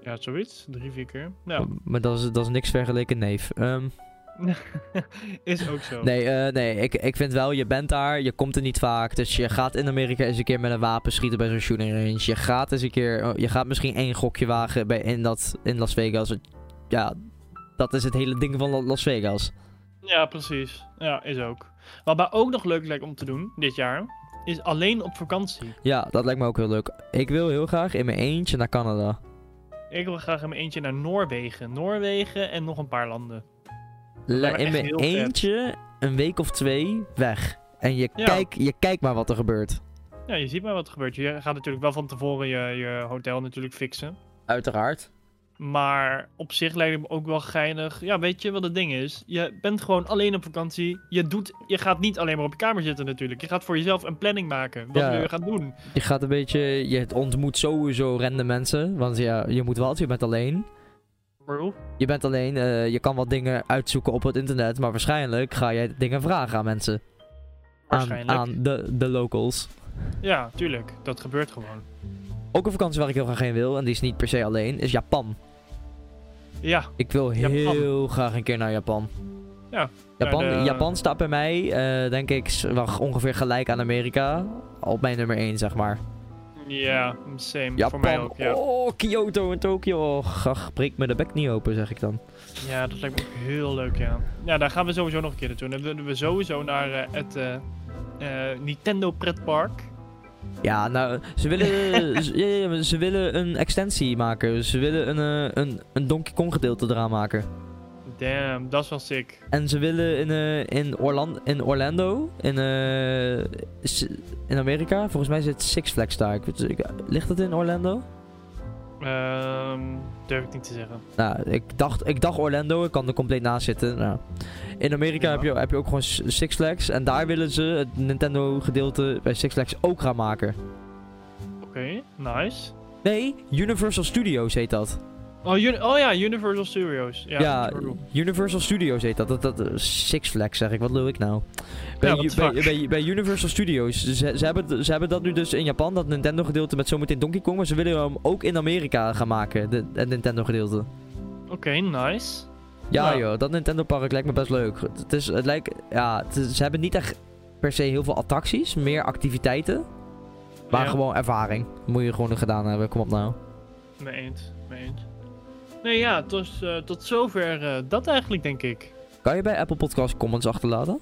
Speaker 2: Ja, zoiets. Drie, vier keer. Nou,
Speaker 1: Maar dat is, dat is niks vergeleken, neef. Ehm,
Speaker 2: is ook zo.
Speaker 1: nee, eh, nee ik, ik vind wel, je bent daar, je komt er niet vaak. Dus je gaat in Amerika eens een keer met een wapen schieten bij zo'n shooting range. Je gaat eens een keer, oh, je gaat misschien één gokje wagen bij, in, dat, in Las Vegas. Ja, dat is het hele ding van La- Las Vegas.
Speaker 2: Ja, precies. Ja, is ook. Wat mij ook nog leuk lijkt om te doen dit jaar, is alleen op vakantie.
Speaker 1: Ja, dat lijkt me ook heel leuk. Ik wil heel graag in mijn eentje naar Canada.
Speaker 2: Ik wil graag in mijn eentje naar Noorwegen. Noorwegen en nog een paar landen.
Speaker 1: La-
Speaker 2: lijkt me
Speaker 1: in
Speaker 2: echt
Speaker 1: mijn
Speaker 2: heel vet.
Speaker 1: eentje een week of twee weg. En je,
Speaker 2: Ja.
Speaker 1: kijk, je kijkt maar wat er gebeurt.
Speaker 2: Ja, je ziet maar wat er gebeurt. Je gaat natuurlijk wel van tevoren je, je hotel natuurlijk fixen.
Speaker 1: Uiteraard.
Speaker 2: Maar op zich lijkt het me ook wel geinig. Ja, weet je wat het ding is? Je bent gewoon alleen op vakantie. Je, doet, je gaat niet alleen maar op je kamer zitten natuurlijk. Je gaat voor jezelf een planning maken. Wat
Speaker 1: Ja.
Speaker 2: wil je gaan doen?
Speaker 1: Je gaat een beetje, je ontmoet sowieso rende mensen. Want ja, je moet wat, je bent alleen.
Speaker 2: Bro.
Speaker 1: Je bent alleen, eh, je kan wat dingen uitzoeken op het internet. Maar waarschijnlijk ga je dingen vragen aan mensen. Aan,
Speaker 2: Waarschijnlijk.
Speaker 1: aan de, de locals.
Speaker 2: Ja, tuurlijk. Dat gebeurt gewoon.
Speaker 1: Ook een vakantie waar ik heel graag heen wil, en die is niet per se alleen, is Japan.
Speaker 2: Ja,
Speaker 1: Ik wil
Speaker 2: Japan.
Speaker 1: heel graag een keer naar Japan.
Speaker 2: Ja,
Speaker 1: Japan,
Speaker 2: naar de-
Speaker 1: Japan staat bij mij, eh, denk ik, s- wel ongeveer gelijk aan Amerika. Op mijn nummer 1, zeg maar.
Speaker 2: ja, same. Voor mij
Speaker 1: Japan,
Speaker 2: ook, ja.
Speaker 1: oh, Kyoto en Tokio. Och, ach, breek me de bek niet open, zeg ik dan.
Speaker 2: Ja, dat lijkt me ook heel leuk, ja. Ja, daar gaan we sowieso nog een keer naartoe. Dan willen we sowieso naar eh, het eh, eh, Nintendo pretpark.
Speaker 1: Ja, nou, ze willen, ze, ja, ja, ja, ze willen een extensie maken. Ze willen een, eh, een, een Donkey Kong gedeelte eraan maken.
Speaker 2: Damn, dat is wel sick.
Speaker 1: En ze willen in, eh, in, Orlan- in Orlando, in, eh, s- in Amerika, volgens mij zit Six Flags daar. Ik, weet- ik- ligt dat in Orlando?
Speaker 2: Ehm, durf ik niet te zeggen.
Speaker 1: Nou, ik dacht, ik dacht Orlando, ik kan er compleet naast zitten. Nou, in Amerika
Speaker 2: Ja.
Speaker 1: heb, je, heb je ook gewoon S- Six Flags. En daar willen ze het Nintendo gedeelte bij Six Flags ook gaan maken.
Speaker 2: Oké, nice.
Speaker 1: Nee, Universal Studios heet dat.
Speaker 2: Oh, Uni- oh ja, Universal Studios. Ja,
Speaker 1: Ja,
Speaker 2: Universal.
Speaker 1: Universal Studios heet dat. dat, dat eh, Six Flags zeg ik, wat lul ik nou? Bij,
Speaker 2: Ja, what
Speaker 1: Ju-
Speaker 2: the
Speaker 1: bij,
Speaker 2: fuck.
Speaker 1: bij, bij Universal Studios. Ze, ze, hebben, het- ze hebben dat nu dus in Japan, dat Nintendo gedeelte met zometeen Donkey Kong. Maar ze willen hem ook in Amerika gaan maken, de, het Nintendo gedeelte.
Speaker 2: Oké, nice.
Speaker 1: Ja,
Speaker 2: Ja.
Speaker 1: joh, dat Nintendo Park lijkt me best leuk. Het het is, het lijkt, ja, het is- ze hebben niet echt per se heel veel attracties, meer activiteiten. Maar
Speaker 2: Ja,
Speaker 1: gewoon ervaring. Moet je gewoon gedaan hebben, kom op nou.
Speaker 2: Mee eens, mee eens. Nee, ja, dus, eh, tot zover eh, dat eigenlijk, denk ik.
Speaker 1: Kan je bij Apple Podcast comments achterlaten?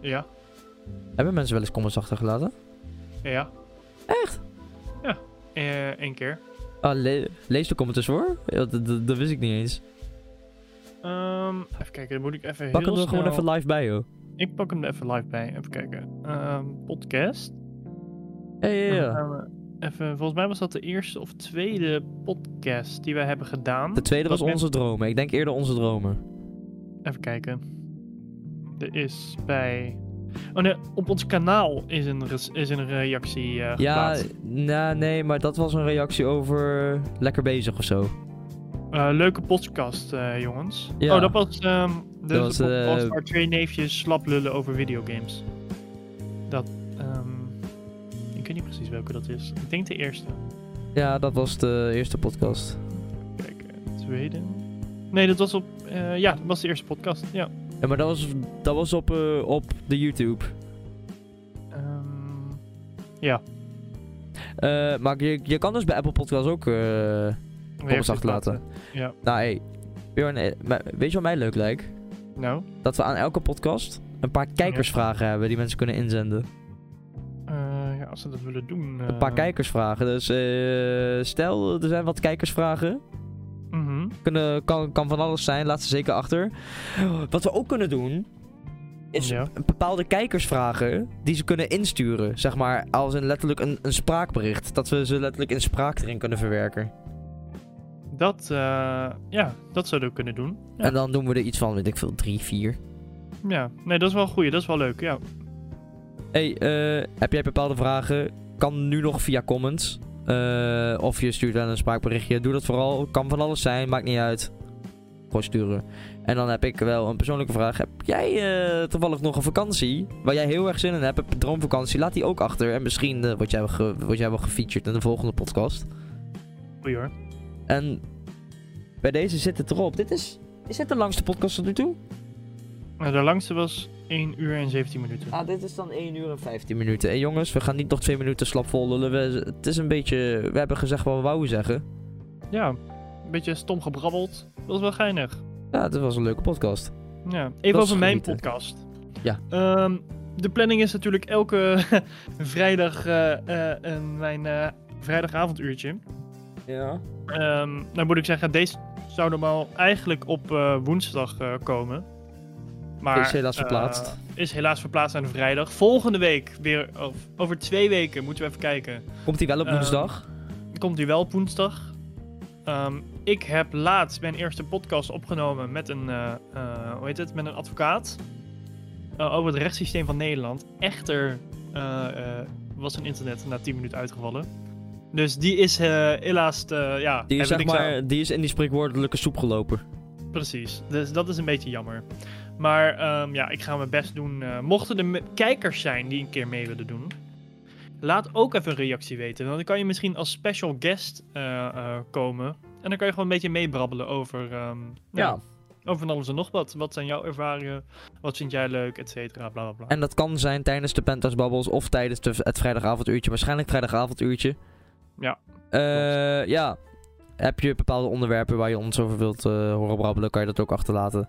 Speaker 2: Ja,
Speaker 1: Hebben mensen wel eens comments achtergelaten?
Speaker 2: ja.
Speaker 1: Echt?
Speaker 2: Ja, Eén keer.
Speaker 1: Ah, le- lees de comments eens hoor. Ja, dat- dat- dat wist ik niet eens.
Speaker 2: Ehm, even kijken, dan moet ik even
Speaker 1: Pak
Speaker 2: heel
Speaker 1: hem er
Speaker 2: snel...
Speaker 1: gewoon even live bij, joh.
Speaker 2: Ik pak hem er even live bij. Even kijken. Ehm, podcast.
Speaker 1: Ja, ja,
Speaker 2: Dan
Speaker 1: ja.
Speaker 2: gaan we Even, volgens mij was dat de eerste of tweede podcast die wij hebben gedaan.
Speaker 1: De tweede was
Speaker 2: Wat
Speaker 1: onze dromen. Ik denk eerder onze dromen.
Speaker 2: Even kijken. Er is bij. Oh nee, op ons kanaal is een, res- is een reactie eh,
Speaker 1: Ja,
Speaker 2: geplaatst.
Speaker 1: nou, nee, maar dat was een reactie over lekker bezig of zo.
Speaker 2: Eh, leuke podcast, eh, jongens.
Speaker 1: Ja.
Speaker 2: Oh, dat was. ehm dat
Speaker 1: Dat
Speaker 2: is
Speaker 1: was,
Speaker 2: de podcast
Speaker 1: eh,
Speaker 2: waar twee neefjes slap lullen over videogames. Dat. ehm, ik weet niet precies welke dat is. Ik denk de eerste.
Speaker 1: Ja, dat was de eerste podcast.
Speaker 2: Kijk, eh, tweede. Nee, dat was op. eh, ja, dat was de eerste podcast. Ja.
Speaker 1: Ja, maar dat was, dat was op, eh, op de YouTube.
Speaker 2: Ehm,
Speaker 1: Eh, maar je, je kan dus bij Apple Podcasts ook eh comments
Speaker 2: reacties
Speaker 1: achterlaten.
Speaker 2: plaatsen. Ja.
Speaker 1: Nou, hé. Bjorn, eh, maar weet je wat mij leuk lijkt?
Speaker 2: Nou,
Speaker 1: Dat we aan elke podcast een paar kijkersvragen hebben die mensen kunnen inzenden.
Speaker 2: eh, ja, als ze dat willen doen.
Speaker 1: Een paar
Speaker 2: eh,
Speaker 1: kijkersvragen. Dus eh, stel, er zijn wat kijkersvragen.
Speaker 2: mhm.
Speaker 1: Kunnen, kan, kan van alles zijn, laat ze zeker achter. Wat we ook kunnen doen, is
Speaker 2: Ja.
Speaker 1: een bepaalde kijkersvragen die ze kunnen insturen. Zeg maar, als een letterlijk een, een spraakbericht. Dat we ze letterlijk in spraak erin kunnen verwerken.
Speaker 2: Dat, eh, ja, dat zouden we kunnen doen. Ja.
Speaker 1: En dan doen we er iets van, weet ik veel, drie, vier.
Speaker 2: Ja, nee, dat is wel een goeie, dat is wel leuk, ja.
Speaker 1: Ja, hey, eh, heb jij bepaalde vragen? Kan nu nog via comments. Eh, of je stuurt wel een spraakberichtje. Doe dat vooral. Kan van alles zijn, maakt niet uit. Gewoon sturen. En dan heb ik wel een persoonlijke vraag. Heb jij eh, toevallig nog een vakantie waar jij heel erg zin in hebt? Een droomvakantie? Laat die ook achter. En misschien eh, word, jij wel ge- word jij wel gefeatured in de volgende podcast.
Speaker 2: Goeie hoor.
Speaker 1: En bij deze zit het erop. Dit is, is dit de langste podcast tot nu toe?
Speaker 2: Nou, de langste was 1 uur en 17 minuten.
Speaker 1: Ah, dit is dan 1 uur en 15 minuten. En jongens, we gaan niet nog 2 minuten slap vol lullen. We, het is een beetje... We hebben gezegd wat we wouden zeggen.
Speaker 2: Ja, een beetje stom gebrabbeld. Dat was wel geinig.
Speaker 1: Ja, dit was een leuke podcast.
Speaker 2: Ja,
Speaker 1: is
Speaker 2: even over mijn
Speaker 1: genieten.
Speaker 2: podcast.
Speaker 1: Ja.
Speaker 2: Ehm, de planning is natuurlijk elke vrijdag eh, eh, een, mijn eh, vrijdagavonduurtje.
Speaker 1: Ja.
Speaker 2: Ehm nou moet ik zeggen, deze zou normaal eigenlijk op eh, woensdag eh, komen. Maar,
Speaker 1: Is helaas
Speaker 2: eh,
Speaker 1: verplaatst.
Speaker 2: is helaas verplaatst naar de vrijdag. Volgende week weer, of over twee weken, moeten we even kijken.
Speaker 1: Komt die wel op
Speaker 2: Ehm,
Speaker 1: woensdag?
Speaker 2: Komt die wel op woensdag. Ehm, ik heb laatst mijn eerste podcast opgenomen met een, eh, eh, hoe heet het, met een advocaat. eh, over het rechtssysteem van Nederland. Echter eh, eh, was zijn internet na 10 minuten uitgevallen. Dus die is eh, helaas, eh, ja...
Speaker 1: Die is, zeg
Speaker 2: heb ik niks aan.
Speaker 1: maar, die is in die spreekwoordelijke soep gelopen.
Speaker 2: Precies, dus dat is een beetje jammer. Maar ehm, ja, ik ga mijn best doen. Eh, mochten er me- kijkers zijn die een keer mee willen doen, laat ook even een reactie weten. Want dan kan je misschien als special guest eh, eh, komen. En dan kan je gewoon een beetje meebrabbelen over, ehm, ja, over van alles en nog wat. Wat zijn jouw ervaringen? Wat vind jij leuk? Et cetera, bla bla bla.
Speaker 1: En dat kan zijn tijdens de Penthouse Bubbles of tijdens de, het vrijdagavonduurtje. Waarschijnlijk vrijdagavonduurtje.
Speaker 2: Ja,
Speaker 1: Eh, ja. Heb je bepaalde onderwerpen waar je ons over wilt eh, horen brabbelen, kan je dat ook achterlaten.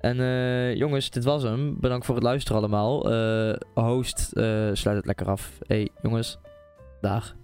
Speaker 1: En eh, jongens, dit was hem. Bedankt voor het luisteren allemaal. Eh, host, eh, sluit het lekker af. hey, jongens. Dag.